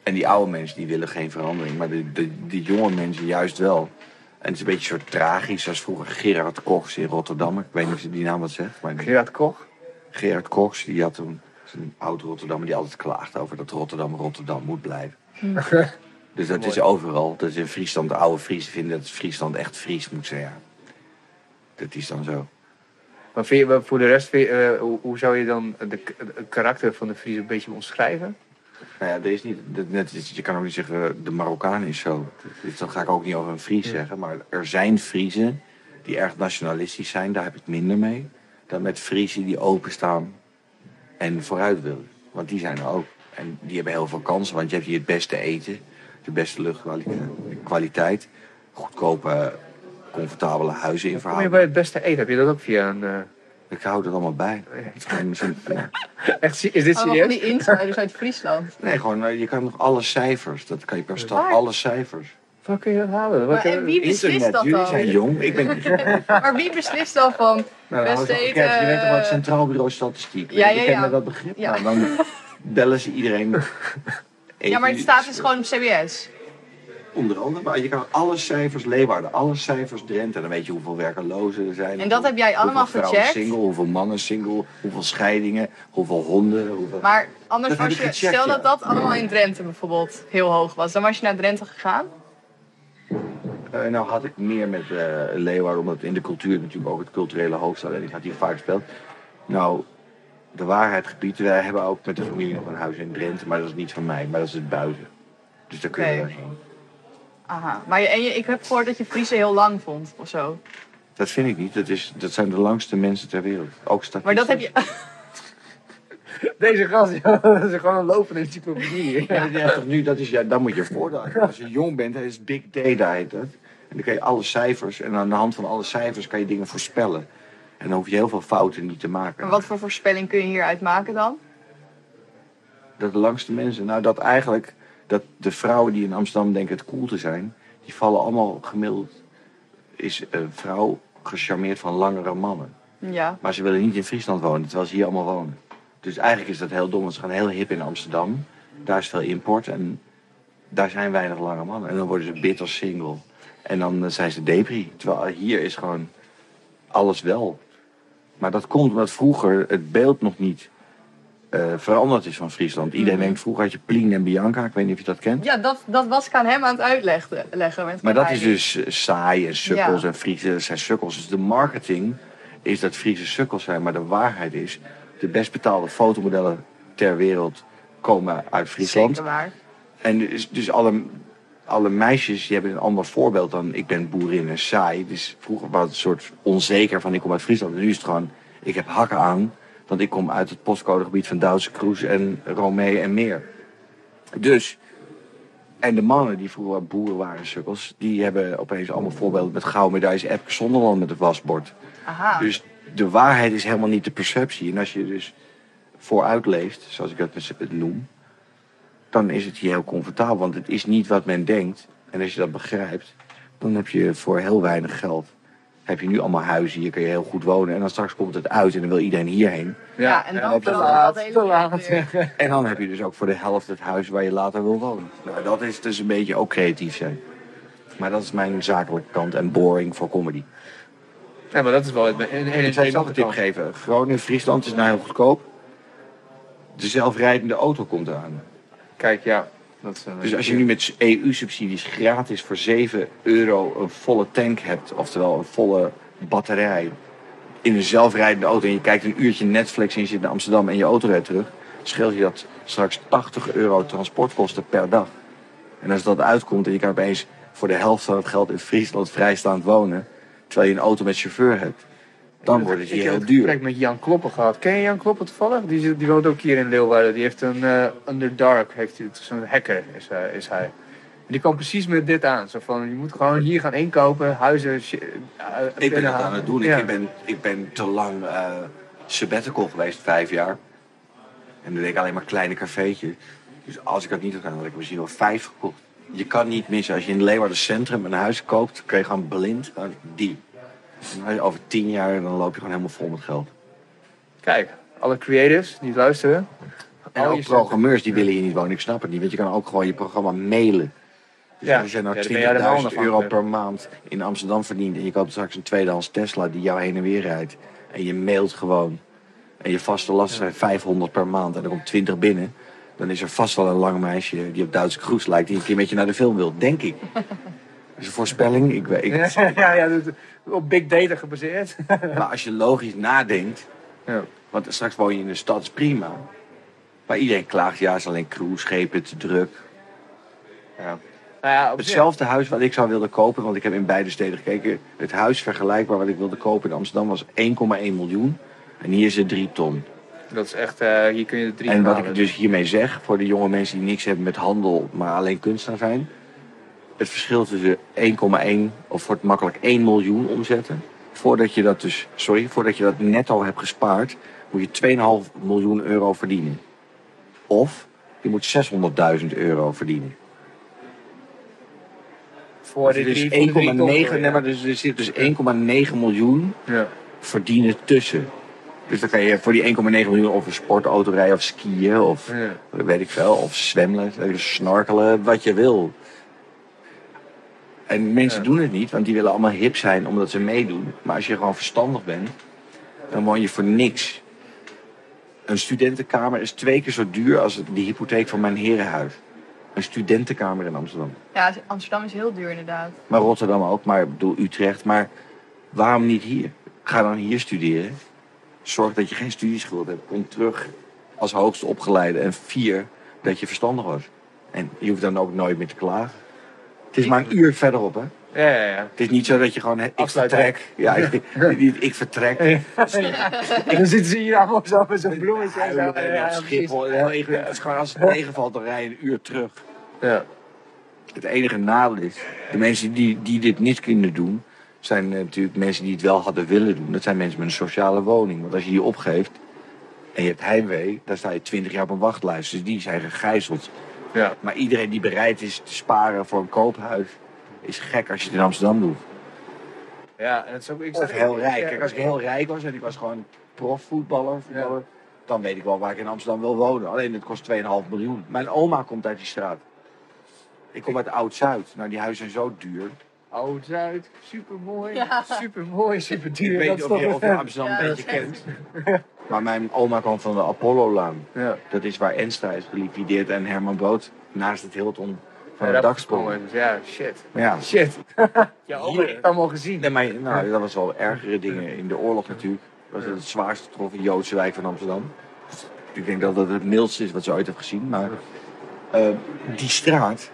Speaker 7: En die oude mensen die willen geen verandering, maar de, de, de jonge mensen juist wel. En het is een beetje een soort tragisch als vroeger Gerard Koks in Rotterdam. Ik weet niet of je die naam wat zegt, maar die-
Speaker 1: Gerard Koch.
Speaker 7: Gerard Koks die had toen is een oud Rotterdammer die altijd klaagde over dat Rotterdam Rotterdam moet blijven.
Speaker 1: Hm.
Speaker 7: dus dat is overal. Dus in Friesland, de oude Friesen vinden dat Friesland echt Fries moet zijn. Ja. Dat is dan zo.
Speaker 1: Maar vind je, maar voor de rest, vind je, eh, hoe, hoe zou je dan de, k- het karakter van de Fries een beetje omschrijven?
Speaker 7: Nou ja, er is niet, dat- net is- je kan ook niet zeggen eh, de Marokkaan is zo. Dus dan ga ik ook niet over een Fries zeggen. Maar er zijn Friezen die erg nationalistisch zijn. Daar heb ik minder mee. Dan met Friezen die openstaan en vooruit willen. Want die zijn er ook. En die hebben heel veel kansen. Want je hebt hier het beste eten. De beste luchtkwaliteit. Goedkope, comfortabele huizen in
Speaker 1: Kom je bij
Speaker 7: verhouding.
Speaker 1: het beste eten? Heb je dat ook via een... eh,
Speaker 7: Ik hou dat allemaal bij. Het is gewoon zo'n- ja.
Speaker 1: Echt, zie- is dit
Speaker 4: Oh, maar van
Speaker 1: serieus?
Speaker 4: die insiders uit Friesland.
Speaker 7: Nee, gewoon, eh, je kan nog alle cijfers. Dat kan je per stad,
Speaker 4: Waar?
Speaker 7: alle cijfers.
Speaker 1: Waar kun je dat halen? Wat-
Speaker 4: Maar en wie beslist dat
Speaker 7: eh, jullie zijn
Speaker 4: dan?
Speaker 7: jong. Ik ben
Speaker 4: Maar wie beslist dan van...
Speaker 7: Nou, dan
Speaker 4: Beste
Speaker 7: hou ik
Speaker 4: eten,
Speaker 7: het. Je weet toch wel het
Speaker 4: eh,
Speaker 7: Centraal Bureau Statistiek.
Speaker 4: Ja, ja,
Speaker 7: Je kent
Speaker 4: ja.
Speaker 7: dat begrip.
Speaker 4: Ja.
Speaker 7: Nou, dan bellen ze iedereen.
Speaker 4: Ja,
Speaker 7: Eten
Speaker 4: maar het
Speaker 7: jullie-
Speaker 4: staat dus gewoon op CBS.
Speaker 7: Onder andere, maar je kan alle cijfers Leeuwarden, alle cijfers Drenthe. Dan weet je hoeveel werkelozen er zijn.
Speaker 4: En dat heb jij allemaal
Speaker 7: hoeveel vrouwen
Speaker 4: gecheckt?
Speaker 7: single, hoeveel mannen single, hoeveel scheidingen, hoeveel honden. Hoeveel...
Speaker 4: Maar anders
Speaker 7: Dat heb
Speaker 4: was
Speaker 7: ik
Speaker 4: je...
Speaker 7: gecheckt,
Speaker 4: Stel
Speaker 7: ja.
Speaker 4: dat dat allemaal in Drenthe bijvoorbeeld heel hoog was. Dan was je naar Drenthe gegaan.
Speaker 7: Eh, nou had ik meer met eh Leeuwarden, omdat in de cultuur natuurlijk ook het culturele hoofdstad en ik had hier vaak gespeeld. Nou, de waarheid gebied, wij hebben ook met de familie nog een huis in Drenthe, maar dat is niet van mij, maar dat is het buiten. Dus daar kunnen
Speaker 4: Oké.
Speaker 7: we heen.
Speaker 4: Aha. Maar je, en je- ik heb gehoord dat je Friese heel lang vond of zo.
Speaker 7: Dat vind ik niet, dat, is, dat zijn de langste mensen ter wereld. Ook statistisch.
Speaker 4: Maar dat heb je...
Speaker 1: Deze gast, joh, dat is gewoon een lopende encyclopedie.
Speaker 7: Ja, ja, toch nu, dat is, ja, dan moet je voordelen. Als je jong bent, dat is big data heet dat. En dan kan je alle cijfers, en aan de hand van alle cijfers kan je dingen voorspellen. En dan hoef je heel veel fouten niet te maken.
Speaker 4: Maar wat voor voorspelling kun je hieruit maken dan?
Speaker 7: Dat de langste mensen, nou dat eigenlijk, dat de vrouwen die in Amsterdam denken het cool te zijn, die vallen allemaal gemiddeld, is een vrouw gecharmeerd van langere mannen.
Speaker 4: Ja.
Speaker 7: Maar ze willen niet in Friesland wonen, terwijl ze hier allemaal wonen. Dus eigenlijk is dat heel dom, want ze gaan heel hip in Amsterdam. Daar is veel import en daar zijn weinig lange mannen. En dan worden ze bitter single. En dan eh, zijn ze depri. Terwijl hier is gewoon alles wel. Maar dat komt omdat vroeger het beeld nog niet eh, veranderd is van Friesland. Iedereen denkt, vroeger had je Plien en Bianca. Ik weet niet of je dat kent.
Speaker 4: Ja, dat, dat was ik aan hem aan het uitleggen. Leggen met
Speaker 7: Maar
Speaker 4: mijn
Speaker 7: dat is
Speaker 4: leiding.
Speaker 7: dus eh, saai en sukkels
Speaker 4: Ja.
Speaker 7: en Friese zijn sukkels. Dus de marketing is dat Friese sukkels zijn, maar de waarheid is... de best betaalde fotomodellen ter wereld komen uit Friesland.
Speaker 4: Zeker waar.
Speaker 7: En dus, dus alle, alle meisjes die hebben een ander voorbeeld dan ik ben boerin en saai. Dus vroeger was het een soort onzeker van ik kom uit Friesland. En nu is het gewoon, ik heb hakken aan, want ik kom uit het postcodegebied van Duitse Kroes en Romee en meer. Dus, en de mannen die vroeger boeren waren, sukkels, die hebben opeens allemaal voorbeelden met gouden medailles. Epke Zonderland met het wasbord.
Speaker 1: Ah.
Speaker 4: Aha.
Speaker 7: Dus de waarheid is helemaal niet de perceptie. En als je dus vooruit leeft, zoals ik dat met z'n- noem, dan is het hier heel comfortabel. Want het is niet wat men denkt. En als je dat begrijpt, dan heb je voor heel weinig geld. Heb je nu allemaal huizen, hier kun je heel goed wonen. En dan straks komt het uit en dan wil iedereen hierheen.
Speaker 4: ja, en dan
Speaker 7: te
Speaker 4: verandert
Speaker 7: laat,
Speaker 4: dat hele wereld weer.
Speaker 7: En dan heb je dus ook voor de helft het huis waar je later wil wonen. Nou, dat is dus een beetje ook creatief zijn. Maar dat is mijn zakelijke kant en boring voor comedy.
Speaker 1: Nee, maar dat is wel een, een, een,
Speaker 7: Ik zou zelf een tip
Speaker 1: kant.
Speaker 7: geven. Groningen, Friesland is nou heel goedkoop. De zelfrijdende auto komt eraan.
Speaker 1: Kijk, ja. Dat is, eh,
Speaker 7: Dus als je nu met EU-subsidies gratis voor 7 euro een volle tank hebt, oftewel een volle batterij, in een zelfrijdende auto en je kijkt een uurtje Netflix en je zit in Amsterdam en je auto rijdt terug, scheelt je dat straks 80 euro transportkosten per dag. En als dat uitkomt en je kan opeens voor de helft van het geld in Friesland vrijstaand wonen, terwijl je een auto met chauffeur hebt, dan wordt het
Speaker 1: Ik
Speaker 7: hier
Speaker 1: heb
Speaker 7: heel
Speaker 1: het
Speaker 7: duur.
Speaker 1: gesprek met Jan Kloppen gehad. Ken je Jan Kloppen toevallig? Die, zit- die woont ook hier in Leeuwarden. Die heeft een eh, Underdark, heeft hij, het. zo'n hacker is, eh, is hij. En die kwam precies met dit aan. Zo van, je moet gewoon hier gaan inkopen, huizen... shi- eh,
Speaker 7: Ik ben dat
Speaker 1: binnenhalen.
Speaker 7: aan het doen.
Speaker 1: Ja.
Speaker 7: Ik, ben, ik ben te lang eh sabbatical geweest, vijf jaar. En dan deed ik alleen maar kleine cafeetjes. Dus als ik dat niet had gedaan, had ik misschien wel vijf gekocht. Je kan niet missen. Als je in Leeuwarden Centrum een huis koopt, kun je gewoon blind gewoon die. En dan over tien jaar dan loop je gewoon helemaal vol met geld.
Speaker 1: Kijk, alle creatives die luisteren.
Speaker 7: En
Speaker 1: Al
Speaker 7: ook
Speaker 1: je
Speaker 7: programmeurs die willen hier niet wonen. Ik snap het niet, want je kan ook gewoon je programma mailen. Dus
Speaker 1: Ja,
Speaker 7: als je nou
Speaker 1: ja, daar ben jij helemaal
Speaker 7: 20.000
Speaker 1: onafhankelijk.
Speaker 7: euro per maand in Amsterdam verdient... en je koopt straks een tweedehands Tesla die jou heen en weer rijdt... en je mailt gewoon... en je vaste lasten zijn 500 per maand en er komt 20 binnen... dan is er vast wel een lang meisje die op Duitse kroes lijkt... die een keer met je naar de film wil, denk ik. Dat is een voorspelling. Ik, weet- ik,
Speaker 1: Ja, ja, ja, dat is op big data gebaseerd.
Speaker 7: maar als je logisch nadenkt,
Speaker 1: Ja.
Speaker 7: want straks woon je in een stad, is prima. Maar iedereen klaagt, ja, is alleen cruiseschepen te druk.
Speaker 1: Nou ja, op zich-
Speaker 7: Hetzelfde huis wat ik zou willen kopen, want ik heb in beide steden gekeken. Het huis vergelijkbaar wat ik wilde kopen in Amsterdam was 1,1 miljoen. En hier is het 3 ton.
Speaker 1: Dat is echt, eh, hier kun je de drie
Speaker 7: En wat
Speaker 1: halen.
Speaker 7: ik dus hiermee zeg, voor de jonge mensen die niks hebben met handel, maar alleen kunstenaar zijn. Het verschil tussen 1,1 of wordt makkelijk 1 miljoen omzetten. Voordat je dat dus, sorry, voordat je dat netto hebt gespaard, moet je 2,5 miljoen euro verdienen. Of je moet 600.000 euro verdienen.
Speaker 1: voor de
Speaker 7: dus
Speaker 1: drie,
Speaker 7: 1,9
Speaker 1: voor de drie ton, hoor,
Speaker 7: nee,
Speaker 1: ja.
Speaker 7: maar dus er zit dus 1,9 miljoen
Speaker 1: Ja.
Speaker 7: verdienen tussen. Dus dan kan je voor die 1,9 miljoen of een sportauto rijden of skiën of
Speaker 1: Ja.
Speaker 7: weet ik veel, of zwemmen, weet ik, snorkelen, wat je wil. En mensen doen het niet, want die willen allemaal hip zijn omdat ze meedoen. Maar als je gewoon verstandig bent, dan woon je voor niks. Een studentenkamer is twee keer zo duur als het- de hypotheek van mijn herenhuis. Een studentenkamer in Amsterdam.
Speaker 4: Ja, Amsterdam is heel duur inderdaad.
Speaker 7: Maar Rotterdam ook, maar ik bedoel Utrecht. Maar waarom niet hier? Ga dan hier studeren. Zorg dat je geen studieschuld hebt. Kom terug als hoogst opgeleide. En vier, dat je verstandig was. En je hoeft dan ook nooit meer te klagen. Het is maar een uur verderop, hè?
Speaker 1: Ja, ja, ja.
Speaker 7: Het is niet zo dat je gewoon... hè, Ik
Speaker 1: Afsluit,
Speaker 7: vertrek. Ja, ik, ik- ik vertrek.
Speaker 1: En dan zitten ze hier allemaal zo met zo'n bloemetje. en zo.
Speaker 7: Huilen,
Speaker 1: Ja, ja,
Speaker 7: en op Schiphol. Heel ingewikkeld. Het is gewoon als het tegenvalt, dan rij je een uur terug.
Speaker 1: Ja.
Speaker 7: Het enige nadeel is, de mensen die, die dit niet kunnen doen, zijn eh, natuurlijk mensen die het wel hadden willen doen. Dat zijn mensen met een sociale woning. Want als je die opgeeft en je hebt heimwee, dan sta je 20 jaar op een wachtlijst. Dus die zijn gegijzeld.
Speaker 1: Ja.
Speaker 7: Maar iedereen die bereid is te sparen voor een koophuis, is gek als je het in Amsterdam doet.
Speaker 1: Ja, en het is ook... Ik
Speaker 7: Of
Speaker 1: zag-
Speaker 7: heel rijk.
Speaker 1: ja.
Speaker 7: Kijk, als ik heel rijk was en ik was gewoon profvoetballer, voetballer, dan weet ik wel waar ik in Amsterdam wil wonen. Alleen het kost 2,5 miljoen. Mijn oma komt uit die straat. Ik kom uit Oud-Zuid. Nou, die huizen zijn zo duur.
Speaker 1: Oud-Zuid, supermooi,
Speaker 4: Ja.
Speaker 1: supermooi, superduur.
Speaker 7: Ik weet niet
Speaker 1: dat is
Speaker 7: of je,
Speaker 1: toch-
Speaker 7: of je Amsterdam
Speaker 4: Ja,
Speaker 7: een
Speaker 4: dat
Speaker 7: beetje
Speaker 4: is
Speaker 7: kent. Maar mijn oma kwam van de Apollo-laan.
Speaker 1: Ja.
Speaker 7: Dat is waar Enstra is geliquideerd en Herman Brood naast het Hilton van
Speaker 1: Ja,
Speaker 7: de
Speaker 1: dat
Speaker 7: dak
Speaker 1: is
Speaker 7: sprong.
Speaker 1: mooi. Ja, shit.
Speaker 7: Ja.
Speaker 1: Shit.
Speaker 6: Ja,
Speaker 1: Oh, ik heb het allemaal gezien.
Speaker 7: Nee, maar, nou, dat was wel ergere dingen. In de oorlog natuurlijk was het het zwaarst getroffen Joodse wijk van Amsterdam. Ik denk dat dat het mildste is wat ze ooit hebben gezien. Maar eh, die straat,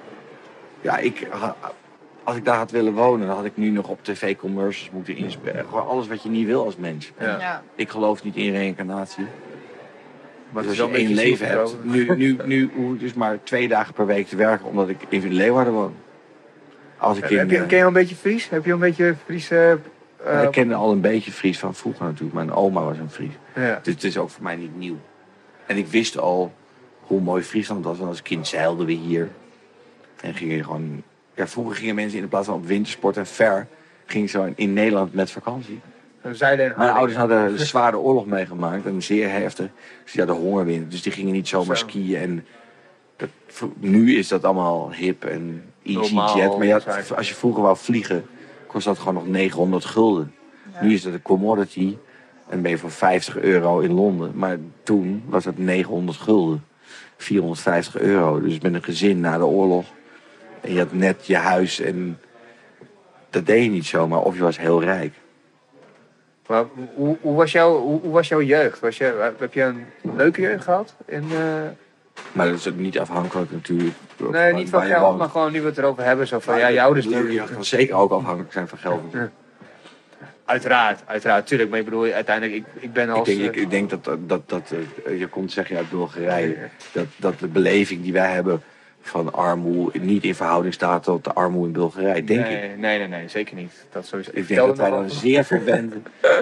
Speaker 7: ja, ik, ha- als ik daar had willen wonen, dan had ik nu nog op tv-commercials moeten inspelen. Gewoon alles wat je niet wil als mens.
Speaker 1: Ja.
Speaker 4: Ja.
Speaker 7: Ik geloof niet in reïncarnatie.
Speaker 1: Maar
Speaker 7: Dus
Speaker 1: het is
Speaker 7: als
Speaker 1: wel
Speaker 7: je
Speaker 1: een
Speaker 7: één
Speaker 1: beetje
Speaker 7: leven
Speaker 1: zielig
Speaker 7: hebt, nu, nu, nu hoef ik dus maar twee dagen per week te werken, omdat ik in Leeuwarden woon. Als ik in,
Speaker 1: Heb je,
Speaker 7: eh,
Speaker 1: ken je al een beetje Fries? Heb je al een beetje Friese... eh,
Speaker 7: ik kende al een beetje Fries van vroeger natuurlijk. Mijn oma was een Fries.
Speaker 1: ja.
Speaker 7: Dus het is ook voor mij niet nieuw. En ik wist al hoe mooi Friesland was. Want als kind zeilden we hier. En gingen je gewoon... Ja, vroeger gingen mensen in de plaats van op wintersport en ver... gingen ze gewoon in Nederland met vakantie.
Speaker 1: Een zijde en
Speaker 7: Mijn
Speaker 1: haring.
Speaker 7: ouders hadden een zware oorlog meegemaakt. Een zeer heftig. Dus die hadden hongerwinter. Dus die gingen niet zomaar
Speaker 1: Zo.
Speaker 7: skiën. En dat, vro- nu is dat allemaal hip en easy
Speaker 1: Normaal,
Speaker 7: jet. Maar je had-
Speaker 1: zaken.
Speaker 7: als je vroeger wou vliegen, kost dat gewoon nog 900 gulden. Nu is dat een commodity. En ben je voor 50 euro in Londen. Maar toen was dat 900 gulden. 450 euro. Dus met een gezin na de oorlog. En je had net je huis en... Dat deed je niet zomaar. Of je was heel rijk.
Speaker 1: Maar hoe, hoe, was jouw, hoe, hoe was jouw jeugd? Was je, heb je een leuke jeugd gehad? En, eh,
Speaker 7: Maar dat is ook niet afhankelijk natuurlijk.
Speaker 1: nee, niet van
Speaker 7: waar je
Speaker 1: geld,
Speaker 7: woont.
Speaker 1: maar gewoon nu we het erover hebben. Zo van, ja, je ouders
Speaker 7: Leuke
Speaker 1: die-
Speaker 7: jeugd kan zeker ook afhankelijk zijn van geld.
Speaker 1: Uiteraard, uiteraard, tuurlijk. Maar ik bedoel, uiteindelijk, ik, ik ben
Speaker 7: Ik
Speaker 1: als...
Speaker 7: denk, ik,
Speaker 1: eh,
Speaker 7: ik denk dat, dat, dat, dat eh, je komt zeggen uit Bulgarije, dat, dat de beleving die wij hebben van armoede niet in verhouding staat tot de armoede in Bulgarije, denk ik.
Speaker 1: nee, nee, nee, nee, zeker niet. Dat sowieso.
Speaker 7: Ik denk
Speaker 1: vertelde
Speaker 7: dat wij
Speaker 1: nog
Speaker 7: dan
Speaker 1: wel-
Speaker 7: zeer verwende,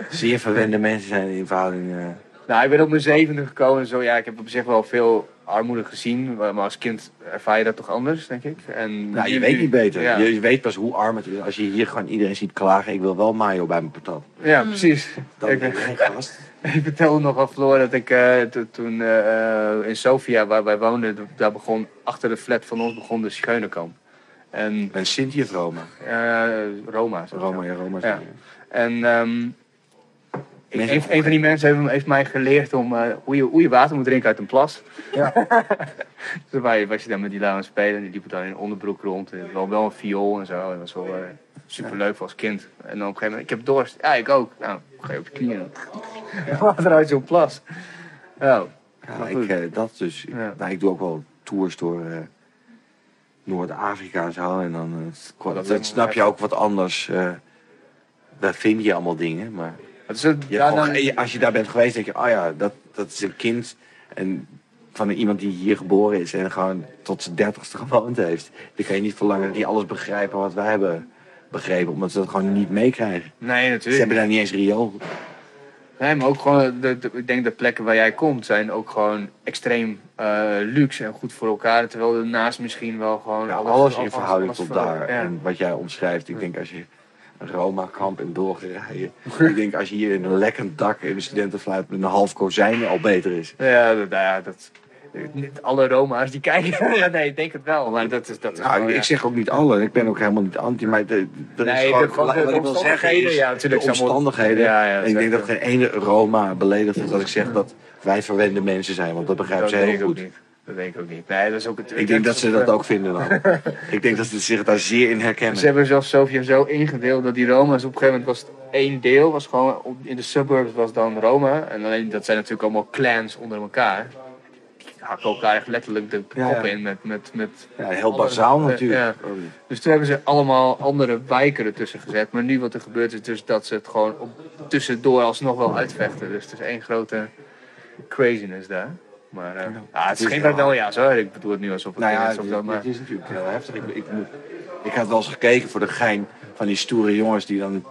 Speaker 7: zeer verwende mensen zijn in verhouding. eh.
Speaker 1: Nou, ik ben op mijn zevende gekomen en zo. Ja, ik heb op zich wel veel armoede gezien. Maar maar als kind ervaar je dat toch anders, denk ik. En
Speaker 7: nou, je
Speaker 1: nu-
Speaker 7: weet niet beter.
Speaker 1: Ja,
Speaker 7: Je, je weet pas hoe arm het is als je hier gewoon iedereen ziet klagen. Ik wil wel mayo bij mijn patat.
Speaker 1: ja precies.
Speaker 7: Dan
Speaker 1: Ik-
Speaker 7: denk ik, hey, gast.
Speaker 1: Ik vertelde nog aan Floor dat ik eh, to- toen eh, eh, in Sofia, waar wij woonden, d- daar begon, achter de flat van ons begon de Scheunekamp. En
Speaker 7: En Sintje of Roma.
Speaker 1: eh, Roma. zeg
Speaker 7: Roma,
Speaker 1: maar.
Speaker 7: ja, Roma. is-
Speaker 1: Ja. En ehm, ik,
Speaker 7: Mensen-
Speaker 1: een, een van die mensen heeft, heeft mij geleerd om, eh, hoe, je, hoe je water moet drinken uit een plas. Ja. dus wij, wij zitten dan met die lui aan het spelen en die liepen dan in een onderbroek rond. En wel, wel een viool en zo. En dat was wel eh, superleuk voor als kind. En dan op een gegeven moment, ik heb dorst. Ja, ik ook. Nou, ga je op je knieën. Water uit zo'n plas. Oh.
Speaker 7: Ja,
Speaker 1: Maar
Speaker 7: ik,
Speaker 1: goed.
Speaker 7: eh, dat dus.
Speaker 1: Ja.
Speaker 7: Nou, ik doe ook wel tours door eh, Noord-Afrika en zo. En dan eh, het kwart-
Speaker 1: Oh, Dat is
Speaker 7: dan
Speaker 1: wel
Speaker 7: snap je
Speaker 1: heftig.
Speaker 7: ook wat anders. eh, daar vind je allemaal dingen. Maar
Speaker 1: Wat is het?
Speaker 7: je
Speaker 1: Ja,
Speaker 7: hebt gewoon
Speaker 1: dan-
Speaker 7: ge- als je daar bent geweest, denk je, oh ja, dat, dat is een kind. En van iemand die hier geboren is en gewoon tot zijn dertigste gewoond heeft. Dan kan je niet verlangen dat die alles begrijpen wat wij hebben begrepen. Omdat ze dat gewoon niet meekrijgen.
Speaker 1: Nee,
Speaker 7: Ze
Speaker 1: natuurlijk.
Speaker 7: hebben daar niet eens riool.
Speaker 1: Nee, maar ook gewoon, eh, de, de- ik denk de plekken waar jij komt zijn ook gewoon extreem eh, luxe en goed voor elkaar. Terwijl ernaast misschien wel gewoon.
Speaker 7: Ja, alles in
Speaker 1: alles-
Speaker 7: verhouding tot
Speaker 1: alles voor-
Speaker 7: daar.
Speaker 1: ja.
Speaker 7: En wat jij omschrijft, ik denk als je een Roma-kamp in Bulgarije. ik denk als je hier in een lekkend dak in een studentenfluit met een half kozijn al beter is.
Speaker 1: Ja, dat, nou ja, dat. Niet alle Roma's die kijken. ja, nee, ik denk het wel. Maar dat is. Dat is
Speaker 7: Nou,
Speaker 1: gewoon,
Speaker 7: ik,
Speaker 1: ja.
Speaker 7: ik zeg ook niet alle, ik ben ook helemaal niet anti, maar de, er is
Speaker 1: Nee, ik
Speaker 7: gewoon,
Speaker 1: heb gewoon
Speaker 7: wat
Speaker 1: de
Speaker 7: ik wil zeggen
Speaker 1: omstandigheden,
Speaker 7: is,
Speaker 1: ja, natuurlijk,
Speaker 7: de
Speaker 1: zijn wel-
Speaker 7: omstandigheden.
Speaker 1: Ja, ja,
Speaker 7: en ik denk
Speaker 1: zeker.
Speaker 7: dat geen ene Roma beledigd is dat ik zeg dat wij verwende mensen zijn, want dat begrijpen
Speaker 1: dat
Speaker 7: ze
Speaker 1: denk
Speaker 7: heel
Speaker 1: ik ook
Speaker 7: goed.
Speaker 1: niet. Dat denk ik ook niet. Nee, dat is ook het.
Speaker 7: Ik denk dat ze dat ook vinden dan. ik denk dat ze zich daar zeer in
Speaker 1: Ze
Speaker 7: herkennen.
Speaker 1: hebben zelfs Sofia zo ingedeeld dat die Roma's op een gegeven moment was het één deel, was gewoon op- in de suburbs was dan Roma. En alleen dat zijn natuurlijk allemaal clans onder elkaar. Die hakken elkaar echt letterlijk de
Speaker 7: Ja,
Speaker 1: kop
Speaker 7: ja.
Speaker 1: in met, met, met...
Speaker 7: Ja, heel
Speaker 1: alle-
Speaker 7: bazaal
Speaker 1: eh,
Speaker 7: natuurlijk.
Speaker 1: ja. Dus toen hebben ze allemaal andere wijken ertussen gezet. Maar nu wat er gebeurt is dus dat ze het gewoon op, tussendoor alsnog wel uitvechten. Dus het is één grote craziness daar. Maar eh, ah, het is geen Bardelja's hoor. Ik bedoel het nu alsof het
Speaker 7: Nou ja,
Speaker 1: net zo dat,
Speaker 7: dit,
Speaker 1: maar...
Speaker 7: dit is natuurlijk heel heftig. Ik, ik, moet- ik had wel eens gekeken voor de gein van die stoere jongens die dan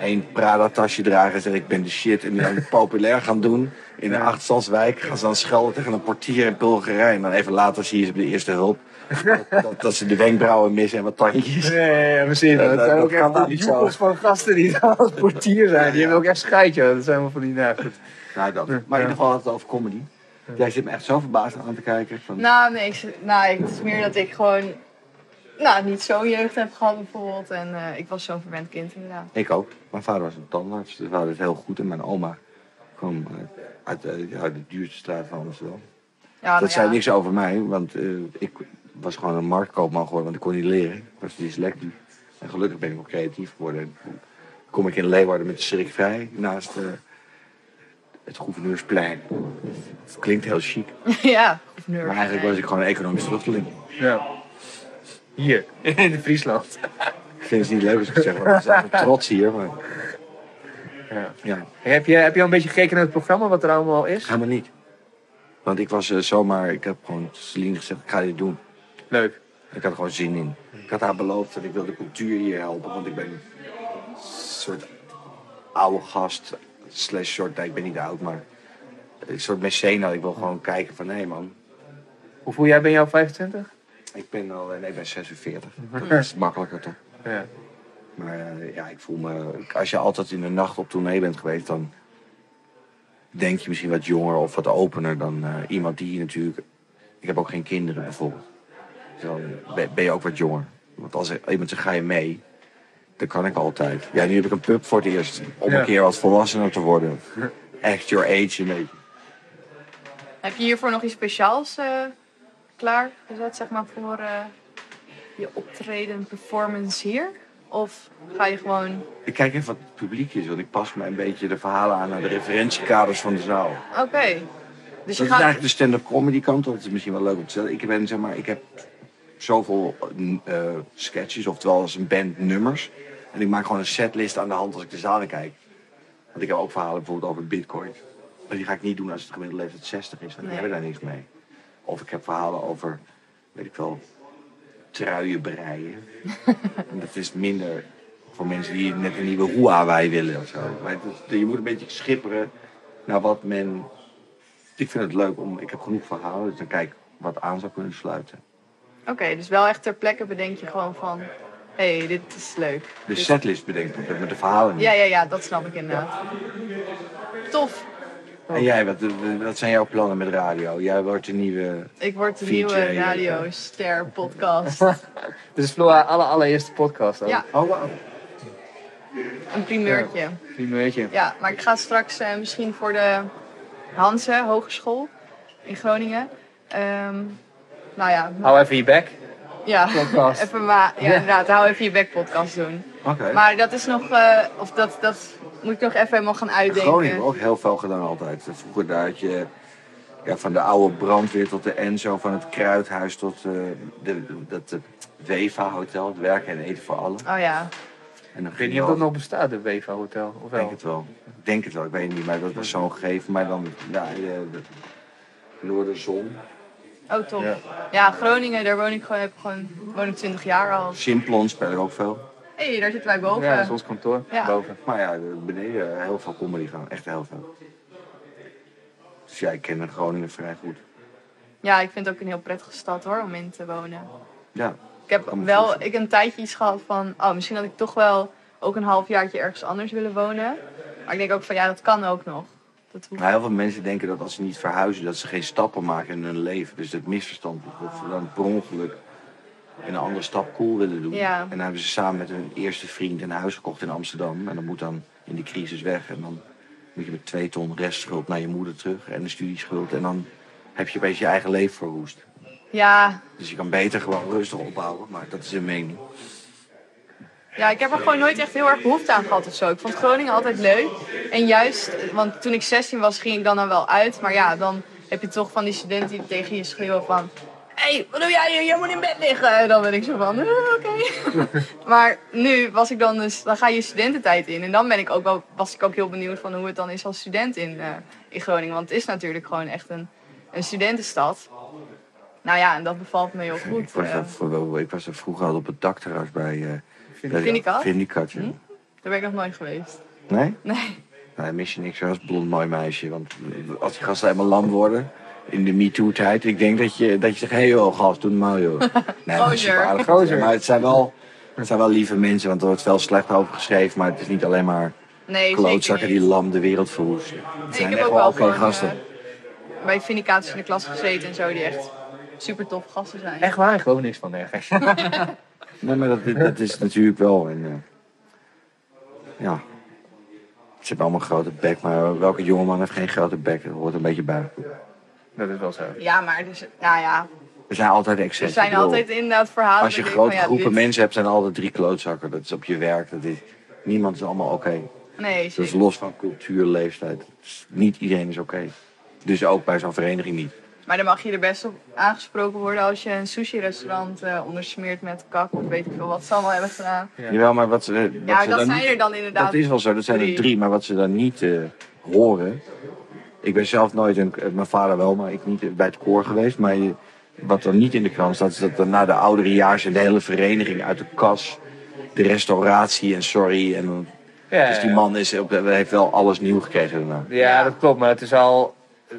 Speaker 7: één Prada-tasje dragen en zeggen ik ben de shit. En die dan populair gaan doen in een achterstandswijk. Gaan ze dan schelden tegen een portier in Bulgarije. En dan even later zie je ze bij de eerste hulp. Dat, dat, dat ze de wenkbrauwen missen en wat tandjes.
Speaker 1: Nee, ja, precies.
Speaker 7: Dat-
Speaker 1: eh, Dat, zijn
Speaker 7: dat
Speaker 1: ook
Speaker 7: kan
Speaker 1: echt
Speaker 7: daar
Speaker 1: die
Speaker 7: niet
Speaker 1: joepels van gasten die daar als portier zijn. Die hebben ook echt scheidje. Dat zijn wel van die nou, goed.
Speaker 7: Nou, dat. Maar in ieder geval had het over comedy. Jij zit me echt zo verbaasd aan te kijken. Van,
Speaker 4: Nou, nee, ik, zit- nou, ik- het is meer dat ik gewoon nou, niet zo'n jeugd heb gehad bijvoorbeeld. En eh, ik was zo'n verwend kind inderdaad.
Speaker 7: Ik ook. Mijn vader was een tandarts, dus we hadden het heel goed. En mijn oma kwam eh, uit eh, ja, de duurste straat van Amsterdam.
Speaker 4: Ja, nou
Speaker 7: dat zei
Speaker 4: ja.
Speaker 7: niks over mij, want eh, ik was gewoon een marktkoopman geworden, want ik kon niet leren. Ik was dyslectisch. En gelukkig ben ik nog creatief geworden. En toen kom ik in Leeuwarden met de schrik vrij, naast eh, het Gouverneursplein. Het klinkt heel chic,
Speaker 4: ja, of nerd.
Speaker 7: maar eigenlijk was ik gewoon een economisch vluchteling.
Speaker 1: Ja. Hier, in Friesland.
Speaker 7: Ik vind het niet leuk als ik het zeg, want we zijn wel trots hier. Maar
Speaker 1: Ja.
Speaker 7: ja,
Speaker 1: Heb je, heb je al een beetje gekeken naar het programma wat er allemaal is?
Speaker 7: helemaal niet. Want ik was eh, zomaar, ik heb gewoon Celine gezegd, ik ga dit doen.
Speaker 1: Leuk.
Speaker 7: Ik had er gewoon zin in. Ik had haar beloofd dat ik wil de cultuur hier helpen, want ik ben een soort oude gast, slash soort, nou, ik ben niet oud, maar een soort mecenas. Ik wil gewoon kijken van, hé man,
Speaker 1: Hoe voel jij ben jij al 25?
Speaker 7: ik ben al, eh, nee, ik ben 46. Dat is makkelijker toch?
Speaker 1: Ja.
Speaker 7: Maar eh, ja, ik voel me, als je altijd in de nacht op tournee bent geweest, dan denk je misschien wat jonger of wat opener dan eh, iemand die natuurlijk, ik heb ook geen kinderen bijvoorbeeld. Dus dan ben- ben je ook wat jonger. Want als er iemand zegt, ga je mee? Dat kan ik altijd. Ja, nu heb ik een pub voor het eerst. Om een keer wat volwassener te worden. Act your age een beetje.
Speaker 4: Heb je hiervoor nog iets speciaals eh klaargezet, zeg maar, voor eh, je optreden, performance hier? Of ga je gewoon...
Speaker 7: Ik kijk even wat het publiek is, want ik pas me een beetje de verhalen aan naar de referentiekaders van de zaal.
Speaker 4: Oké. Dus je
Speaker 7: dat is
Speaker 4: gaat...
Speaker 7: eigenlijk de stand-up comedy kant. Dat is misschien wel leuk om te zeggen. Ik ben zeg maar, ik heb zoveel eh, sketches, oftewel als een band nummers. En ik maak gewoon een setlist aan de hand als ik de zaal in kijk. Want ik heb ook verhalen bijvoorbeeld over bitcoin. Maar die ga ik niet doen als het gemiddelde leeftijd 60 is. Dan
Speaker 4: Nee.
Speaker 7: hebben we daar niks mee. Of ik heb verhalen over, weet ik wel, truien breien. en dat is minder voor mensen die net een nieuwe Huawei willen of zo. Maar het is- je moet een beetje schipperen naar wat men ik vind het leuk om, ik heb genoeg verhalen, dus dan kijk wat aan zou kunnen sluiten.
Speaker 4: Oké, dus wel echt ter plekke bedenk je gewoon van... Hé, hey, dit is leuk.
Speaker 7: De setlist bedenkt ik, met de verhalen. niet.
Speaker 4: Dus- Ja, ja, ja, dat snap ik inderdaad. Tof.
Speaker 7: En jij, wat, wat zijn jouw plannen met radio? Jij wordt de nieuwe.
Speaker 4: Ik word de
Speaker 7: VJ,
Speaker 4: nieuwe
Speaker 7: ja.
Speaker 4: radioster podcast.
Speaker 1: Dit is Floor aller, allereerste podcast ook.
Speaker 4: Ja,
Speaker 7: Oh, wauw.
Speaker 4: een primeurtje.
Speaker 1: Primeurtje.
Speaker 4: Ja, maar ik ga straks eh, misschien voor de Hanse Hogeschool in Groningen. Ehm, nou ja,
Speaker 1: Hou even je bek.
Speaker 4: ja.
Speaker 1: podcast.
Speaker 4: even maar, ja, inderdaad, hou even je bek podcast doen.
Speaker 7: Oké.
Speaker 4: Maar dat is nog, eh, of dat, dat moet ik nog even helemaal gaan
Speaker 7: In Groningen hebben
Speaker 4: uitdenken.
Speaker 7: we ook heel veel gedaan altijd. Vroeger daar had je ja, van de oude brandweer tot de Enzo, van het Kruidhuis tot eh, de, dat eh, Weva Hotel, het werken en eten voor allen.
Speaker 4: Oh ja,
Speaker 7: En dan
Speaker 1: Ik weet niet of dat nog bestaat, het Weva Hotel. Of
Speaker 7: Ik denk
Speaker 1: wel?
Speaker 7: het wel. Ik denk het wel, ik weet het niet, maar dat was zo'n gegeven. Maar dan, ja, eh, de Noorderzon.
Speaker 4: oh tof.
Speaker 1: Ja.
Speaker 4: Ja. Groningen, daar woon ik gewoon, heb ik gewoon, woon ik 20 jaar al.
Speaker 7: Simplon speel ik ook veel.
Speaker 4: Hé, hey, daar zitten wij boven.
Speaker 1: Ja, dat is ons kantoor.
Speaker 4: Ja.
Speaker 1: Boven.
Speaker 7: Maar ja, beneden heel veel comedy gaan. Echt heel veel. Dus jij kent Groningen vrij goed.
Speaker 4: Ja, ik vind het ook een heel prettige stad hoor, om in te wonen.
Speaker 7: Ja.
Speaker 4: Ik heb
Speaker 7: Kan me
Speaker 4: wel
Speaker 7: voorstellen.
Speaker 4: ik heb een tijdje iets gehad van, oh, misschien had ik toch wel ook een halfjaartje ergens anders willen wonen. Maar ik denk ook van, ja, dat kan ook nog. Dat hoeft.
Speaker 1: Nou,
Speaker 7: Maar heel veel mensen denken dat als ze niet verhuizen, dat ze geen stappen maken in hun leven. Dus dat misverstand is dat ze dan per ongeluk in een andere stap cool willen doen.
Speaker 4: Ja.
Speaker 7: En dan hebben ze samen met hun eerste vriend een huis gekocht in Amsterdam. En dat moet dan in die crisis weg. En dan moet je met twee ton restschuld naar je moeder terug en een studieschuld. En dan heb je opeens je eigen leven verwoest.
Speaker 4: Ja,
Speaker 7: Dus je kan beter gewoon rustig opbouwen, maar dat is een mening.
Speaker 4: ja, ik heb er gewoon nooit echt heel erg behoefte aan gehad of zo. Ik vond Groningen altijd leuk. En juist, want toen ik 16 was, ging ik dan dan wel uit. Maar ja, dan heb je toch van die studenten die tegen je schreeuwen van... Hé, hey, wat doe jij hier? Jij moet in bed liggen. En dan ben ik zo van, "Eh, oké. maar nu was ik dan dus, dan ga je studententijd in. En dan ben ik ook wel, was ik ook heel benieuwd van hoe het dan is als student in, eh, in Groningen. Want het is natuurlijk gewoon echt een, een studentenstad. Nou ja, en dat bevalt me heel goed.
Speaker 7: Ik was,
Speaker 4: Eh,
Speaker 7: daar vro- ik was daar vroeger al op het dakterras bij... eh
Speaker 4: Vindicat?
Speaker 7: Vindicat, ja.
Speaker 4: daar ben ik nog nooit geweest.
Speaker 7: Nee?
Speaker 4: Nee.
Speaker 7: Nou, mis je niks als blond mooi meisje. Want als die gasten helemaal lam worden... in de MeToo-tijd... ik denk dat je, dat je zegt... hé hey, joh, gast, doe normaal joh. Nee, maar,
Speaker 4: Gozer.
Speaker 7: het is super aardig.
Speaker 1: Gozer.
Speaker 7: maar het zijn wel... Het zijn wel lieve mensen, want er wordt wel slecht over geschreven, maar het is niet alleen maar
Speaker 4: Nee, zeker
Speaker 7: klootzakken die
Speaker 4: niet.
Speaker 7: lam de wereld verwoesten. Het
Speaker 4: Ik
Speaker 7: zijn
Speaker 4: heb
Speaker 7: echt
Speaker 4: ook
Speaker 7: wel
Speaker 4: wel
Speaker 7: oké
Speaker 4: gewoon
Speaker 7: gasten.
Speaker 4: eh, bij Vindicaties in de klas gezeten en zo, die echt super tof gasten zijn.
Speaker 1: Echt waar, ik geloof niks van nergens. Ja,
Speaker 7: Nee, maar dat, dat is natuurlijk wel. En, eh, ja. Ze hebben allemaal een grote bek, maar welke jongeman heeft geen grote bek? Dat hoort een beetje bij.
Speaker 1: Dat is wel zo.
Speaker 4: Ja, maar dus, nou ja,
Speaker 7: Er zijn altijd
Speaker 4: er
Speaker 7: excessen.
Speaker 4: zijn
Speaker 7: Ik bedoel,
Speaker 4: altijd inderdaad verhalen.
Speaker 7: Als je
Speaker 4: dat ik
Speaker 7: grote
Speaker 4: denk van, ja,
Speaker 7: groepen
Speaker 4: dit-
Speaker 7: mensen hebt, zijn er altijd drie klootzakken. Dat is op je werk, dat is... Niemand is allemaal oké.
Speaker 4: Nee,
Speaker 7: Dus
Speaker 4: zeker.
Speaker 7: los van cultuur, leeftijd. Dus Niet iedereen is oké. Dus ook bij zo'n vereniging niet.
Speaker 4: Maar dan mag je er best op aangesproken worden als je een sushi-restaurant eh, ondersmeert met kak of weet ik veel wat ze allemaal hebben gedaan.
Speaker 1: Ja.
Speaker 7: Jawel, maar wat ze, wat
Speaker 4: Ja,
Speaker 7: ze
Speaker 4: dat
Speaker 7: dan
Speaker 4: zijn
Speaker 7: niet-
Speaker 4: er dan inderdaad.
Speaker 7: Dat is wel zo, dat zijn er
Speaker 4: drie.
Speaker 7: drie, maar wat ze dan niet eh, horen. Ik ben zelf nooit, een, eh, mijn vader wel, maar ik niet eh, bij het koor geweest. Maar je- wat dan niet in de krant staat, is dat dan na de ouderejaars en de hele vereniging uit de kas, de restauratie en sorry. En, dan-
Speaker 1: Ja,
Speaker 7: dus die man is, op de- heeft wel alles nieuw gekregen Nou, daarna.
Speaker 1: Ja, dat klopt, maar het is al.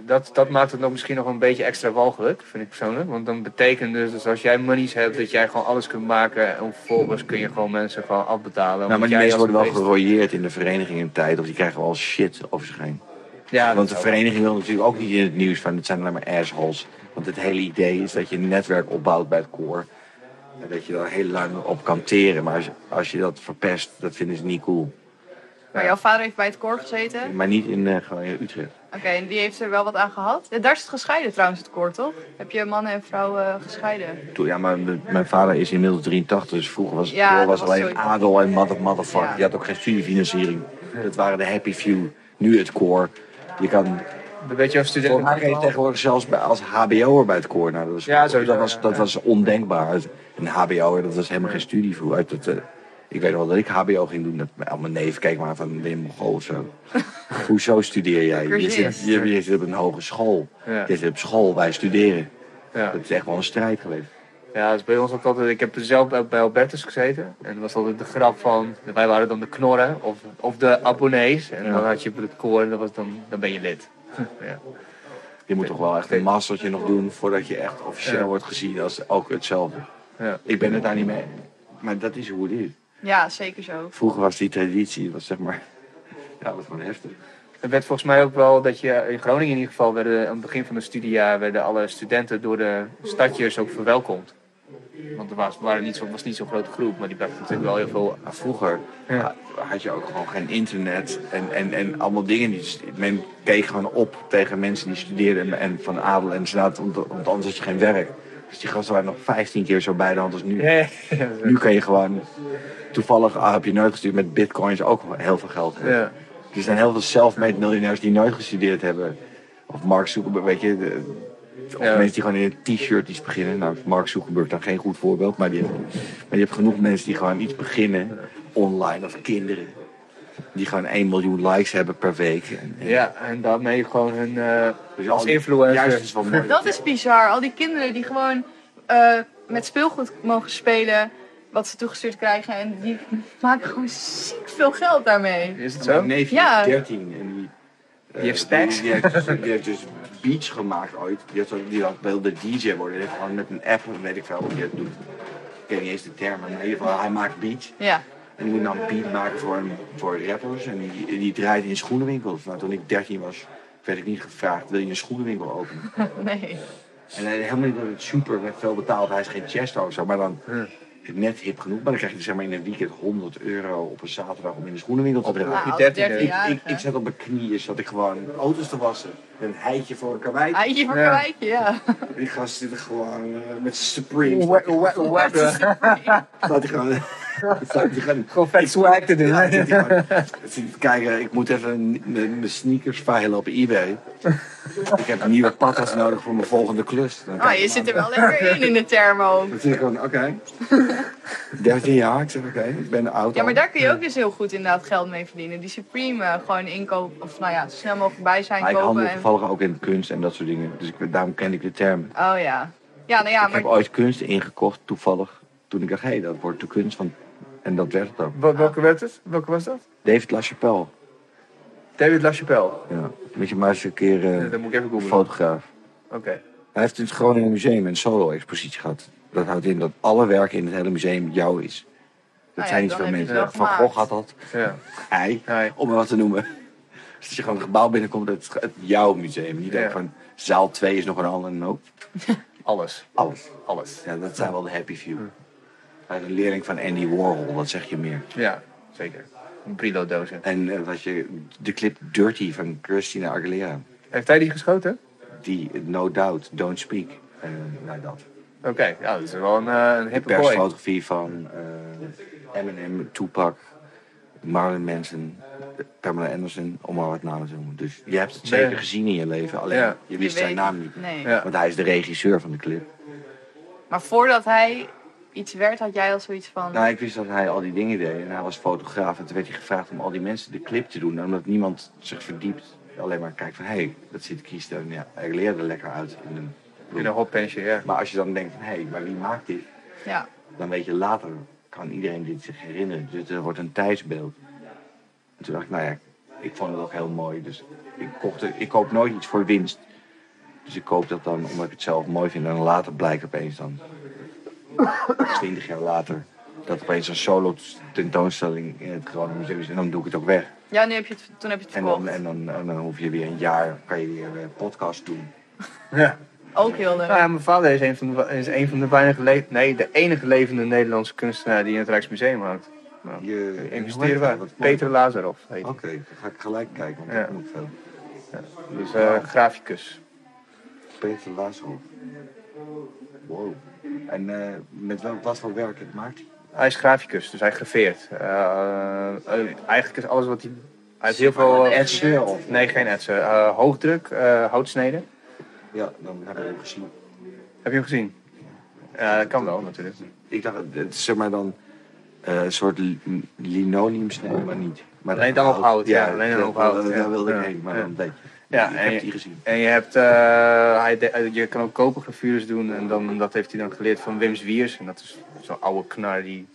Speaker 1: Dat, dat maakt het nog misschien nog een beetje extra walgelijk, vind ik persoonlijk. Want dan betekent dus dat als jij monies hebt, dat jij gewoon alles kunt maken. En vervolgens kun je gewoon mensen gewoon afbetalen.
Speaker 7: Nou, maar die
Speaker 1: omdat jij
Speaker 7: mensen
Speaker 1: als
Speaker 7: worden wel
Speaker 1: een
Speaker 7: gerooieerd in de vereniging in tijd, of die krijgen wel shit over zich heen.
Speaker 1: beest- Ja,
Speaker 7: Want de
Speaker 1: dat-
Speaker 7: vereniging wil natuurlijk ook niet in het nieuws van het zijn alleen maar assholes. Want het hele idee is dat je een netwerk opbouwt bij het koor. En dat je daar heel lang op kan teren. Maar als, als je dat verpest, dat vinden ze niet cool.
Speaker 4: Maar jouw vader heeft bij het koor gezeten.
Speaker 7: Maar niet in, eh, gewoon in Utrecht.
Speaker 4: Oké, en die heeft er wel wat aan gehad. Ja, daar is het gescheiden trouwens, het koor, toch? Heb je mannen en vrouwen eh, gescheiden?
Speaker 7: Toen, ja, maar m- mijn vader is inmiddels 83, dus vroeger was het
Speaker 4: Ja,
Speaker 7: koor
Speaker 4: dat
Speaker 7: was
Speaker 4: was
Speaker 7: alleen
Speaker 4: zoiets.
Speaker 7: adel en mother, motherfucker.
Speaker 4: Ja.
Speaker 7: Je had ook geen studiefinanciering. Dat waren de happy few. Nu het koor. Je kan
Speaker 1: Een beetje als student.
Speaker 7: Volgens mij kun je tegenwoordig zelfs bij, als HBO'er bij het koor. Nou, dat was,
Speaker 1: Ja, sowieso,
Speaker 7: dat was,
Speaker 1: ja,
Speaker 7: dat
Speaker 1: ja.
Speaker 7: was ondenkbaar. Uit- Een HBO'er, dat was helemaal geen studie voor. Uit het, eh, ik weet nog wel dat ik HBO ging doen. Dat mijn, al mijn neef keek maar van, ben je Mongool of zo? Hoezo studeer jij? Je
Speaker 4: Precies.
Speaker 7: zit, je, je zit op een hogeschool.
Speaker 1: Ja.
Speaker 7: Je zit op school, wij studeren.
Speaker 1: Ja.
Speaker 7: Dat is echt wel een strijd geweest.
Speaker 1: Ja, dus bij ons ook altijd. Ik heb zelf ook bij Albertus gezeten. En dat was altijd de grap van. Wij waren dan de knorren of, of de abonnees. En dan had je het koor en dat was dan, dan ben je lid. ja.
Speaker 7: Je moet toch wel echt een mastertje nog doen voordat je echt officieel
Speaker 1: Ja.
Speaker 7: wordt gezien als ook hetzelfde.
Speaker 1: Ja.
Speaker 7: Ik ben het daar niet mee. Maar dat is hoe het is.
Speaker 4: Ja, zeker zo.
Speaker 7: Vroeger was die traditie, dat was zeg maar... Ja, dat was gewoon heftig.
Speaker 1: Er werd volgens mij ook wel dat je in Groningen in ieder geval. Werden, aan het begin van het studiejaar werden alle studenten door de stadjers ook verwelkomd. Want er was, waren niet zo, was niet zo'n grote groep, maar die brachten natuurlijk wel heel veel.
Speaker 7: Maar vroeger
Speaker 1: Ja.
Speaker 7: ha- had je ook gewoon geen internet en, en, en allemaal dingen. Die, st- men keek gewoon op tegen mensen die studeerden en, en van adel en staat, want want anders had je geen werk. Dus die gasten waren nog 15 keer zo bij de hand als nu. Nu kan je gewoon, toevallig ah, heb je nooit gestudeerd met bitcoins ook heel veel geld. hebben.
Speaker 1: Ja.
Speaker 7: Er zijn heel veel self-made miljonairs die nooit gestudeerd hebben. Of Mark Zuckerberg, weet je. de- of
Speaker 1: Ja.
Speaker 7: mensen die gewoon in een t-shirt iets beginnen. Nou, Mark Zuckerberg dan geen goed voorbeeld. Maar, die, maar je hebt genoeg mensen die gewoon iets beginnen. Online of kinderen. Die gewoon 1 miljoen likes hebben per week. En, en-
Speaker 1: ja, en daarmee gewoon hun. eh,
Speaker 7: dus
Speaker 1: als
Speaker 7: al die-
Speaker 1: influencer.
Speaker 7: Juist is wel mooi.
Speaker 4: Dat is bizar. Al die kinderen die gewoon eh, met speelgoed mogen spelen, wat ze toegestuurd krijgen. En die maken gewoon ziek veel geld daarmee.
Speaker 1: is het zo?
Speaker 7: Mijn neefje
Speaker 4: Ja.
Speaker 7: is 13 en die... eh,
Speaker 1: heeft stacks?
Speaker 7: Die, die heeft, die heeft dus beats gemaakt ooit. Die, heeft, ook- die had- wilde DJ worden. Die heeft gewoon met een app, weet ik veel hoe je dat doet. Ik ken niet eens de termen, maar in ieder geval, hij maakt beats.
Speaker 4: Ja.
Speaker 7: En die moet dan beat maken voor, een- voor rappers. En die, die draait in schoenenwinkels. Nou, toen ik 13 was, werd ik niet gevraagd: wil je een schoenenwinkel openen?
Speaker 4: Nee.
Speaker 7: En hij- helemaal niet dat het super veel betaald. Hij is geen chesto of zo, maar dan
Speaker 1: Hmm.
Speaker 7: net hip genoeg. Maar dan krijg je dus zeg maar in een weekend 100 euro op een zaterdag om in de schoenenwinkel te draaien.
Speaker 4: Nou, als
Speaker 1: 13e.
Speaker 4: 13
Speaker 7: Ik, ik,
Speaker 4: jarige
Speaker 7: ik zat op mijn knieën, zat ik gewoon auto's te wassen. Een heitje voor een karwei.
Speaker 4: Eitje voor
Speaker 1: Ja.
Speaker 4: kwijtje, ja.
Speaker 7: Die gast zit er gewoon eh, met zijn Supreme. Staat hij gewoon... Staat hij gewoon...
Speaker 1: Gewoon vet swag te doen.
Speaker 7: Ja, zit hij gewoon- zit te kijken, ik moet even m- mijn sneakers veilen op eBay. Ik heb nieuwe patas nodig voor mijn volgende klus. Dan
Speaker 4: Ah,
Speaker 7: kijk
Speaker 4: je
Speaker 7: ik
Speaker 4: zit er
Speaker 7: maar.
Speaker 4: wel lekker in in de thermo.
Speaker 7: Dan zit ik gewoon, oké. 13 jaar, ik zeg oké, ik ben oud.
Speaker 4: Ja, maar
Speaker 7: al.
Speaker 4: daar kun je ook dus heel goed inderdaad geld mee verdienen. Die Supreme eh, gewoon inkopen, of nou ja, zo snel mogelijk bij zijn
Speaker 7: Maar ik handel
Speaker 4: kopen. En...
Speaker 7: toevallig ook in kunst en dat soort dingen. Dus ik, daarom ken ik de term.
Speaker 4: Oh ja. Ja, nou ja,
Speaker 7: ik heb
Speaker 4: maar
Speaker 7: ooit kunst ingekocht, toevallig. Toen ik dacht, hé, dat wordt de kunst van... En dat werd het ook.
Speaker 1: Wel- welke, werd het? welke was dat?
Speaker 7: David LaChapelle.
Speaker 1: David LaChapelle.
Speaker 7: Ja. Moet je maar eens een keer... eh,
Speaker 1: Dat moet ik even
Speaker 7: een
Speaker 1: googlen.
Speaker 7: fotograaf.
Speaker 1: Oké.
Speaker 7: Hij heeft in het Groningen Museum een solo-expositie gehad. Dat houdt in dat alle werken in het hele museum jou is. Dat
Speaker 4: Nou ja,
Speaker 7: zijn niet
Speaker 4: dan
Speaker 7: veel
Speaker 4: heb je
Speaker 7: mensen.
Speaker 4: het wel
Speaker 7: Van
Speaker 4: gemaakt.
Speaker 7: Gogh had dat.
Speaker 1: Ja.
Speaker 7: Hij,
Speaker 1: Hij.
Speaker 7: om maar wat te noemen. Dus als je gewoon een gebouw binnenkomt, dat is het jouw museum. Niet
Speaker 1: Ja.
Speaker 7: ook van zaal 2 is nog een ander en ook
Speaker 1: Alles.
Speaker 7: alles.
Speaker 1: Alles.
Speaker 7: Ja, dat zijn wel de happy few. Hij is een leerling van Andy Warhol, wat zeg je meer?
Speaker 1: Ja, zeker. Een Brillo-dozen.
Speaker 7: En eh, dat je de clip Dirty van Christina Aguilera.
Speaker 1: Heeft hij die geschoten?
Speaker 7: Die eh, No Doubt, Don't Speak. En nou, dat.
Speaker 1: Oké, ja, dat is wel een, eh, een
Speaker 7: De
Speaker 1: hippe boy.
Speaker 7: persfotografie van eh, Eminem, Tupac, Marlon Manson, eh, Pamela Anderson, om maar wat namen te noemen. Dus je hebt het zeker
Speaker 1: Ja.
Speaker 7: gezien in je leven, alleen
Speaker 1: Ja.
Speaker 7: je
Speaker 4: je
Speaker 7: wist zijn
Speaker 4: weet-
Speaker 7: naam niet.
Speaker 4: Nee.
Speaker 1: Ja.
Speaker 7: Want hij is de regisseur van de clip.
Speaker 4: Maar voordat hij iets werd, had jij al zoiets van...
Speaker 7: Nou, ik wist dat hij al die dingen deed en hij was fotograaf. En toen werd hij gevraagd om al die mensen de clip te doen, omdat niemand zich verdiept. Alleen maar kijkt van, hé, hey, dat zit Kies en ja, hij leerde er lekker uit. In een
Speaker 1: In een hotpensje, ja.
Speaker 7: Maar als je dan denkt van, hé, hey, maar wie maakt dit?
Speaker 4: Ja.
Speaker 7: dan weet je later kan iedereen dit zich herinneren. Dus er wordt een tijdsbeeld. En toen dacht ik, nou ja, ik vond het ook heel mooi. Dus ik, kocht het- ik koop nooit iets voor winst. Dus ik koop dat dan omdat ik het zelf mooi vind. En dan later blijkt opeens dan, 20 jaar later, dat opeens een solo tentoonstelling in het Groningen Museum is. En dan doe ik het ook weg.
Speaker 4: Ja, nu heb je het, toen heb je het
Speaker 7: En
Speaker 4: verkocht.
Speaker 7: eh, dan, en dan, en dan hoef je weer een jaar, kan je weer een podcast doen.
Speaker 1: Ja.
Speaker 4: Ook heel leuk.
Speaker 1: Nou ja, mijn vader is een van de, is een van de weinige le- nee, de enige levende Nederlandse kunstenaar die in het Rijksmuseum hangt. Nou, eh,
Speaker 7: Je
Speaker 1: Investeren
Speaker 7: Wat
Speaker 1: we.
Speaker 7: mooi.
Speaker 1: Peter Lazarov heet
Speaker 7: Oké,
Speaker 1: hij.
Speaker 7: dan ga ik gelijk kijken, want
Speaker 1: Ja.
Speaker 7: dat moet veel.
Speaker 1: Dus eh, graficus.
Speaker 7: Peter Laashoff. Wow. En eh, met wel, wat voor werk het maakt? hij?
Speaker 1: Hij is graficus, dus hij graveert. Eh, eh, eigenlijk is alles wat hij... Hij heeft heel veel... eh,
Speaker 7: Etsen of?
Speaker 1: Nee, geen etsen. Eh, hoogdruk, eh, houtsneden.
Speaker 7: Ja, dan heb ik hem gezien.
Speaker 1: Heb je hem gezien? Ja, dat kan wel natuurlijk.
Speaker 7: Ik dacht, het is zeg maar dan eh, een soort li- linoleum snijden, maar niet. Maar
Speaker 1: Alleen dan op hout, ja, alleen dan
Speaker 7: dat-
Speaker 1: op hout,
Speaker 7: Daar,
Speaker 1: ja.
Speaker 7: wilde ik
Speaker 1: Ja.
Speaker 7: heen, maar
Speaker 1: Ja.
Speaker 7: dan weet je.
Speaker 1: Ja,
Speaker 7: ik
Speaker 1: en
Speaker 7: heb
Speaker 1: je-
Speaker 7: die gezien.
Speaker 1: En je, hebt, eh, hij de- eh, je kan ook kopergravures doen en dan, dat heeft hij dan geleerd van Wim Zwiers. En dat is zo'n oude knar die,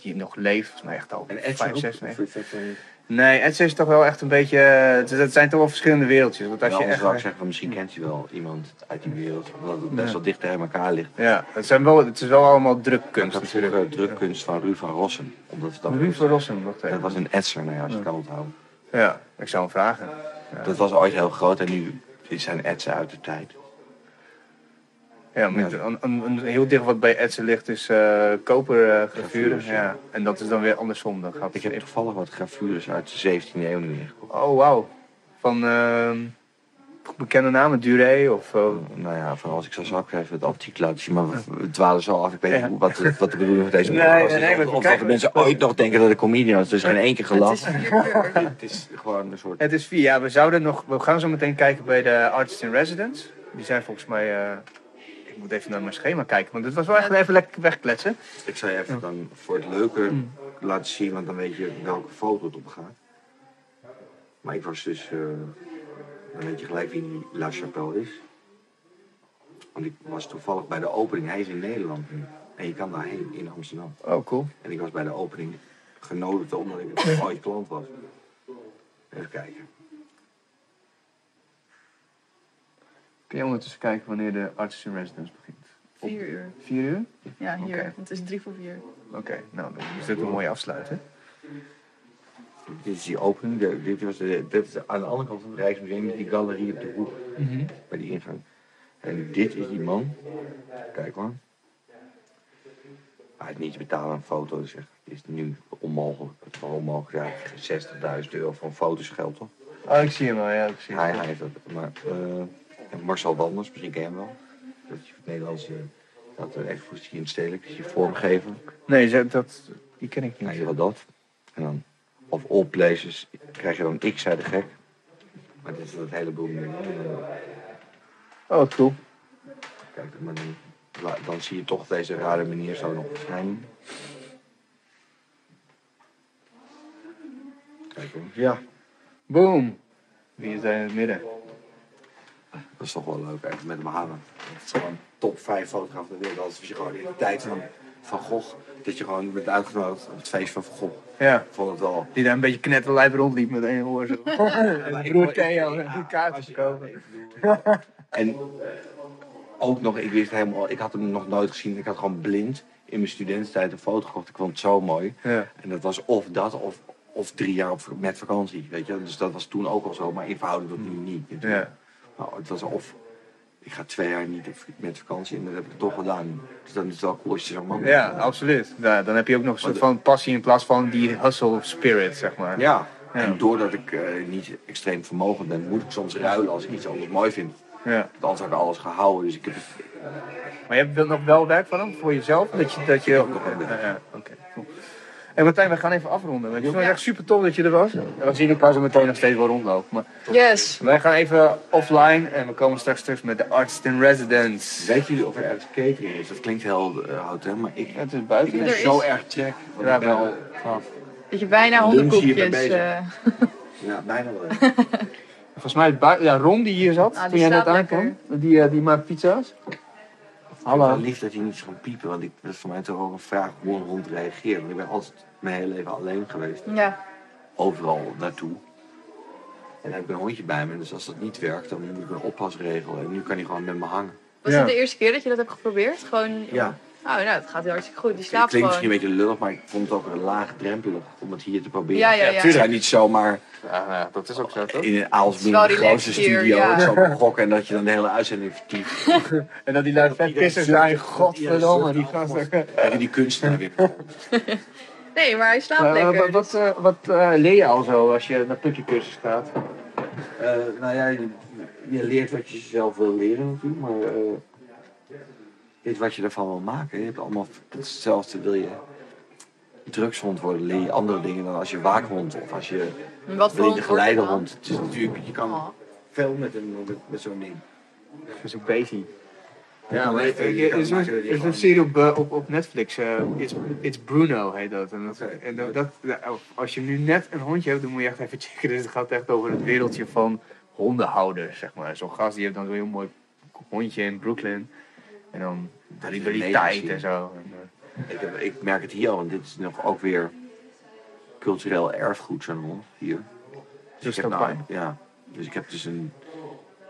Speaker 1: die nog leeft, volgens mij echt al
Speaker 7: En etsen
Speaker 1: 5,
Speaker 7: ook?
Speaker 1: 6,
Speaker 7: Of is dat, eh,
Speaker 1: Nee, etsen is toch wel echt een beetje, eh, het, is- het zijn toch wel verschillende wereldjes. Want als
Speaker 7: Als
Speaker 1: je
Speaker 7: je zou ik
Speaker 1: echt,
Speaker 7: zeggen, van, misschien kent je wel iemand uit die wereld, omdat het best wel dicht tegen elkaar ligt.
Speaker 1: ja, het, zijn wel, het is wel allemaal
Speaker 7: Ik
Speaker 1: drukkunst
Speaker 7: had vroeger
Speaker 1: natuurlijk.
Speaker 7: drukkunst van Ruud van Rossum. Omdat het dan
Speaker 1: Ruud van Rossum, wacht
Speaker 7: Dat
Speaker 1: even.
Speaker 7: was een etser, nou ja, als je het kan onthouden.
Speaker 1: Ja, ik zou hem vragen.
Speaker 7: Dat was ooit heel groot en nu zijn etsen uit de tijd.
Speaker 1: Ja, maar
Speaker 7: Ja.
Speaker 1: Een, een, een- heel dicht wat bij etsen ligt is eh kopergravures.
Speaker 7: Gravures, ja.
Speaker 1: ja. En dat is dan weer andersom. Dan gaat
Speaker 7: Ik heb toevallig wat gravures uit de 17e eeuw nu ingekocht.
Speaker 1: Oh, wauw. Van ehm, bekende namen, Duré of... eh,
Speaker 7: Nou ja, vooral als ik zo zou even het antiek laten zien, maar we- we dwalen zo af. Ik weet niet hoe- wat, de- wat de bedoeling van deze
Speaker 1: Nee,
Speaker 7: podcast
Speaker 1: nee,
Speaker 7: is.
Speaker 1: nee, maar
Speaker 7: of of dat
Speaker 1: kijk,
Speaker 7: de mensen ooit nog denken dat ik comedian is. Er is geen één keer gelachen. Het is gewoon een soort...
Speaker 1: Het is vier. Ja, we zouden nog... We gaan zo meteen kijken bij de Artist in Residence. Die zijn volgens mij... eh, ik moet even naar mijn schema kijken, want het was wel echt even lekker wegkletsen.
Speaker 7: Ik zou je even dan voor het leuke laten zien, want dan weet je welke foto het op gaat. Maar ik was dus, eh, dan weet je gelijk wie die La Chapelle is. Want ik was toevallig bij de opening, hij is in Nederland nu. En je kan daarheen in Amsterdam.
Speaker 1: Oh, cool.
Speaker 7: En ik was bij de opening genodigd omdat ik ooit klant was. Even kijken.
Speaker 1: Kun je ondertussen kijken wanneer de Artist in Residence begint?
Speaker 4: Vier uur.
Speaker 1: Vier uur?
Speaker 4: Ja, hier.
Speaker 1: Oké.
Speaker 4: Het is drie voor vier.
Speaker 1: Oké, nou, dan is dit een mooie afsluiter.
Speaker 7: Dit is die opening, de- dit, was de, dit is aan de andere kant van het Rijksmuseum, die galerie op de hoek, bij die ingang. En dit is die man. Kijk maar. Hij heeft niet te betalen aan foto's, zeg. Het is nu onmogelijk. Het is wel onmogelijk. Hij heeft 60.000 euro voor een fotosgeld, toch?
Speaker 1: Oh, ik zie hem al, ja, ik zie hem.
Speaker 7: Hij, hij heeft dat. Maar, eh, en Marcel Wanders, misschien ken je hem wel. Dat is een Nederlandse, dat een expositie in het stedelijk, dat is die vormgever.
Speaker 1: Nee, ze- dat, die ken ik
Speaker 7: Nou,
Speaker 1: niet.
Speaker 7: je wil dat. En dan, of all places, krijg je dan ik zei de gek. Maar dit is dat hele boel nu.
Speaker 1: Oh, cool.
Speaker 7: Kijk, maar dan, la- dan zie je toch deze rare manier zo nog verschijnen. Kijk hoor. Ja,
Speaker 1: Boom. Wie is daar in het midden?
Speaker 7: dat is toch wel leuk eigenlijk met Mahama. Het is gewoon top 5 fotograaf ter wereld. Als je gewoon in de tijd van Van Gogh, dat je gewoon bent uitgenodigd op het feest van Van Gogh.
Speaker 1: Ja.
Speaker 7: Ik vond het wel...
Speaker 1: Die daar een beetje knetterlijf rondliep met één oor zo. Broer Theo, een kaart verkopen.
Speaker 7: En ook nog, ik wist helemaal, ik had hem nog nooit gezien. Ik had gewoon blind in mijn studententijd een foto gekocht. Ik vond het zo mooi.
Speaker 1: Ja.
Speaker 7: En dat was of dat, of, of drie jaar op, met vakantie. Weet je? Dus dat was toen ook al zo, maar in verhouding tot nu niet. natuurlijk.
Speaker 1: Hmm. Ja.
Speaker 7: Nou, het was of, ik ga twee jaar niet op- met vakantie en dat heb ik toch gedaan. Dus dan is het wel cool als je zo'n moment
Speaker 1: Ja,
Speaker 7: hebt.
Speaker 1: absoluut. Ja, dan heb je ook nog een soort van passie in plaats van die hustle spirit, zeg maar.
Speaker 7: Ja,
Speaker 1: Ja.
Speaker 7: en doordat ik eh, niet extreem vermogend ben, moet ik soms ruilen als ik iets anders mooi vind.
Speaker 1: Ja.
Speaker 7: Want anders had ik alles gehouden, dus ik heb het
Speaker 1: Maar je hebt wel nog wel werk van hem voor jezelf? Dat je, dat je... Ja, ja, oké. cool. En Martijn, we gaan even afronden. want Ik vond het echt super tof dat je er was. En we zien elkaar zo meteen nog steeds wel rondlopen. Maar
Speaker 4: Yes.
Speaker 1: wij gaan even offline en we komen straks terug met de Artist in Residence.
Speaker 7: Weet jullie of er ergens catering is? Dat klinkt heel eh, oud, hè? Maar ik,
Speaker 1: Het is
Speaker 7: ik
Speaker 1: buiten.
Speaker 7: ben
Speaker 4: Er is-
Speaker 7: zo erg check. want
Speaker 1: Ja,
Speaker 7: ik ben
Speaker 1: wel.
Speaker 7: al vanaf-
Speaker 4: Dat je bijna
Speaker 7: Lunch hier ben
Speaker 4: hondenkoekjes...
Speaker 7: bezig.
Speaker 4: eh
Speaker 7: Ja, bijna wel.
Speaker 1: Volgens mij is buiten. Ja, Ron die hier zat
Speaker 4: Ah, die
Speaker 1: toen jij net
Speaker 4: slaapt
Speaker 1: aankwam. Die, eh, die maakt pizza's.
Speaker 7: Hallo.
Speaker 1: Hallo.
Speaker 7: lief dat hij niet is gaan piepen, want ik, dat is voor mij toch ook een vraag hoe een hond reageert. Want ik ben altijd mijn hele leven alleen geweest,
Speaker 4: ja.
Speaker 7: overal naartoe. En dan heb ik een hondje bij me, dus als dat niet werkt, dan moet ik een oppas regelen. En nu kan hij gewoon met me hangen.
Speaker 4: Was
Speaker 1: Ja.
Speaker 4: het de eerste keer dat je dat hebt geprobeerd? Gewoon...
Speaker 7: Ja,
Speaker 4: Oh, nou, het gaat heel hartstikke goed. Die
Speaker 7: Het
Speaker 4: slaapt
Speaker 7: klinkt
Speaker 4: gewoon.
Speaker 7: misschien een beetje lullig, maar ik vond het ook laagdrempelig om het hier te proberen.
Speaker 4: Ja, ja, ja.
Speaker 7: Het zijn niet zomaar Oh,
Speaker 1: Ja, nou, dat is ook zo, toch?
Speaker 7: in een Aalsmeer,
Speaker 4: Het
Speaker 7: een
Speaker 4: is wel
Speaker 7: grootste
Speaker 4: relaxed hier,
Speaker 7: studio.
Speaker 4: ja.
Speaker 7: Het is ook gokken en dat je dan de hele uitzending vertieft.
Speaker 1: En dat die lui vet pissen zijn, godverdomme, die gasten.
Speaker 7: En die kunstenaar weer.
Speaker 4: Nee, maar hij slaapt
Speaker 1: Maar, eh,
Speaker 4: lekker. dus-
Speaker 1: wat wat, eh, wat eh, leer je al zo als je naar putjecursus gaat?
Speaker 7: Eh, nou ja, je, je leert wat je zelf wil leren natuurlijk, maar eh, je weet wat je ervan wil maken. Je hebt allemaal hetzelfde, wil je drugshond worden, leer je andere dingen dan als je waakhond of als je
Speaker 4: Wat
Speaker 7: wil je de
Speaker 4: hond wordt het dan?
Speaker 7: geleidehond. Het is natuurlijk, je kan
Speaker 4: Oh.
Speaker 7: veel met, een- met, met zo'n ding.
Speaker 1: Zo'n beetje.
Speaker 7: Ja, maar
Speaker 1: Er is een- er is een serie op, eh, op, op Netflix, eh, It's, It's Bruno heet dat. En, dat,
Speaker 7: Oké.
Speaker 1: en dat, dat- nou, als je nu net een hondje hebt, dan moet je echt even checken. Dus het gaat echt over het wereldje van hondenhouders, zeg maar. Zo'n gast die heeft dan zo'n heel mooi hondje in Brooklyn. En dan de
Speaker 7: is
Speaker 1: rivaliteit
Speaker 7: mega
Speaker 1: en zo. En, eh,
Speaker 7: Ik, heb- ik merk het hier al, want dit is nog ook weer cultureel erfgoed, zo'n hond hier.
Speaker 1: Zo'n
Speaker 7: Dus ik heb
Speaker 1: stabai.
Speaker 7: nou- ja, dus ik heb dus een,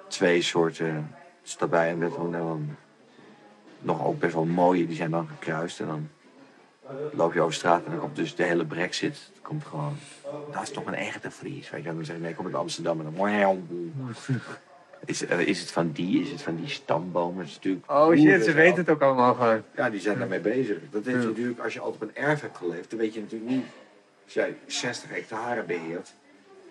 Speaker 7: twee soorten stabai en wet en dan nog ook best wel mooie, die zijn dan gekruist en dan loop je over straat en dan komt dus de hele brexit. Het komt gewoon, dat is toch een echte Fries, weet je. En dan zeg je, nee, ik kom uit Amsterdam en dan mooi is, eh, is het van die, is het van die stamboom? Het is natuurlijk
Speaker 1: Oh shit,
Speaker 7: oeren,
Speaker 1: ze
Speaker 7: zo.
Speaker 1: weten het ook allemaal gewoon.
Speaker 7: Ja, die zijn daarmee bezig. Dat is natuurlijk, als je altijd op een erf hebt geleefd, dan weet je natuurlijk niet. Als jij 60 hectare beheert,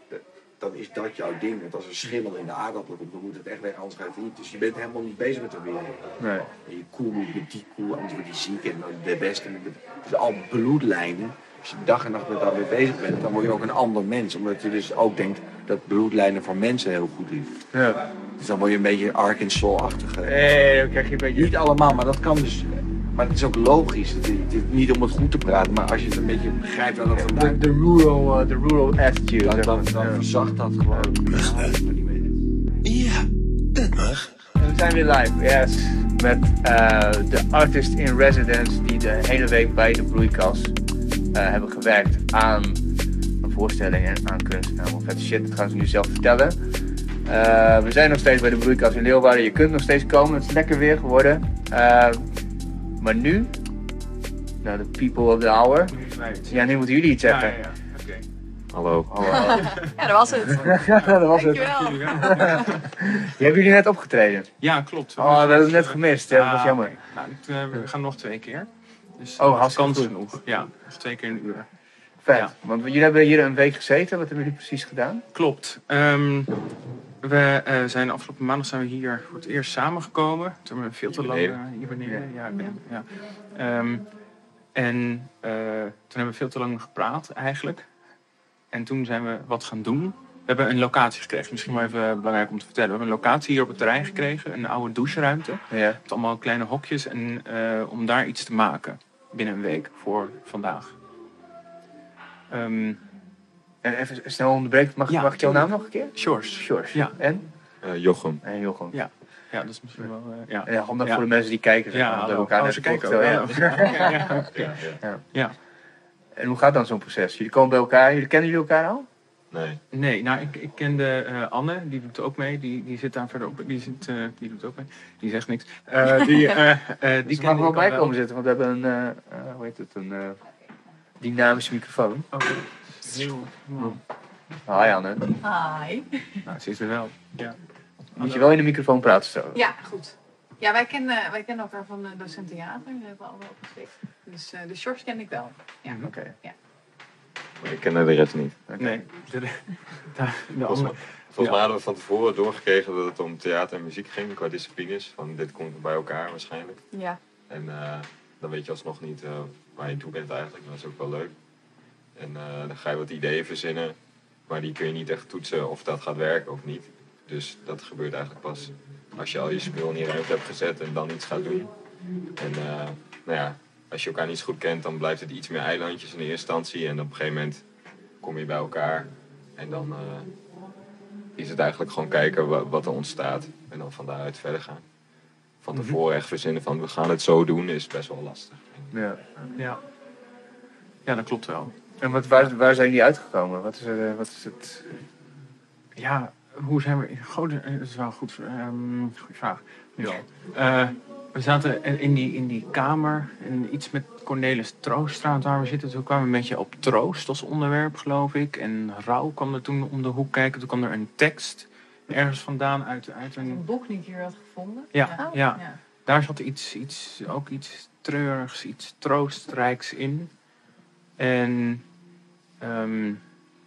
Speaker 7: d- dan is dat jouw ding. Want als er schimmel in de aardappel komt, dan moet het echt weg, anders gaat het niet. Dus je bent helemaal niet bezig met de wereld.
Speaker 1: Nee.
Speaker 7: En je koe moet met die koe, anders wordt die ziek en dan de beste. moet met- Dus al bloedlijnen. Als je dag en nacht met daarmee bezig bent, dan word je ook een ander mens. Omdat je dus ook denkt dat bloedlijnen voor mensen heel goed is.
Speaker 1: Ja.
Speaker 7: Dus dan word je een beetje Arkansas-achtige.
Speaker 1: Eh, dan krijg je een beetje...
Speaker 7: Niet allemaal, maar dat kan dus. Maar het is ook logisch. Het is, het is niet om het goed te praten, maar als je het een beetje begrijpt waar dat vandaan
Speaker 1: De, de rural, eh, de rural attitude.
Speaker 7: komt,
Speaker 1: zeg
Speaker 7: dan,
Speaker 1: maar.
Speaker 7: dan
Speaker 1: Ja.
Speaker 7: verzacht dat gewoon.
Speaker 2: Ja, dat mag.
Speaker 1: We zijn weer live, yes. Met eh, de artist in residence die de hele week bij de Bloeikas eh, hebben gewerkt aan een voorstelling en aan kunst. Nou, wat vette shit, dat gaan ze nu zelf vertellen. Eh, we zijn nog steeds bij de Bloeikas in Leeuwarden. Je kunt nog steeds komen, het is lekker weer geworden. Eh, maar nu, nou de people of the hour. Ja, nu moeten jullie iets zeggen.
Speaker 7: Hallo.
Speaker 1: Oh, oh.
Speaker 4: Ja, dat was het.
Speaker 1: dat was het.
Speaker 4: Dankjewel.
Speaker 1: Hebben jullie net opgetreden?
Speaker 8: Ja, klopt.
Speaker 1: Oh, we hebben het net gemist, hè, dat was
Speaker 8: Ah,
Speaker 1: jammer.
Speaker 8: oké. Nou, dit, eh, we gaan nog twee keer. Dus,
Speaker 1: Oh, hartstikke
Speaker 8: kans
Speaker 1: goed.
Speaker 8: genoeg. Ja, nog twee keer een uur.
Speaker 1: Vet,
Speaker 8: Ja.
Speaker 1: want jullie hebben hier een week gezeten. Wat hebben jullie precies gedaan?
Speaker 8: Klopt. Ehm, we eh, zijn afgelopen maandag zijn we hier voor het eerst samengekomen. Toen hebben we veel te lang eh, hier beneden. Ja, ik ben- ja. Ehm, en eh, toen hebben we veel te lang gepraat eigenlijk. En toen zijn we wat gaan doen. We hebben een locatie gekregen. Misschien maar even belangrijk om te vertellen. We hebben een locatie hier op het terrein gekregen. Een oude doucheruimte.
Speaker 1: Ja.
Speaker 8: Met allemaal kleine hokjes. En eh, om daar iets te maken binnen een week voor vandaag. Ehm
Speaker 1: En even snel onderbreken. Mag,
Speaker 8: Ja,
Speaker 1: mag ik jouw naam nog een keer?
Speaker 8: Shores.
Speaker 1: George.
Speaker 8: Ja.
Speaker 1: En?
Speaker 9: Eh, Jochem.
Speaker 1: En Jochem.
Speaker 8: Ja. Ja, dat is misschien wel... eh, ja.
Speaker 1: En ja, handig
Speaker 8: Ja.
Speaker 1: voor de mensen die kijken. zeg maar, dat we
Speaker 8: hallo.
Speaker 1: elkaar
Speaker 8: Oh,
Speaker 1: net
Speaker 8: ze kijken ook.
Speaker 1: volgen,
Speaker 8: Ja,
Speaker 1: zo, ja.
Speaker 8: ja, ja.
Speaker 1: En hoe gaat dan zo'n proces? Jullie komen bij elkaar. Jullie kennen jullie elkaar al?
Speaker 9: Nee.
Speaker 8: Nee, nou, ik, ik kende eh, Anne, die doet ook mee. Die, die zit daar verderop. Die, zit, eh, die doet ook mee. Die zegt niks. Eh, die eh, eh, die
Speaker 1: Die
Speaker 8: kende
Speaker 1: mag er Dus wel
Speaker 8: ik al
Speaker 1: bij komen zitten, want we hebben een, eh, eh, hoe heet het, een eh, dynamische microfoon. Ah,
Speaker 8: Oké. Zo.
Speaker 1: Hi Anne.
Speaker 4: Hi.
Speaker 8: Nou, ze is er wel. Ja.
Speaker 1: Moet je wel in de microfoon praten zo?
Speaker 4: Ja, goed. Ja, wij kennen, wij kennen elkaar van de docenten theater. We hebben allemaal opgeschreven. Dus eh, de shorts ken ik wel. Ja.
Speaker 1: Oké. Oh,
Speaker 9: Ik ken de rest niet.
Speaker 8: Nee. De, de, de
Speaker 9: Volgens
Speaker 8: andere.
Speaker 9: mij, volgens mij hadden we van tevoren doorgekregen dat het om theater en muziek ging qua disciplines. Van dit komt bij elkaar waarschijnlijk.
Speaker 4: Ja.
Speaker 9: En eh, dan weet je alsnog niet eh, waar je toe bent eigenlijk. Dat is ook wel leuk. En eh, dan ga je wat ideeën verzinnen. Maar die kun je niet echt toetsen of dat gaat werken of niet. Dus dat gebeurt eigenlijk pas als je al je spul in je ruimte hebt gezet en dan iets gaat doen. En eh, nou ja, als je elkaar niet zo goed kent, dan blijft het iets meer eilandjes in eerste instantie. En op een gegeven moment kom je bij elkaar. En dan eh, is het eigenlijk gewoon kijken wa- wat er ontstaat. En dan van daaruit verder gaan. Van
Speaker 8: Mhm.
Speaker 9: tevoren echt verzinnen van we gaan het zo doen is best wel lastig.
Speaker 1: Ja.
Speaker 8: Ja. ja, dat klopt wel.
Speaker 1: En wat, waar, waar zijn jullie uitgekomen? Wat is, het, eh, wat is het?
Speaker 8: Ja, hoe zijn we... Goh, dat is wel een goed, ehm goede vraag. Nu al. Eh, We zaten in- in die, in die kamer en iets met Cornelis Trooststraat waar we zitten. Toen kwamen we een beetje op troost als onderwerp, geloof ik. En rouw kwam er toen om de hoek kijken. Toen kwam er een tekst ergens vandaan uit, uit een...
Speaker 10: Een boek die ik hier had gevonden.
Speaker 8: Ja,
Speaker 10: Oh,
Speaker 8: ja. Daar zat iets, iets, ook iets treurigs, iets troostrijks in. En ehm,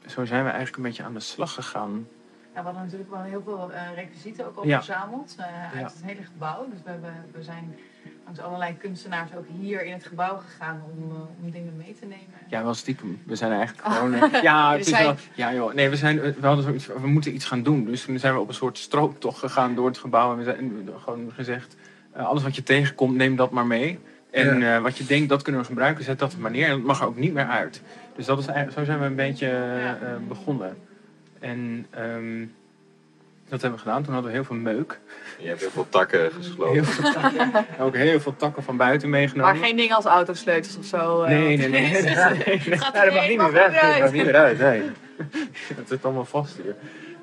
Speaker 8: zo zijn we eigenlijk een beetje aan de slag gegaan.
Speaker 10: Ja, we hadden natuurlijk wel heel veel eh, requisieten ook al
Speaker 8: Ja.
Speaker 10: verzameld eh,
Speaker 8: Ja.
Speaker 10: uit het hele gebouw. Dus we, hebben, we zijn langs allerlei kunstenaars ook hier in het gebouw gegaan om, eh, om dingen mee te nemen.
Speaker 8: Ja, wel stiekem. We zijn eigenlijk gewoon... eh, ja,
Speaker 10: Oh. We
Speaker 8: het is
Speaker 10: zijn-
Speaker 8: wel... Ja, joh. Nee, we, zijn, we hadden zoiets van, we moeten iets gaan doen. Dus toen zijn we op een soort strooptocht gegaan door het gebouw. En we zijn gewoon gezegd, eh, alles wat je tegenkomt, neem dat maar mee. En eh, wat je denkt, dat kunnen we gebruiken. Zet dat er maar neer. En het mag er ook niet meer uit. Dus dat is, eigenlijk- zo zijn we een beetje eh, eh, begonnen. En ehm, dat hebben we gedaan. Toen hadden we heel veel meuk.
Speaker 9: Je hebt heel veel takken gesloten.
Speaker 8: Heel veel takken. ook heel veel takken van buiten meegenomen.
Speaker 4: Maar geen dingen als autosleutels of zo. eh.
Speaker 8: Nee, nee, nee. nee, nee.
Speaker 4: Gaat
Speaker 8: Ja, dat mag
Speaker 4: ineens
Speaker 8: niet
Speaker 4: mag
Speaker 8: meer weg.
Speaker 4: eruit.
Speaker 8: Dat mag niet meer uit, nee. Het zit allemaal vast hier.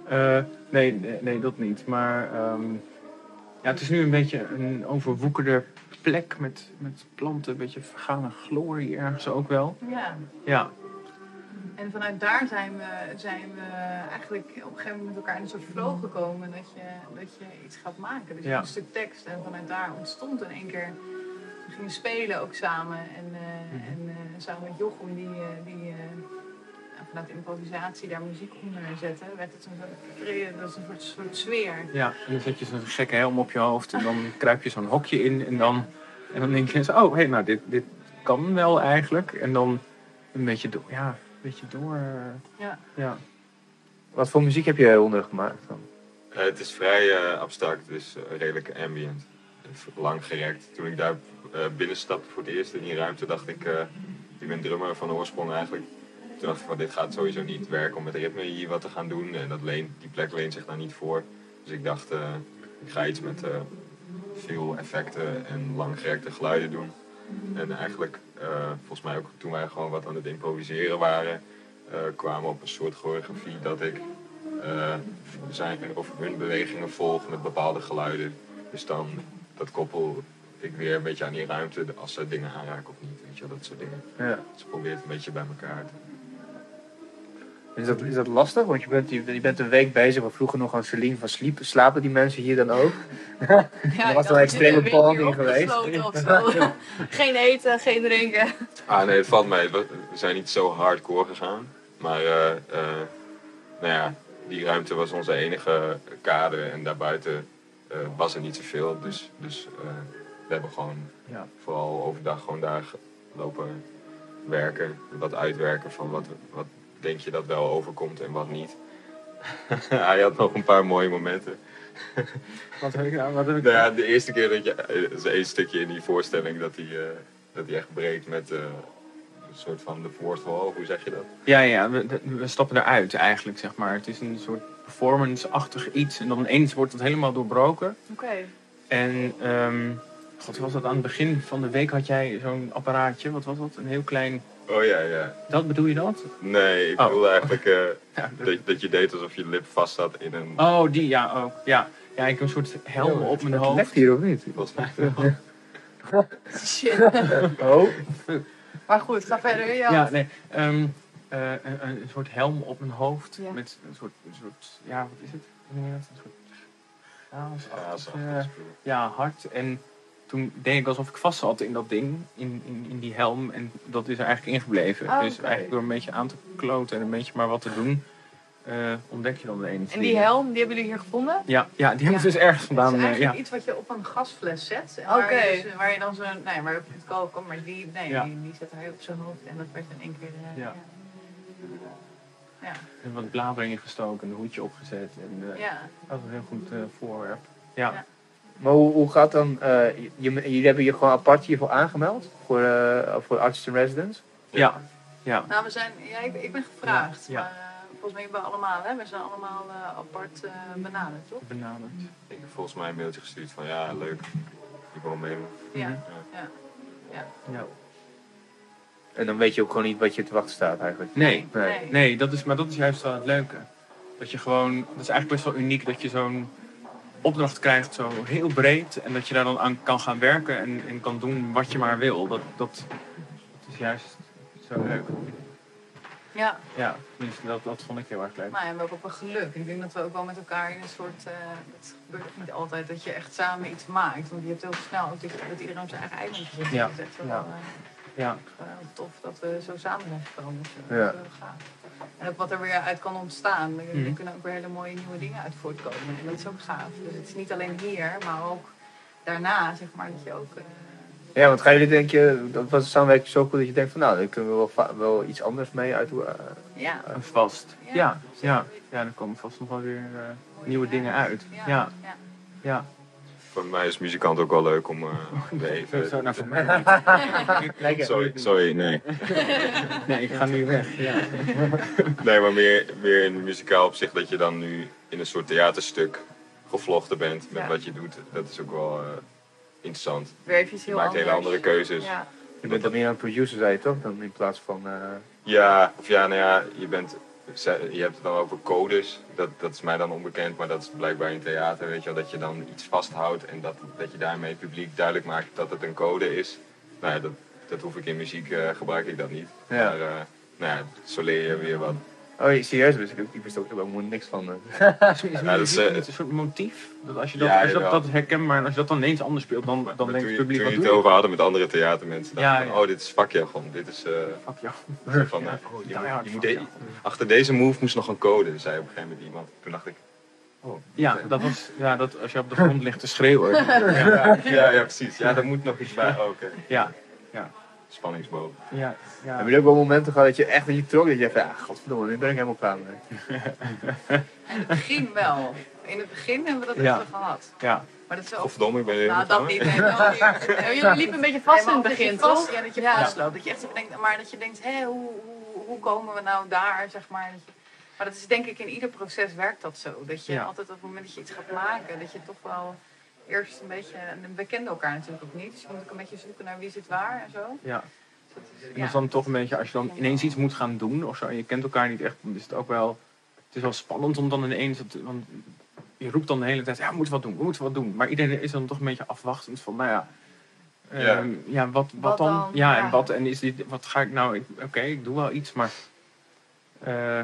Speaker 8: Eh, nee, nee, nee, dat niet. Maar ehm, ja, het is nu een beetje een overwoekerde plek met, met planten. Een beetje vergane glorie ergens ook wel.
Speaker 10: Ja.
Speaker 8: Ja,
Speaker 10: En vanuit daar zijn we, zijn we eigenlijk op een gegeven moment met elkaar in een soort flow gekomen dat je, dat je iets gaat maken. Dus
Speaker 8: Ja.
Speaker 10: een stuk tekst en vanuit daar ontstond in één keer. We gingen spelen ook samen en, eh,
Speaker 8: Mhm.
Speaker 10: en eh, samen met Jochem die, eh, die eh, nou, vanuit improvisatie daar muziek onder zette. Werd het een soort, creë- dat is een soort, soort sfeer.
Speaker 8: ja. En dan zet je zo'n gekke helm op je hoofd. En dan kruip je zo'n hokje in. En dan, en dan denk je eens, oh, hey, nou, dit, dit kan wel eigenlijk. En dan een beetje door. Ja, een beetje door. eh,
Speaker 10: Ja.
Speaker 8: ja.
Speaker 1: Wat voor muziek heb je hieronder gemaakt dan?
Speaker 9: Eh, het is vrij eh, abstract, dus eh, redelijk ambient. Het is Lang gerekt. Toen ik daar eh, binnenstapte voor het eerst in die ruimte, dacht ik, eh, ik ben drummer van oorsprong eigenlijk. Toen dacht ik van dit gaat sowieso niet werken om met ritme hier wat te gaan doen. En dat leent, die plek leent zich daar niet voor. Dus ik dacht, eh, ik ga iets met eh, veel effecten en langgerekte geluiden doen. En eigenlijk, eh, volgens mij ook toen wij gewoon wat aan het improviseren waren, eh, kwamen we op een soort choreografie dat ik eh, zijn of hun bewegingen volg met bepaalde geluiden. Dus dan dat koppel ik weer een beetje aan die ruimte als ze dingen aanraken of niet. Weet je, wel, dat soort dingen. Dus
Speaker 1: Ja.
Speaker 9: Ze probeert een beetje bij elkaar te
Speaker 1: Is dat, is dat lastig? Want je bent, je, je bent een week bezig, maar vroeger nog aan Celine van sliep, slapen die mensen hier dan ook?
Speaker 4: Ja,
Speaker 1: Er
Speaker 4: ik
Speaker 1: was
Speaker 4: dacht,
Speaker 1: wel
Speaker 4: we
Speaker 1: extreme
Speaker 4: zitten weer
Speaker 1: bonding
Speaker 4: opgesloten of zo. geen eten, geen drinken.
Speaker 9: Ah nee, het valt mee. We we zijn niet zo hardcore gegaan. Maar eh, eh, nou ja, die ruimte was onze enige kader en daarbuiten eh, was er niet zoveel. Dus, dus eh, we hebben gewoon
Speaker 8: Ja.
Speaker 9: vooral overdag gewoon daar ge- lopen werken. Wat uitwerken van wat, wat denk je dat wel overkomt en wat niet. Hij had nog een paar mooie momenten.
Speaker 8: Wat heb ik nou? Wat heb ik
Speaker 9: Nou ja, de eerste keer dat je. eh, is één stukje in die voorstelling dat hij, eh, dat hij echt breekt met. eh, een soort van de fourth wall, hoe zeg je dat?
Speaker 8: Ja, ja, we, de- we stappen eruit eigenlijk, zeg maar. Het is een soort performance-achtig iets. En dan ineens wordt dat helemaal doorbroken.
Speaker 4: Oké.
Speaker 8: En, ehm god, was dat aan het begin van de week had jij zo'n apparaatje. Wat was dat? Een heel klein...
Speaker 9: Oh ja, ja.
Speaker 8: Dat bedoel je dat?
Speaker 9: Nee, ik
Speaker 8: Oh.
Speaker 9: bedoelde eigenlijk eh,
Speaker 8: Ja, dat-
Speaker 9: dat, dat je deed alsof je lip vast zat in een.
Speaker 8: Oh, die, ja, ook. Ja, ja ik heb een soort helm
Speaker 9: Oh,
Speaker 8: op mijn hoofd.
Speaker 1: hier of niet?
Speaker 9: Volgens mij.
Speaker 4: Shit.
Speaker 1: Oh,
Speaker 4: Maar goed, ga verder. Ja.
Speaker 8: Ja, nee. ehm, eh, een, een soort helm op mijn hoofd.
Speaker 4: Ja.
Speaker 8: Met een soort, een soort... Ja, wat is het? Hoe noem je dat? Een soort...
Speaker 9: Ja,
Speaker 8: chaosachtig,
Speaker 9: zo.
Speaker 8: eh, ja, hard. En toen deed ik alsof ik vast zat in dat ding, in, in, in die helm. En dat is er eigenlijk ingebleven.
Speaker 4: Ah,
Speaker 8: dus
Speaker 4: oké.
Speaker 8: eigenlijk door een beetje aan te kloten en een beetje maar wat te doen, eh, ontdek je dan de ene.
Speaker 4: En die helm, die hebben jullie hier gevonden?
Speaker 8: Ja, ja die hebben ze
Speaker 10: Ja.
Speaker 8: dus ergens
Speaker 10: Het
Speaker 8: vandaan.
Speaker 10: is
Speaker 8: eh,
Speaker 10: eigenlijk
Speaker 8: ja.
Speaker 10: iets wat je op een gasfles zet. en
Speaker 4: Oké.
Speaker 10: Waar, je dus- waar je dan zo, nee, waar je op het koken komt, maar die, nee,
Speaker 8: Ja.
Speaker 10: die, die zet hij op zijn hoofd en dat werd in één keer. eh,
Speaker 8: Ja.
Speaker 10: Ja.
Speaker 8: En wat bladeren ingestoken, een hoedje opgezet. En, eh,
Speaker 10: ja.
Speaker 8: Dat was een heel goed eh, voorwerp. Ja.
Speaker 10: Ja.
Speaker 1: maar hoe, hoe gaat dan? eh, je- je, jullie hebben je gewoon apart hiervoor aangemeld? Voor, eh voor Artist in Residence?
Speaker 8: Ja. ja.
Speaker 10: Nou, we zijn, ja, ik, ik ben gevraagd,
Speaker 8: Ja, ja.
Speaker 10: maar eh, volgens mij hebben we allemaal, hè, we zijn allemaal eh, apart eh, benaderd, toch?
Speaker 8: Benaderd.
Speaker 9: Ik heb volgens mij een mailtje gestuurd van ja, leuk. Ik wil meedoen.
Speaker 10: Ja.
Speaker 8: Ja.
Speaker 1: En dan weet je ook gewoon niet wat je te wachten staat eigenlijk.
Speaker 8: Nee.
Speaker 1: Nee.
Speaker 8: Nee, dat is, maar dat is juist wel het leuke. Dat je gewoon, dat is eigenlijk best wel uniek dat je zo'n opdracht krijgt, zo heel breed. En dat je daar dan aan kan gaan werken en, en kan doen wat je maar wil. Dat, dat, dat is juist zo leuk.
Speaker 10: Ja.
Speaker 8: Ja, tenminste, dat, dat vond ik heel erg leuk.
Speaker 10: Nou, en we hebben ook wel geluk. Ik denk dat we ook wel met elkaar in een soort. eh dat gebeurt ook niet altijd dat je echt samen iets maakt. Want je hebt heel snel ook dat, dat iedereen op zijn eigen eilandje zit. Dus
Speaker 8: Ja,
Speaker 10: Dat is echt wel,
Speaker 8: ja.
Speaker 10: eh,
Speaker 8: Ja,
Speaker 10: wel heel tof dat we zo samen zijn gekomen. Zo,
Speaker 1: Ja.
Speaker 10: zo gaaf. En ook wat er weer uit kan ontstaan. Er, er
Speaker 8: Mhm.
Speaker 10: kunnen ook weer hele mooie nieuwe dingen uit voortkomen. En dat is ook gaaf. Dus het is niet alleen hier, maar ook daarna, zeg maar, dat je ook. eh,
Speaker 1: Ja, want gaan jullie denken, dat was de samenwerking zo cool dat je denkt van nou, daar kunnen we wel, va- wel iets anders mee uit. eh,
Speaker 10: ja.
Speaker 8: en vast.
Speaker 10: Ja.
Speaker 8: Ja, ja. Ja, er komen vast nog wel weer eh, nieuwe dingen uit. Ja,
Speaker 10: ja.
Speaker 8: ja.
Speaker 9: Voor mij is muzikant ook wel leuk om eh, weer
Speaker 8: Zo,
Speaker 9: even...
Speaker 8: zo naar voren.
Speaker 9: Sorry, sorry, nee.
Speaker 8: Nee, ik ga nu weg. Ja.
Speaker 9: Nee, maar meer, meer in muzikaal opzicht dat je dan nu in een soort theaterstuk gevlochten bent met
Speaker 10: Ja.
Speaker 9: wat je doet. Dat is ook wel eh, interessant.
Speaker 10: Weer even iets
Speaker 9: Je
Speaker 10: heel
Speaker 9: maakt
Speaker 10: anders.
Speaker 9: hele andere keuzes.
Speaker 10: Ja.
Speaker 1: Je bent dan meer een producer, zei je toch? Dan in plaats van. eh,
Speaker 9: Ja, of ja, nou ja, je, bent, ze- je hebt het dan over codes. Dat, dat is mij dan onbekend, maar dat is blijkbaar in theater, weet je wel. Dat je dan iets vasthoudt en dat, dat je daarmee het publiek duidelijk maakt dat het een code is. Nou ja, dat, dat hoef ik in muziek, eh, gebruik ik dat niet.
Speaker 1: Ja.
Speaker 9: Maar eh, nou ja, zo leer je weer wat.
Speaker 1: Oh, je- serieus? Dus ik, ik wist ook helemaal niks van. eh.
Speaker 8: Is, is
Speaker 9: dat is,
Speaker 8: muziek
Speaker 9: eh,
Speaker 8: niet een soort motief? Dat als je dat,
Speaker 9: Ja,
Speaker 8: als dat,
Speaker 9: jawel.
Speaker 8: dat herkenbaar en als je dat dan ineens anders speelt, dan, dan
Speaker 9: Maar
Speaker 8: denkt
Speaker 9: toen
Speaker 8: het
Speaker 9: je-
Speaker 8: publiek
Speaker 9: toen
Speaker 8: wat
Speaker 9: je
Speaker 8: doe
Speaker 9: het
Speaker 8: je?
Speaker 9: over hadden met andere theatermensen, dacht
Speaker 8: Ja,
Speaker 9: ik van,
Speaker 8: ja.
Speaker 9: oh, dit is vakjargon. Dit is eh,
Speaker 8: Fuck jou.
Speaker 9: van, eh, oh, je
Speaker 8: Ja,
Speaker 9: moet-
Speaker 8: ja,
Speaker 9: je moet
Speaker 8: fuck
Speaker 9: de- achter deze move moest nog een code, zei op een gegeven moment iemand. Toen dacht ik, oh.
Speaker 8: Ja, dat was, ja, dat als je op de grond ligt te schreeuwen.
Speaker 9: Ja, ja, ja, precies. Ja, daar moet nog iets bij. Oh, Oké.
Speaker 8: Ja,
Speaker 9: Spanningsboog.
Speaker 8: ja, ja.
Speaker 1: Hebben jullie ook wel momenten gehad dat je echt dat je trok? Dat je van, ja, godverdomme, nu ben ik helemaal klaar mee.
Speaker 10: In het begin wel. In het begin hebben we dat
Speaker 8: Ja.
Speaker 10: echt wel gehad.
Speaker 8: Ja.
Speaker 10: Maar dat is wel
Speaker 9: Of verdomme, ik ben er
Speaker 10: Nou,
Speaker 9: helemaal
Speaker 10: dat niet.
Speaker 9: klaar
Speaker 10: Nee, dat niet.
Speaker 4: Ja,
Speaker 10: Nee,
Speaker 4: jullie liepen een beetje vast in het begin,
Speaker 10: dat je vast-
Speaker 4: toch?
Speaker 10: Ja, dat je
Speaker 4: Ja.
Speaker 10: vastloopt. Dat je echt even denkt, maar dat je denkt, hé, hoe, hoe, hoe komen we nou daar, zeg maar. Dat je, maar dat is denk ik in ieder proces werkt dat zo. Dat je
Speaker 8: Ja.
Speaker 10: altijd op het moment dat je iets gaat maken, dat je toch wel eerst een beetje... En we kenden elkaar natuurlijk ook niet, dus je moet ook een beetje zoeken naar wie zit waar en zo.
Speaker 8: ja.
Speaker 10: Dus dat is-
Speaker 8: En dat
Speaker 10: ja.
Speaker 8: is dan toch een beetje, als je dan ineens iets moet gaan doen of zo, en je kent elkaar niet echt, dan is het ook wel, het is wel spannend om dan ineens, dat, want je roept dan de hele tijd, ja, we moeten wat doen, we moeten wat doen. Maar iedereen is dan toch een beetje afwachtend van, nou ja,
Speaker 9: Ja.
Speaker 8: ehm, ja wat, wat,
Speaker 10: Wat
Speaker 8: dan?
Speaker 10: dan?
Speaker 8: Ja, en
Speaker 10: Ja.
Speaker 8: wat, en is dit, wat ga ik nou, ik- oké, ik doe wel iets, maar, eh,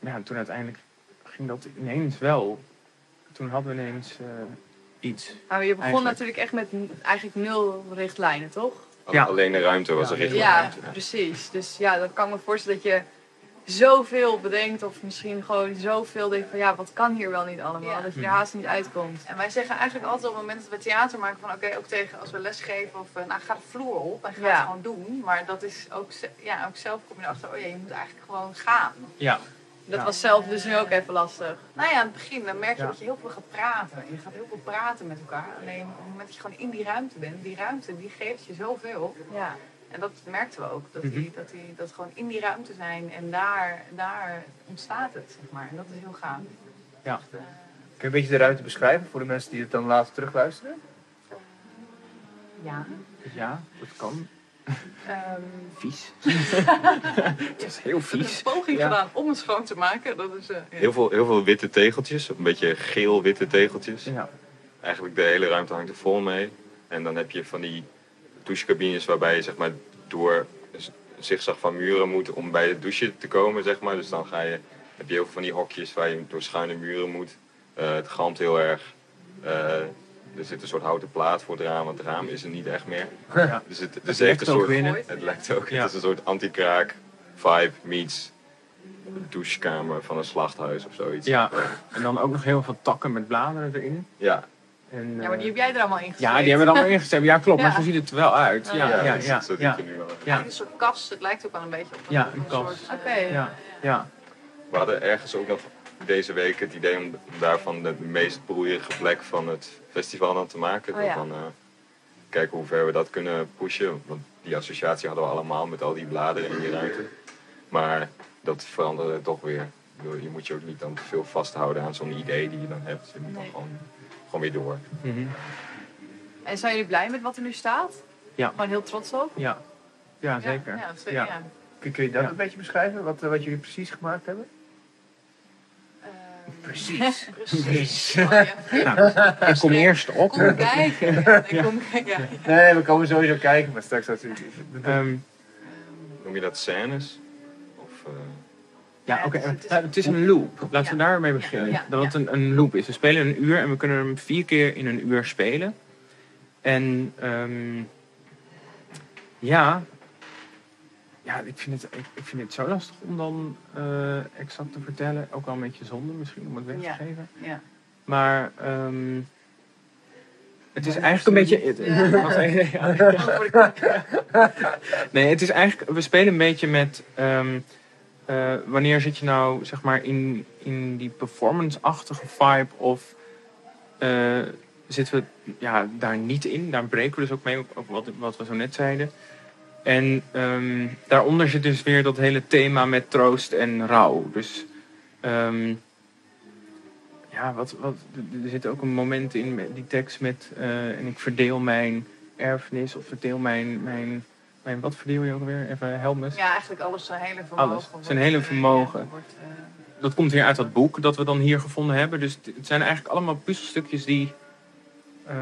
Speaker 8: ja, en toen uiteindelijk ging dat ineens wel. Toen hadden we ineens eh, iets.
Speaker 10: Ah,
Speaker 4: Nou, je begon
Speaker 8: Eigenlijk.
Speaker 4: natuurlijk echt met n- eigenlijk nul richtlijnen, toch?
Speaker 9: mee.
Speaker 8: Ja.
Speaker 9: Alleen de ruimte was
Speaker 8: Ja,
Speaker 9: er echt
Speaker 4: Ja,
Speaker 9: maar.
Speaker 4: precies. Dus ja, dan kan ik me voorstellen dat je zoveel bedenkt of misschien gewoon zoveel denkt van ja, wat kan hier wel niet allemaal?
Speaker 10: Ja.
Speaker 4: Dat je er haast niet uitkomt.
Speaker 10: En wij zeggen eigenlijk altijd op het moment dat we theater maken van oké, ook tegen als we lesgeven of eh, nou ga de vloer op en ga
Speaker 4: Ja.
Speaker 10: het gewoon doen. Maar dat is ook, ze- ja, ook zelf kom je erachter, oh ja, je moet eigenlijk gewoon gaan.
Speaker 8: Ja,
Speaker 4: Dat
Speaker 8: Ja.
Speaker 4: was zelf dus nu ook even lastig.
Speaker 10: Nou ja, aan het begin dan merk je
Speaker 8: Ja.
Speaker 10: dat je heel veel gaat praten. Je gaat heel veel praten met elkaar. Alleen op het moment dat je gewoon in die ruimte bent, die ruimte die geeft je zoveel.
Speaker 4: Ja.
Speaker 10: En dat merkten we ook. Dat,
Speaker 8: Mhm.
Speaker 10: die, dat, die, dat gewoon in die ruimte zijn en daar, daar ontstaat het, zeg maar. En dat is heel gaaf.
Speaker 8: ja.
Speaker 1: Kun je een beetje de ruimte beschrijven voor de mensen die het dan later terugluisteren?
Speaker 10: Ja.
Speaker 8: Ja, dat kan.
Speaker 10: Ehm,
Speaker 8: Vies. het is heel
Speaker 10: Ik heb
Speaker 8: vies.
Speaker 10: een poging
Speaker 8: Ja.
Speaker 10: gedaan om het schoon te maken. Dat is, eh, ja.
Speaker 9: Heel veel, heel veel witte tegeltjes, een beetje geel-witte tegeltjes.
Speaker 8: Ja,
Speaker 9: Eigenlijk de hele ruimte hangt er vol mee. En dan heb je van die douchecabines waarbij je zeg maar door een z- een zigzag van muren moet om bij het douchen te komen, zeg maar. Dus dan ga je, heb je heel veel van die hokjes waar je door schuine muren moet. Eh, het galmt heel erg. Eh, er zit een soort houten plaat voor het raam, want het raam is er niet echt meer.
Speaker 8: Ja.
Speaker 9: Dus het, dus
Speaker 8: Het
Speaker 9: heeft
Speaker 8: lekt
Speaker 9: een
Speaker 8: ook
Speaker 9: soort,
Speaker 8: binnen.
Speaker 9: Het lijkt ook.
Speaker 8: Ja.
Speaker 9: Het is een soort anti-kraak vibe meets douchekamer van een slachthuis of zoiets. Eh,
Speaker 8: ja. En dan ook nog heel veel takken met bladeren erin.
Speaker 9: Ja,
Speaker 8: En,
Speaker 10: ja, maar die
Speaker 8: eh,
Speaker 10: heb jij er allemaal in
Speaker 8: ja, die hebben we dan maar ingezet. Ja, klopt. Maar
Speaker 10: Ja.
Speaker 8: zo ziet het er wel uit. Ja, ja, ja.
Speaker 9: dus
Speaker 8: ja,
Speaker 9: zo
Speaker 8: ja,
Speaker 9: zit je nu wel.
Speaker 8: ja,
Speaker 10: Een soort kast, het lijkt ook wel een beetje op
Speaker 8: Ja, een
Speaker 10: soort,
Speaker 8: kast.
Speaker 10: eh,
Speaker 4: Oké.
Speaker 8: ja, ja.
Speaker 9: We hadden ergens ook nog deze week het idee om daarvan de meest broeierige plek van het festival aan te maken.
Speaker 4: Oh
Speaker 9: Dat
Speaker 4: ja.
Speaker 9: Dan eh, kijken hoe ver we dat kunnen pushen. Want die associatie hadden we allemaal met al die bladeren in die ruimte. Maar dat veranderde toch weer. Ik bedoel, Je moet je ook niet dan te veel vasthouden aan zo'n idee die je dan hebt. Je moet dan
Speaker 10: Nee.
Speaker 9: gewoon, gewoon weer door.
Speaker 8: Mhm.
Speaker 4: En zijn jullie blij met wat er nu staat?
Speaker 8: Ja.
Speaker 4: Gewoon heel trots op?
Speaker 8: ja. Ja,
Speaker 10: ja,
Speaker 8: zeker.
Speaker 10: Ja, zo-
Speaker 8: Ja.
Speaker 10: ja.
Speaker 1: Kun, kun je dat
Speaker 8: Ja.
Speaker 1: een beetje beschrijven, wat, eh, wat jullie precies gemaakt hebben?
Speaker 10: Ehm,
Speaker 11: Precies.
Speaker 10: Precies. Oh, ja.
Speaker 1: Nou, Ik kom eerst op.
Speaker 10: Kom kijken. Ik kom kijken. Ja.
Speaker 1: Nee, we komen sowieso kijken, maar straks als u...
Speaker 8: Ehm,
Speaker 9: Noem je dat scènes? Of, eh,
Speaker 8: ja,
Speaker 10: Ja,
Speaker 8: oké.
Speaker 10: het is- het is-
Speaker 8: nou, het is een loop. Laten we daarmee beginnen.
Speaker 10: Ja,
Speaker 8: Dat het een, een loop is. We spelen een uur en we kunnen hem vier keer in een uur spelen. En ehm, ja, ja ik, vind het, ik, ik vind het zo lastig om dan eh, exact te vertellen. Ook al een beetje zonde misschien om het weg te
Speaker 10: Ja.
Speaker 8: geven.
Speaker 10: Ja.
Speaker 8: Maar ehm, het is eigenlijk een beetje... het- Wacht even, ja. Nee, het is eigenlijk. We spelen een beetje met. ehm, eh, wanneer zit je nou, zeg maar, in, in die performance-achtige vibe? Of eh, zitten we ja, daar niet in? Daar breken we dus ook mee op, op wat, wat we zo net zeiden. En ehm, daaronder zit dus weer dat hele thema met troost en rouw. Dus. ehm, ja, wat, wat, er zit ook een moment in met die tekst met. eh, en ik verdeel mijn erfenis of verdeel mijn, mijn mijn, wat verdeel je ook weer? Even Helmus.
Speaker 10: Ja, eigenlijk alles zijn hele vermogen.
Speaker 8: Alles.
Speaker 10: wordt,
Speaker 8: Zijn hele
Speaker 10: eh,
Speaker 8: vermogen.
Speaker 10: ja, wordt, eh,
Speaker 8: Dat komt weer uit dat boek dat we dan hier gevonden hebben. Dus het het zijn eigenlijk allemaal puzzelstukjes die, eh,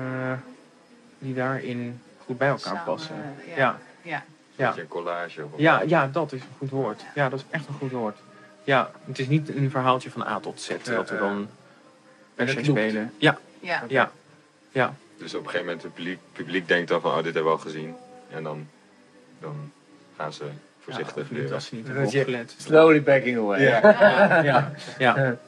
Speaker 8: die daarin goed bij elkaar
Speaker 10: samen,
Speaker 8: passen.
Speaker 10: eh, ja.
Speaker 8: Ja. Ja.
Speaker 9: Een collage of
Speaker 8: Ja, ja, dat is een goed woord. Ja, dat is echt een goed woord. Ja, het is niet een verhaaltje van A tot Z dat we
Speaker 1: eh,
Speaker 8: dan per
Speaker 1: het
Speaker 8: se
Speaker 1: loopt.
Speaker 8: spelen. Ja,
Speaker 10: Ja.
Speaker 8: ja,
Speaker 9: Dus op een gegeven moment het publiek, publiek denkt dan van, oh, dit hebben we al gezien. En dan, dan gaan ze voorzichtig
Speaker 8: ja,
Speaker 9: weer
Speaker 8: niet
Speaker 9: weg.
Speaker 8: als ze niet
Speaker 1: Dat
Speaker 8: hebben
Speaker 1: je-
Speaker 8: opgelet.
Speaker 1: Slowly backing away.
Speaker 8: Ja, ja.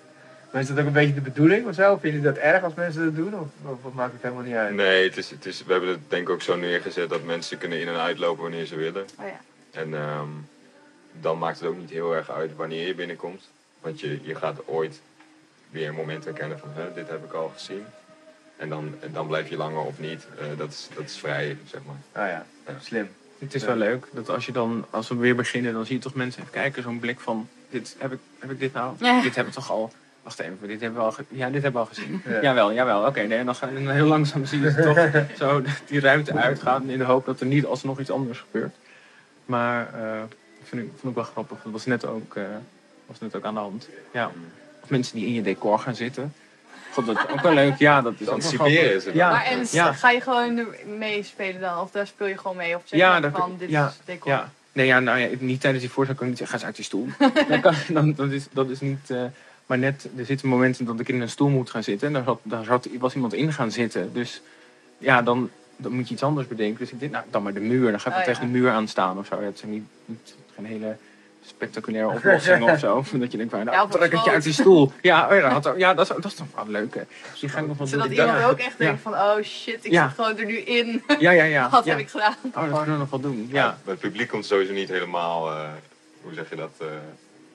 Speaker 1: Maar is dat ook een beetje de bedoeling of zo? Vinden jullie dat erg als mensen dat doen? Of, of, of maakt het helemaal niet uit?
Speaker 9: Nee, het is, het is, we hebben het denk ik ook zo neergezet dat mensen kunnen in- en uitlopen wanneer ze willen.
Speaker 10: Oh ja.
Speaker 9: En ehm, dan maakt het ook niet heel erg uit wanneer je binnenkomt. Want je, je gaat ooit weer momenten kennen van, huh, dit heb ik al gezien. En dan, en dan blijf je langer of niet. Eh, dat, is, dat is vrij, zeg maar.
Speaker 1: Ah ja, slim.
Speaker 8: Het is wel leuk dat als je dan, als we weer beginnen, dan zie je toch mensen even kijken, zo'n blik van, dit, heb, ik, heb ik dit nou?
Speaker 4: Ja.
Speaker 8: Dit hebben we toch al, wacht even, dit hebben we al, ge- ja, dit hebben we al gezien.
Speaker 1: Ja.
Speaker 8: Jawel, jawel, oké, nee, en dan gaan we heel langzaam zien dat toch zo die ruimte uitgaat in de hoop dat er niet alsnog iets anders gebeurt. Maar eh vind ik, vond ik wel grappig, dat was net ook, eh, was net ook aan de hand. Ja. Of mensen die in je decor gaan zitten. God, dat is ook wel leuk, ja, dat is
Speaker 9: Dan
Speaker 8: ook wel
Speaker 9: anticiperen
Speaker 8: grappig.
Speaker 9: ze wel.
Speaker 8: Ja,
Speaker 4: Maar en
Speaker 8: Ja.
Speaker 4: ga je gewoon er- meespelen dan? Of daar speel je gewoon mee? Of zeg
Speaker 8: Ja,
Speaker 4: je
Speaker 8: daar-
Speaker 4: van, dit
Speaker 8: ja,
Speaker 4: is decor.
Speaker 8: Ja. Nee, ja, nou ja, niet tijdens die voorstelling kan ik niet zeggen, ga eens uit die stoel. dan kan, dan, dat, is, dat is niet... eh, maar net, er zitten momenten dat ik in een stoel moet gaan zitten. En daar, zat, daar zat, was iemand in gaan zitten. Dus ja, dan, dan moet je iets anders bedenken. Dus ik dacht, nou, dan maar de muur. Dan ga ik wel
Speaker 10: Oh,
Speaker 8: tegen de muur aan staan of zo. Ja, het zijn niet, niet, geen hele spectaculaire oplossingen of zo. Dat je denkt, nou,
Speaker 10: Ja,
Speaker 8: ja,
Speaker 10: of een
Speaker 8: trek ik je
Speaker 10: sloot.
Speaker 8: uit die stoel. Ja, oh ja, dat, had- ja dat, is, dat is toch wel leuk, hè. Die ga ik nog wel doen.
Speaker 4: Zodat
Speaker 8: Ik
Speaker 4: iemand
Speaker 8: dacht-
Speaker 4: ook echt
Speaker 8: Ja.
Speaker 4: denkt van, oh shit, ik
Speaker 8: Ja.
Speaker 4: zit gewoon er nu in.
Speaker 8: Ja, ja, ja.
Speaker 4: Wat
Speaker 8: ja.
Speaker 4: heb ik gedaan?
Speaker 8: Oh, dat kunnen we nog wel doen.
Speaker 9: Ja.
Speaker 8: Ja,
Speaker 9: Het publiek komt sowieso niet helemaal, eh, hoe zeg je dat, eh,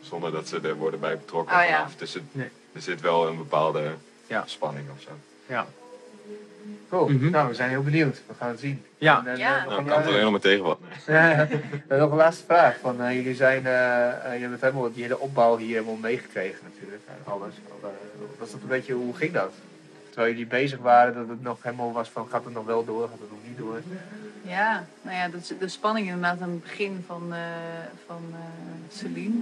Speaker 9: zonder dat ze er worden bij betrokken
Speaker 10: Ah, ja.
Speaker 9: vanaf. Dus het-
Speaker 8: Nee.
Speaker 9: er zit wel een bepaalde
Speaker 8: Ja.
Speaker 9: spanning of zo.
Speaker 8: ja.
Speaker 1: Cool.
Speaker 8: Mhm.
Speaker 1: Nou, we zijn heel benieuwd. We gaan het zien.
Speaker 8: Ja.
Speaker 1: En, eh,
Speaker 10: Ja.
Speaker 1: nog
Speaker 9: Nou,
Speaker 1: een-
Speaker 9: ik kan het alleen nog maar tegenvallen.
Speaker 1: Ja, en nog een laatste vraag. Van, eh, jullie, zijn, eh, eh, jullie hebben het helemaal, die hele opbouw hier helemaal meegekregen natuurlijk. En alles. Eh, was dat een beetje, hoe ging dat? Terwijl jullie bezig waren, dat het nog helemaal was van gaat het nog wel door, gaat het nog niet door.
Speaker 10: Ja, nou ja, dat is de spanning inderdaad aan het begin van, eh, van eh, Celine.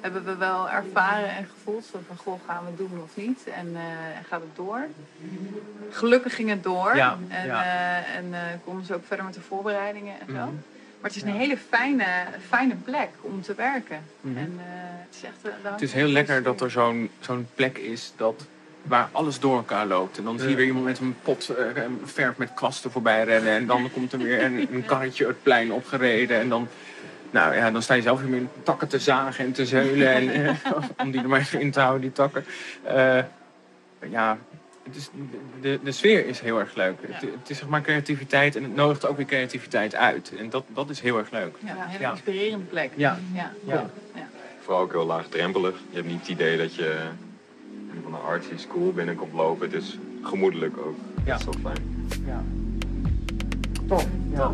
Speaker 10: Hebben we wel ervaren en gevoeld zo van, goh, gaan we het doen of niet? En eh, en gaat het door? Gelukkig ging het door.
Speaker 8: Ja,
Speaker 10: en
Speaker 8: ja.
Speaker 10: eh, en eh, konden ze ook verder met de voorbereidingen en zo.
Speaker 8: Mhm.
Speaker 10: Maar het is een hele fijne, fijne plek om te werken.
Speaker 8: Mhm.
Speaker 10: En eh, het is echt... eh, daar hangt
Speaker 8: Het is heel
Speaker 10: een
Speaker 8: lekker dat
Speaker 10: sfeer.
Speaker 8: er zo'n zo'n plek is dat, waar alles door elkaar loopt. En dan zie je weer iemand met een pot eh, een verf met kwasten voorbij rennen. En dan komt er weer een, een karretje het plein opgereden. En dan, nou ja, dan sta je zelf weer met takken te zagen en te zeulen. En, eh, om die er maar in te houden, die takken. Eh, ja, het is, de, de sfeer is heel erg leuk. Het, het is zeg maar creativiteit en het nodigt ook weer creativiteit uit. En dat, dat is heel erg leuk.
Speaker 10: Ja, een hele
Speaker 8: Ja.
Speaker 10: inspirerende plek.
Speaker 8: Ja.
Speaker 10: ja.
Speaker 8: Ja.
Speaker 9: Vooral ook heel laagdrempelig. Je hebt niet het idee dat je een van een artsy school binnenkomt lopen. Het is gemoedelijk ook.
Speaker 8: Ja.
Speaker 9: Dat is wel fijn.
Speaker 1: Top.
Speaker 10: Tof, ja.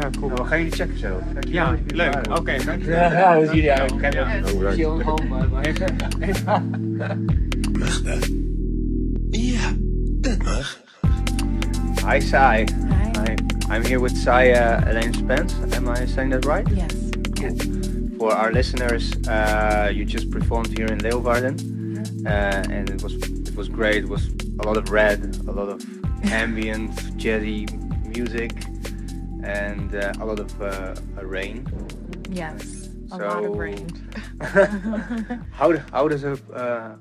Speaker 8: Ja, cool.
Speaker 1: Nou, we gaan jullie checken zo. Dankjewel
Speaker 8: Ja,
Speaker 1: dat jullie
Speaker 8: leuk.
Speaker 1: waren.
Speaker 8: Oké, dankjewel.
Speaker 1: Ja, hoe zien jullie uit? Kijk,
Speaker 10: Ja, het is-
Speaker 2: Mag dat? Ja, dat mag.
Speaker 1: Hi Sai. Hi. I'm here with Saya Elaine Spence. Am I saying that right?
Speaker 12: Yes.
Speaker 1: For our listeners, uh, you just performed here in Leeuwarden.
Speaker 12: Mm-hmm.
Speaker 1: Uh, and it was it was great. It was a lot of red, a lot of ambient, jazzy music, and uh, a lot of uh, rain.
Speaker 12: Yes. A
Speaker 1: So-
Speaker 12: lot of rain.
Speaker 1: How d- how does a uh,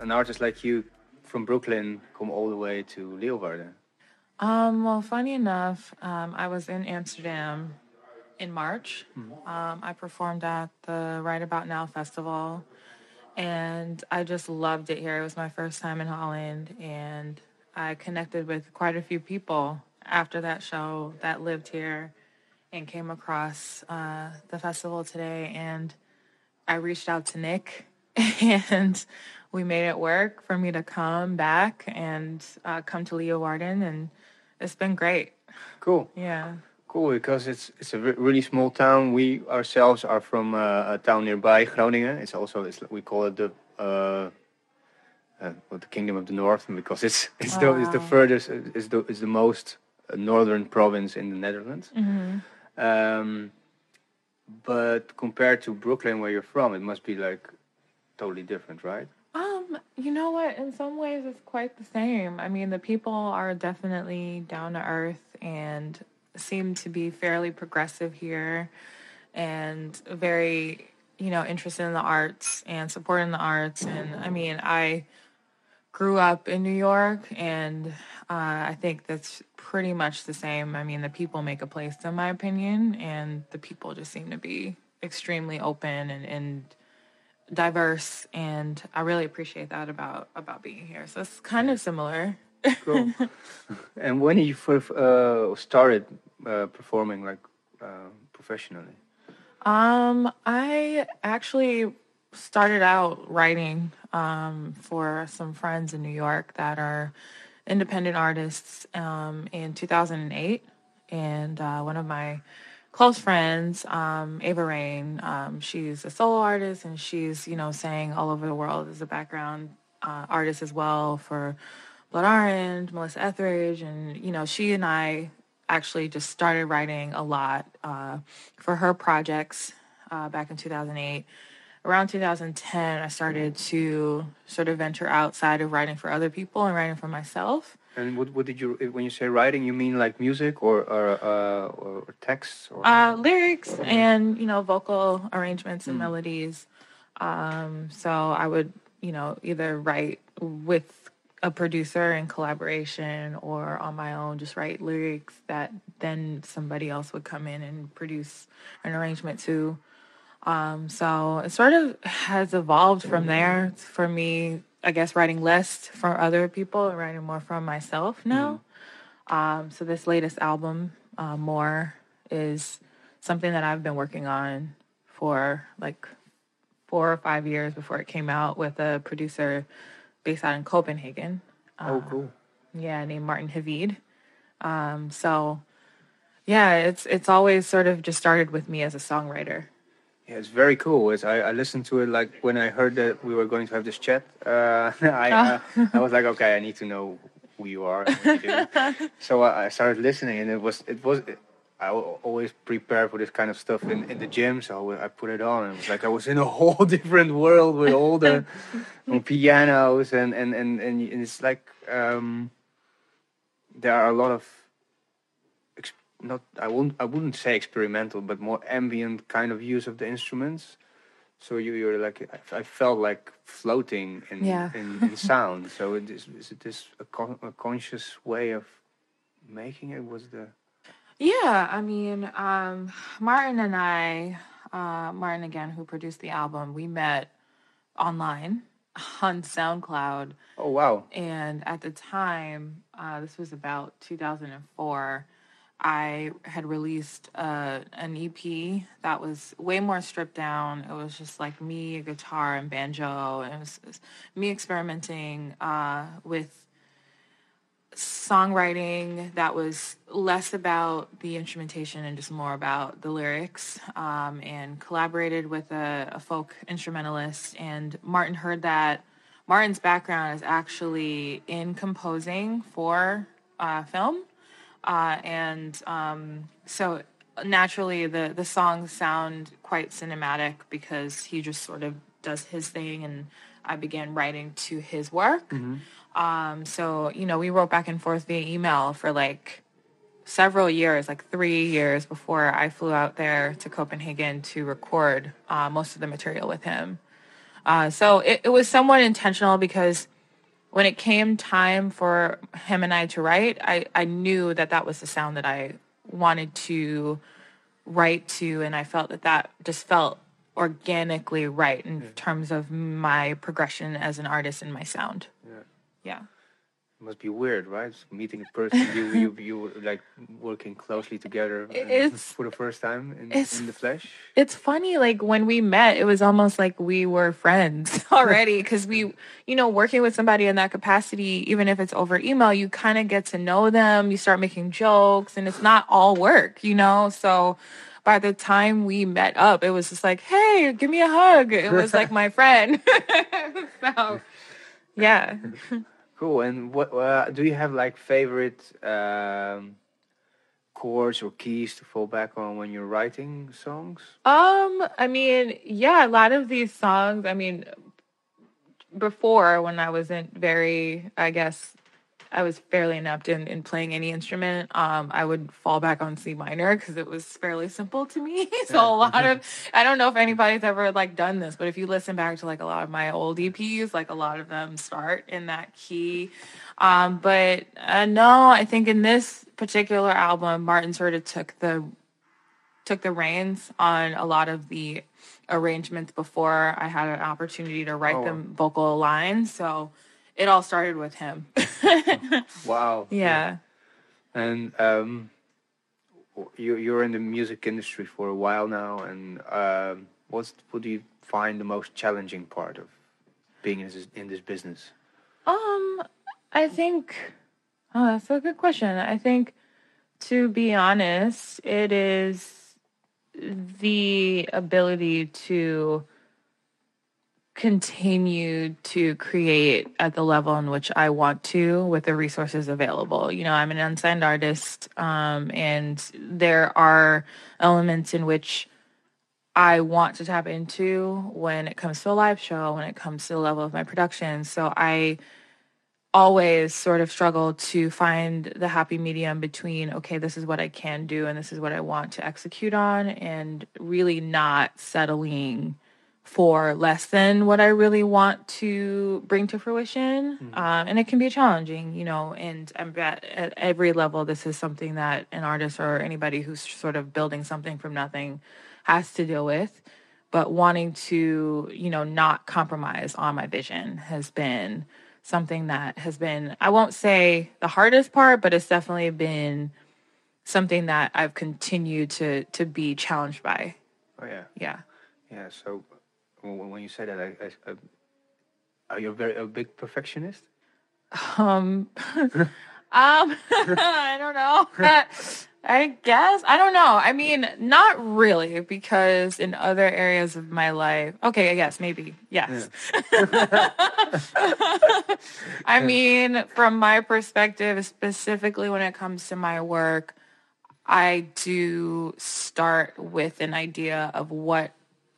Speaker 1: an artist like you from Brooklyn come all the way to Leeuwarden?
Speaker 12: Um, well, funny enough, um, I was in Amsterdam in March. Um, I performed at the Right About Now Festival, and I just loved it here. It was my first time in Holland, and I connected with quite a few people after that show that lived here and came across uh, the festival today. And I reached out to Nick and we made it work for me to come back and uh, come to Leo Warden. And it's been great.
Speaker 1: Cool,
Speaker 12: Yeah.
Speaker 1: cool. Because it's it's a re- really small town. We ourselves are from uh, a town nearby, Groningen. It's also it's, we call it the uh, uh, well, the Kingdom of the North because it's it's the it's the furthest it's the it's the most uh, northern province in the Netherlands.
Speaker 8: Mm.
Speaker 1: Um, but compared to Brooklyn, where you're from, it must be like totally different, right?
Speaker 12: Um, you know what? In some ways, it's quite the same. I mean, the people are definitely down to earth and seem to be fairly progressive here and very, you know, interested in the arts and supporting the arts. And I mean, I grew up in New York and uh, I think that's pretty much the same. I mean, the people make a place, in my opinion, and the people just seem to be extremely open and, and diverse and I really appreciate that about about being here. So it's kind of similar.
Speaker 1: Cool. and when you first uh, started uh, performing, like uh, professionally?
Speaker 12: Um I actually started out writing um for some friends in New York that are independent artists um in 2008 and uh one of my close friends um Ava Rain um she's a solo artist and she's you know sang all over the world as a background uh, artist as well for Blood Orange, Melissa Etheridge, and you know, she and I actually just started writing a lot uh, for her projects uh, back in 2008. Around 2010, I started to sort of venture outside of writing for other people and writing for myself.
Speaker 1: And what, what did you when you say writing? You mean like music or or uh, or, or texts? Or
Speaker 12: Uh, lyrics and you know, vocal arrangements and melodies. Um, so I would, you know, either write with a producer in collaboration or on my own, just write lyrics that then somebody else would come in and produce an arrangement to. Um, so it sort of has evolved from there for me, I guess, writing less for other people and writing more from myself now. Um, so this latest album, uh, More, is something that I've been working on for like four or five years before it came out with a producer based out in Copenhagen. Um,
Speaker 1: oh, cool.
Speaker 12: Yeah, named Martin Havid. Um, so yeah, it's it's always sort of just started with me as a songwriter.
Speaker 1: Yeah, it's very cool. It's, I, I listened to it like when I heard that we were going to have this chat. Uh, I uh, I was like, okay, I need to know who you are. And what you do. so I, I started listening, and it was it was. I al- always prepare for this kind of stuff in, in the gym, so I put it on, and it was like I was in a whole different world with all the pianos and and and and, and it's like um, there are a lot of ex- not I won't I wouldn't say experimental, but more ambient kind of use of the instruments. So you you're like I- I felt like floating in
Speaker 12: Yeah.
Speaker 1: in, in sound. So it is is it this a, con- a conscious way of making it was the
Speaker 12: Yeah, I mean, um, Martin and I, uh, Martin again, who produced the album, we met online on SoundCloud.
Speaker 1: oh wow
Speaker 12: And at the time, uh, this was about 2004, I had released uh, an EP that was way more stripped down. It was just like me, a guitar, and banjo. And it was, it was me experimenting uh, with songwriting that was less about the instrumentation and just more about the lyrics um, and collaborated with a, a folk instrumentalist and martin heard that martin's background is actually in composing for uh, film uh, and um, so naturally the the songs sound quite cinematic because he just sort of does his thing and I began writing to his work.
Speaker 8: Mm-hmm.
Speaker 12: Um, so, you know, we wrote back and forth via email for like several years, like three years before I flew out there to Copenhagen to record uh, most of the material with him. Uh, so it, it was somewhat intentional because when it came time for him and I to write, I, I knew that that was the sound that I wanted to write to. And I felt that that just felt organically right in terms of my progression as an artist and my sound.
Speaker 1: Yeah.
Speaker 12: Yeah.
Speaker 1: must be weird, right? Meeting a person you you you were, like working closely together
Speaker 12: It
Speaker 1: uh,
Speaker 12: is-
Speaker 1: for the first time in,
Speaker 12: it's-
Speaker 1: in the flesh.
Speaker 12: It's funny, like when we met, it was almost like we were friends already because we, you know, working with somebody in that capacity, even if it's over email, you kind of get to know them, you start making jokes, and it's not all work, you know? So by the time we met up, it was just like, hey, give me a hug. It was like my friend. so, yeah.
Speaker 1: Cool. And what uh, do you have like favorite um, chords or keys to fall back on when you're writing songs?
Speaker 12: Um, I mean, yeah, a lot of these songs, I mean, before when I wasn't very, I guess I was fairly inept in, in playing any instrument, um, I would fall back on C minor because it was fairly simple to me. so a lot of, I don't know if anybody's ever like done this, but if you listen back to like a lot of my old EPs, like a lot of them start in that key. Um, but uh, no, I think in this particular album, Martin sort of took the took the reins on a lot of the arrangements before I had an opportunity to write
Speaker 1: Oh, wow.
Speaker 12: them vocal lines. So it all started with him.
Speaker 1: Wow.
Speaker 12: yeah.
Speaker 1: And um, w- you you're in the music industry for a while now, and um, what's what do you find the most challenging part of being in this, in this business?
Speaker 12: Um, I think. Oh, that's a good question. I think, to be honest, it is the ability to continue to create at the level in which I want to with the resources available. You know, I'm an unsigned artist, um, and there are elements in which I want to tap into when it comes to a live show, when it comes to the level of my production. So I always sort of struggle to find the happy medium between, okay, this is what I can do and this is what I want to execute on, and really not settling for less than what I really want to bring to fruition. Um, and it can be challenging, you know, and I'm at, at every level, this is something that an artist or anybody who's sort of building something from nothing has to deal with. But wanting to, you know, not compromise on my vision has been something that has been, I won't say the hardest part, but it's definitely been something that I've continued to to be challenged by.
Speaker 1: Oh yeah.
Speaker 12: Yeah.
Speaker 1: Yeah, so when, when you say that, I, I, I, are you a very a big perfectionist?
Speaker 12: Um, um, I don't know. I guess I don't know. I mean, not really, because in other areas of my life, okay, I guess maybe yes. I mean, from my perspective, specifically when it comes to my work, I do start with an idea of what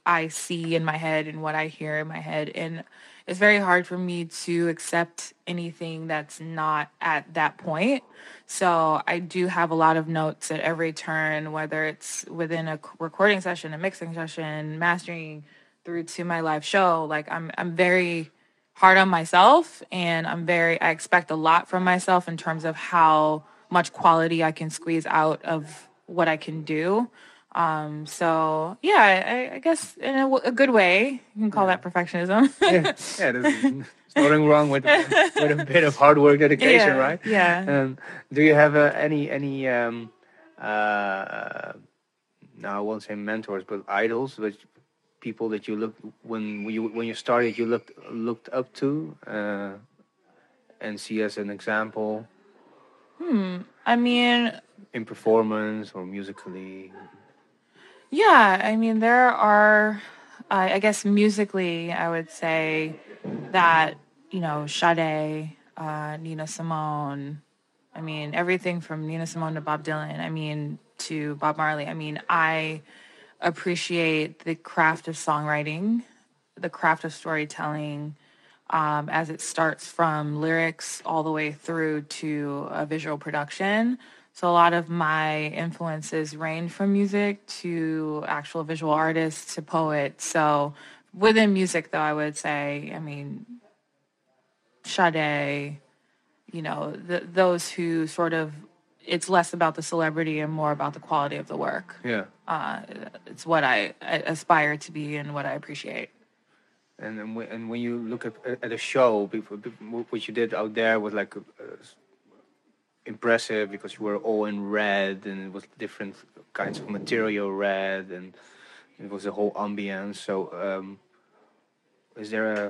Speaker 12: I see in my head and what I hear in my head. And it's very hard for me to accept anything that's not at that point. So I do have a lot of notes at every turn, whether it's within a c- recording session, a mixing session, mastering through to my live show. Like I'm, I'm very hard on myself and I'm very, I expect a lot from myself in terms of how much quality I can squeeze out of what I can do. Um, so yeah, I, I guess in a, w- a good way, you can call that perfectionism.
Speaker 1: yeah, yeah, there's, there's nothing wrong with with a bit of hard work, dedication,
Speaker 12: Yeah,
Speaker 1: right?
Speaker 12: yeah.
Speaker 1: Um, do you have uh, any any um, uh, no, I won't say mentors, but idols, but people that you look when you when you started, you looked looked up to, uh, and see as an example
Speaker 12: Hmm. I mean,
Speaker 1: in performance or musically.
Speaker 12: Yeah, I mean, there are, uh, I guess, musically, I would say that, you know, Sade, uh, Nina Simone, I mean, everything from Nina Simone to Bob Dylan, I mean, to Bob Marley. I mean, I appreciate the craft of songwriting, the craft of storytelling, um, as it starts from lyrics all the way through to a visual production. So a lot of my influences range from music to actual visual artists to poets. So within music, though, I would say, I mean, Sade, you know, th- those who sort of, it's less about the celebrity and more about the quality of the work.
Speaker 1: Yeah.
Speaker 12: Uh, it's what I I aspire to be and what I appreciate.
Speaker 1: And then when, and when you look at at a show, before, before, what you did out there was like uh, s- impressive because you were all in red and it was different kinds of material red and it was a whole ambience. So um, is there a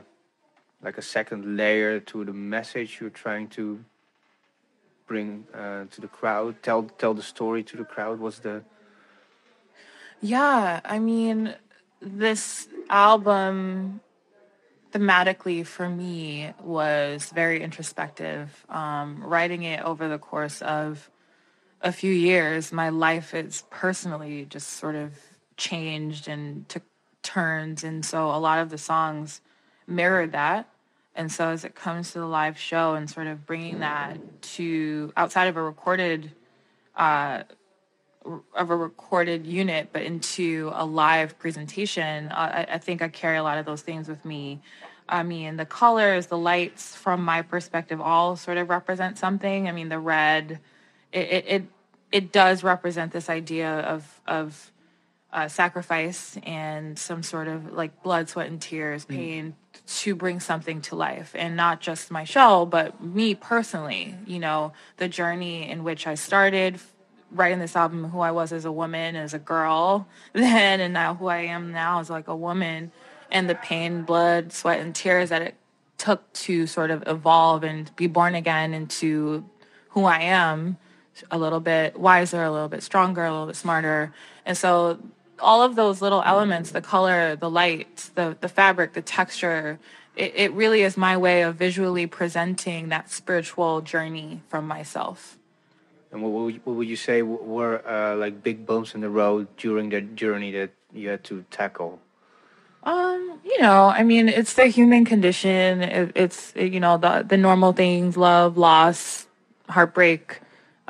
Speaker 1: like a second layer to the message you're trying to bring uh, to the crowd? Tell tell the story to the crowd. What's the
Speaker 12: Yeah, I mean, this album thematically for me was very introspective. Um, writing it over the course of a few years, my life is personally just sort of changed and took turns. And so a lot of the songs mirrored that. And so as it comes to the live show and sort of bringing that to outside of a recorded, uh, of a recorded unit, but into a live presentation, uh, I, I think I carry a lot of those things with me. I mean, the colors, the lights, from my perspective, all sort of represent something. I mean, the red, it it it, it does represent this idea of of uh, sacrifice and some sort of like blood, sweat, and tears, pain to bring something to life, and not just my show, but me personally. You know, the journey in which I started writing this album, who I was as a woman, as a girl then, and now who I am now as like a woman, and the pain, blood, sweat, and tears that it took to sort of evolve and be born again into who I am a little bit wiser, a little bit stronger, a little bit smarter. And so all of those little elements, the color, the light, the, the fabric, the texture, it, it really is my way of visually presenting that spiritual journey from myself.
Speaker 1: And what would you, what would you say w- were uh, like big bumps in the road during that journey that you had to tackle?
Speaker 12: Um, you know, I mean, it's the human condition. It, it's you know the the normal things: love, loss, heartbreak,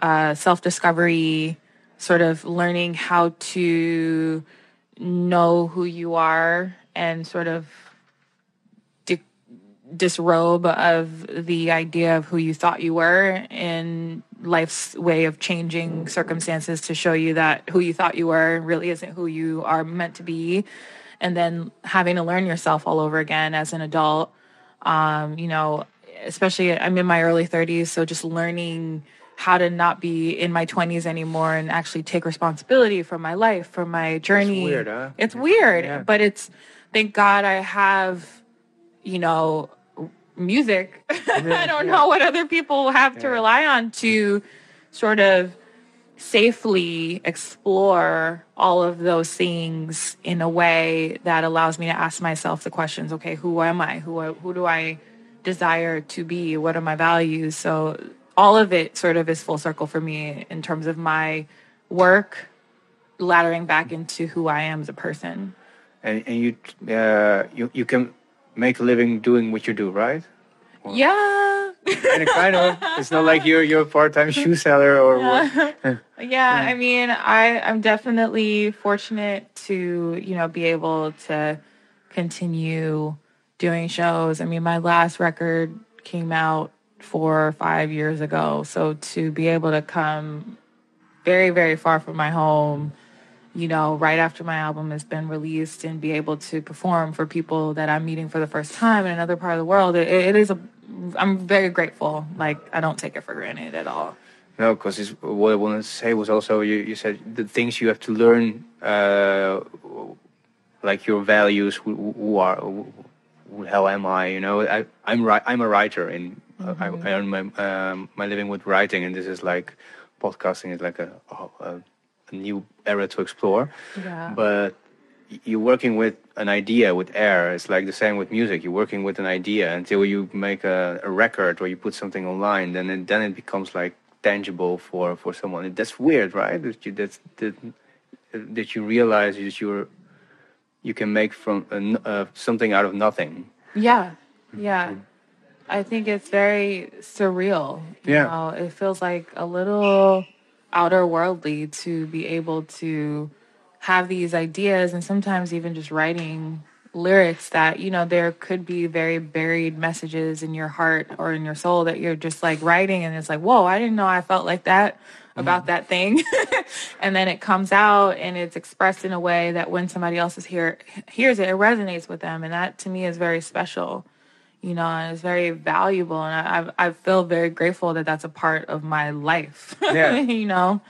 Speaker 12: uh, self discovery, sort of learning how to know who you are and sort of di- disrobe of the idea of who you thought you were and life's way of changing circumstances to show you that who you thought you were really isn't who you are meant to be and then having to learn yourself all over again as an adult um, you know especially i'm in my early 30s so just learning how to not be in my 20s anymore and actually take responsibility for my life for my journey
Speaker 1: weird, huh?
Speaker 12: it's weird
Speaker 1: Yeah.
Speaker 12: but it's thank god i have you know music i don't know what other people have to rely on to sort of safely explore all of those things in a way that allows me to ask myself the questions okay who am i who I- who do i desire to be what are my values so all of it sort of is full circle for me in terms of my work laddering back into who i am as a person
Speaker 1: And and you uh, you you can make a living doing what you do, right?
Speaker 12: yeah
Speaker 1: Kind of, kind of. It's not like you're you're a part-time shoe seller or what.
Speaker 12: yeah. yeah, I mean, I I'm definitely fortunate to you know be able to continue doing shows. I mean, my last record came out four or five years ago, so to be able to come very very far from my home, you know, right after my album has been released and be able to perform for people that I'm meeting for the first time in another part of the world, it, it is a I'm very grateful. Like I don't take it for granted at all.
Speaker 1: No, because what I wanted to say was also you, you said the things you have to learn, uh, like your values, who, who are, who, who the hell am I? You know, I, I'm ri- I'm a writer, and I,
Speaker 8: Mm-hmm.
Speaker 1: I earn my um, my living with writing, and this is like podcasting is like a, a, a new era to explore.
Speaker 12: Yeah.
Speaker 1: But y- you're working with an idea with air. It's like the same with music. You're working with an idea until you make a, a record or you put something online. Then it, then it becomes like tangible for for someone. That's weird, right? That you that's, that that you realize that you're you can make from uh, n- uh, something out of nothing.
Speaker 12: Yeah. Yeah. I think it's very surreal. you
Speaker 1: Yeah.
Speaker 12: know. It feels like a little outer worldly to be able to have these ideas and sometimes even just writing lyrics that, you know, there could be very buried messages in your heart or in your soul that you're just like writing and it's like, whoa, I didn't know I felt like that
Speaker 1: Mm-hmm.
Speaker 12: about that thing. and then it comes out and it's expressed in a way that when somebody else is here hears it, it resonates with them. And that to me is very special you know, and it's very valuable. And I, I, I feel very grateful that that's a part of my life.
Speaker 1: Yeah.
Speaker 12: you know,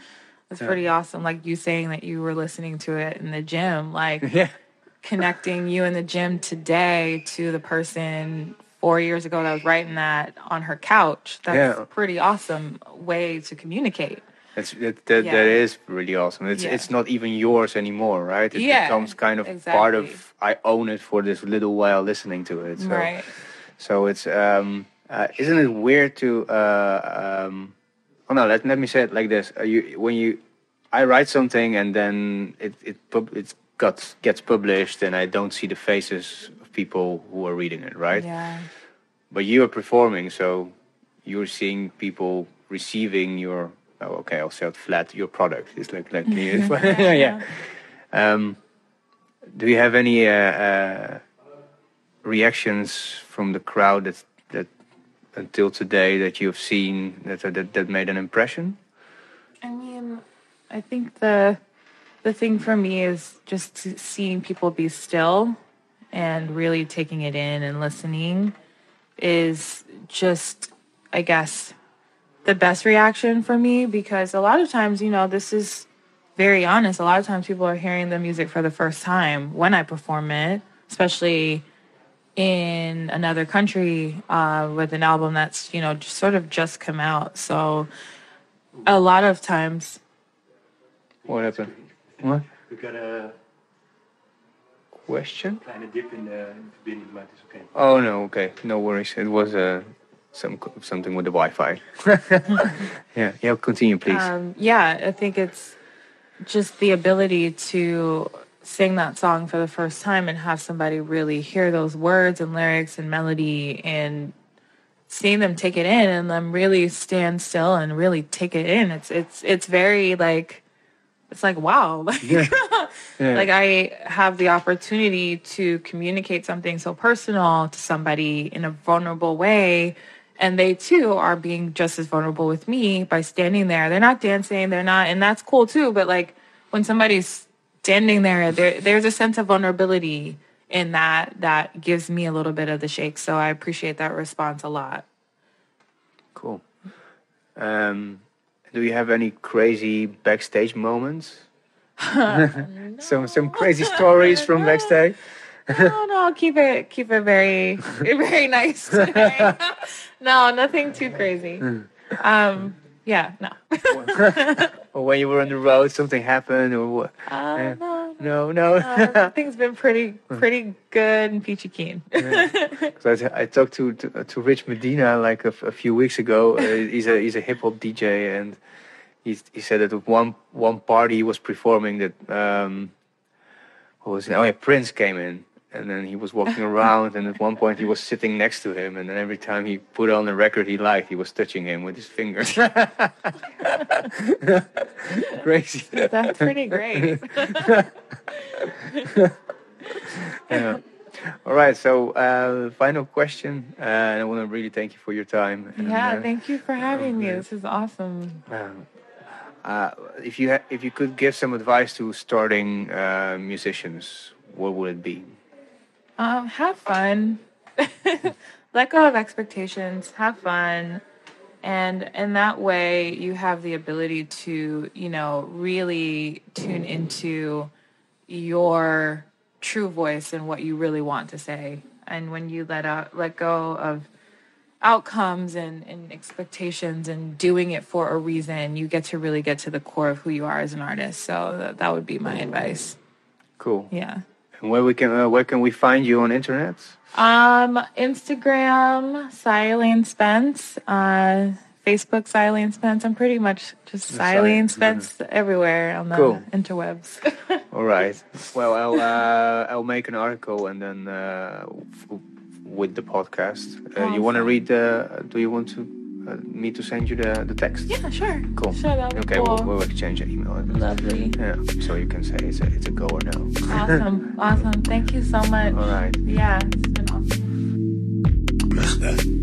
Speaker 12: it's
Speaker 1: Yeah.
Speaker 12: pretty awesome. Like you saying that you were listening to it in the gym, like
Speaker 1: Yeah.
Speaker 12: connecting you in the gym today to the person four years ago that was writing that on her couch. That's
Speaker 1: Yeah.
Speaker 12: a pretty awesome way to communicate.
Speaker 1: That's that, that,
Speaker 12: Yeah.
Speaker 1: that is really awesome. It's
Speaker 12: Yeah.
Speaker 1: it's not even yours anymore, right? It
Speaker 12: Yeah,
Speaker 1: becomes kind of part
Speaker 12: exactly.
Speaker 1: of I own it for this little while listening to it. So
Speaker 12: Right.
Speaker 1: so it's um uh, isn't it weird to uh um oh no let let me say it like this uh, you when you I write something and then it it pub, it got gets published and I don't see the faces of people who are reading it, right?
Speaker 12: Yeah.
Speaker 1: but you are performing, so you're seeing people receiving your. Oh, okay, I'll say it flat. Your product It's like like yeah. Um, do you have any uh, uh, reactions from the crowd that that until today that you've seen that that that made an impression?
Speaker 12: I mean, I think the the thing for me is just to- seeing people be still and really taking it in and listening is just I guess the best reaction for me because a lot of times, you know, this is very honest. A lot of times people are hearing the music for the first time when I perform it, especially in another country uh, with an album that's, you know, just sort of just come out. So a lot of times
Speaker 1: What happened? What
Speaker 13: We've got a
Speaker 1: question?
Speaker 13: kleine dip in de in de verbinding, maar het is oké.
Speaker 1: Oh no, okay, no worries. It was uh, some something with the Wi-Fi. yeah, yeah. Continue, please.
Speaker 12: Um, yeah, I think it's just the ability to sing that song for the first time and have somebody really hear those words and lyrics and melody and seeing them take it in and them really stand still and really take it in. It's it's it's very like it's like wow, like
Speaker 1: Yeah.
Speaker 12: like I have the opportunity to communicate something so personal to somebody in a vulnerable way. And they too are being just as vulnerable with me by standing there. They're not dancing, they're not, and that's cool too. But like when somebody's standing there, there there's a sense of vulnerability in that that gives me a little bit of the shake. So I appreciate that response a lot.
Speaker 1: Cool. Um, do you have any crazy backstage moments? Some some crazy stories from backstage.
Speaker 12: no, no, keep it keep it very very nice today. no, nothing too crazy. Um, yeah, no.
Speaker 1: or when you were on the road, something happened, or what?
Speaker 12: Uh, no,
Speaker 1: No, no.
Speaker 12: no, everything's been pretty pretty good and peachy keen.
Speaker 1: So I, I talked to, to to Rich Medina like a, f- a few weeks ago. Uh, he's a he's a hip hop DJ, and he he said that at one one party he was performing that um, what was it? Oh yeah, Prince came in, and then he was walking around, and at one point he was sitting next to him, and then every time he put on the record he liked, he was touching him with his fingers. Crazy.
Speaker 12: That's pretty great.
Speaker 1: yeah. All right. So uh, final question, uh, and I want to really thank you for your time. and,
Speaker 12: yeah,
Speaker 1: uh,
Speaker 12: thank you for having me. This is awesome.
Speaker 1: Um, uh, if you ha- if you could give some advice to starting uh, musicians, what would it be?
Speaker 12: Um, have fun. Let go of expectations. Have fun. And in that way, you have the ability to, you know, really tune into your true voice and what you really want to say. And when you let out, let go of outcomes and, and expectations and doing it for a reason, you get to really get to the core of who you are as an artist. So that, that would be my advice.
Speaker 1: Cool.
Speaker 12: Yeah.
Speaker 1: And where we can uh, where can we find you on internet?
Speaker 12: Um, Instagram, Silene Spence. Uh, Facebook, Silene Spence. I'm pretty much just Silene Spence everywhere on the
Speaker 1: Cool.
Speaker 12: interwebs.
Speaker 1: All right. Well, I'll uh, I'll make an article and then uh, f- with the podcast. Uh,
Speaker 12: Oh,
Speaker 1: you want to read the? Do you want to uh, me to send you the the text?
Speaker 12: Yeah, sure.
Speaker 1: Cool.
Speaker 12: Sure, that'd be
Speaker 1: okay,
Speaker 12: cool.
Speaker 1: we'll, we'll exchange an email. address.
Speaker 12: Lovely.
Speaker 1: Yeah, so you can say it's a, it's a go or no.
Speaker 12: Awesome. awesome. Thank you so much.
Speaker 1: All right.
Speaker 12: Yeah, it's been awesome.
Speaker 2: Magda.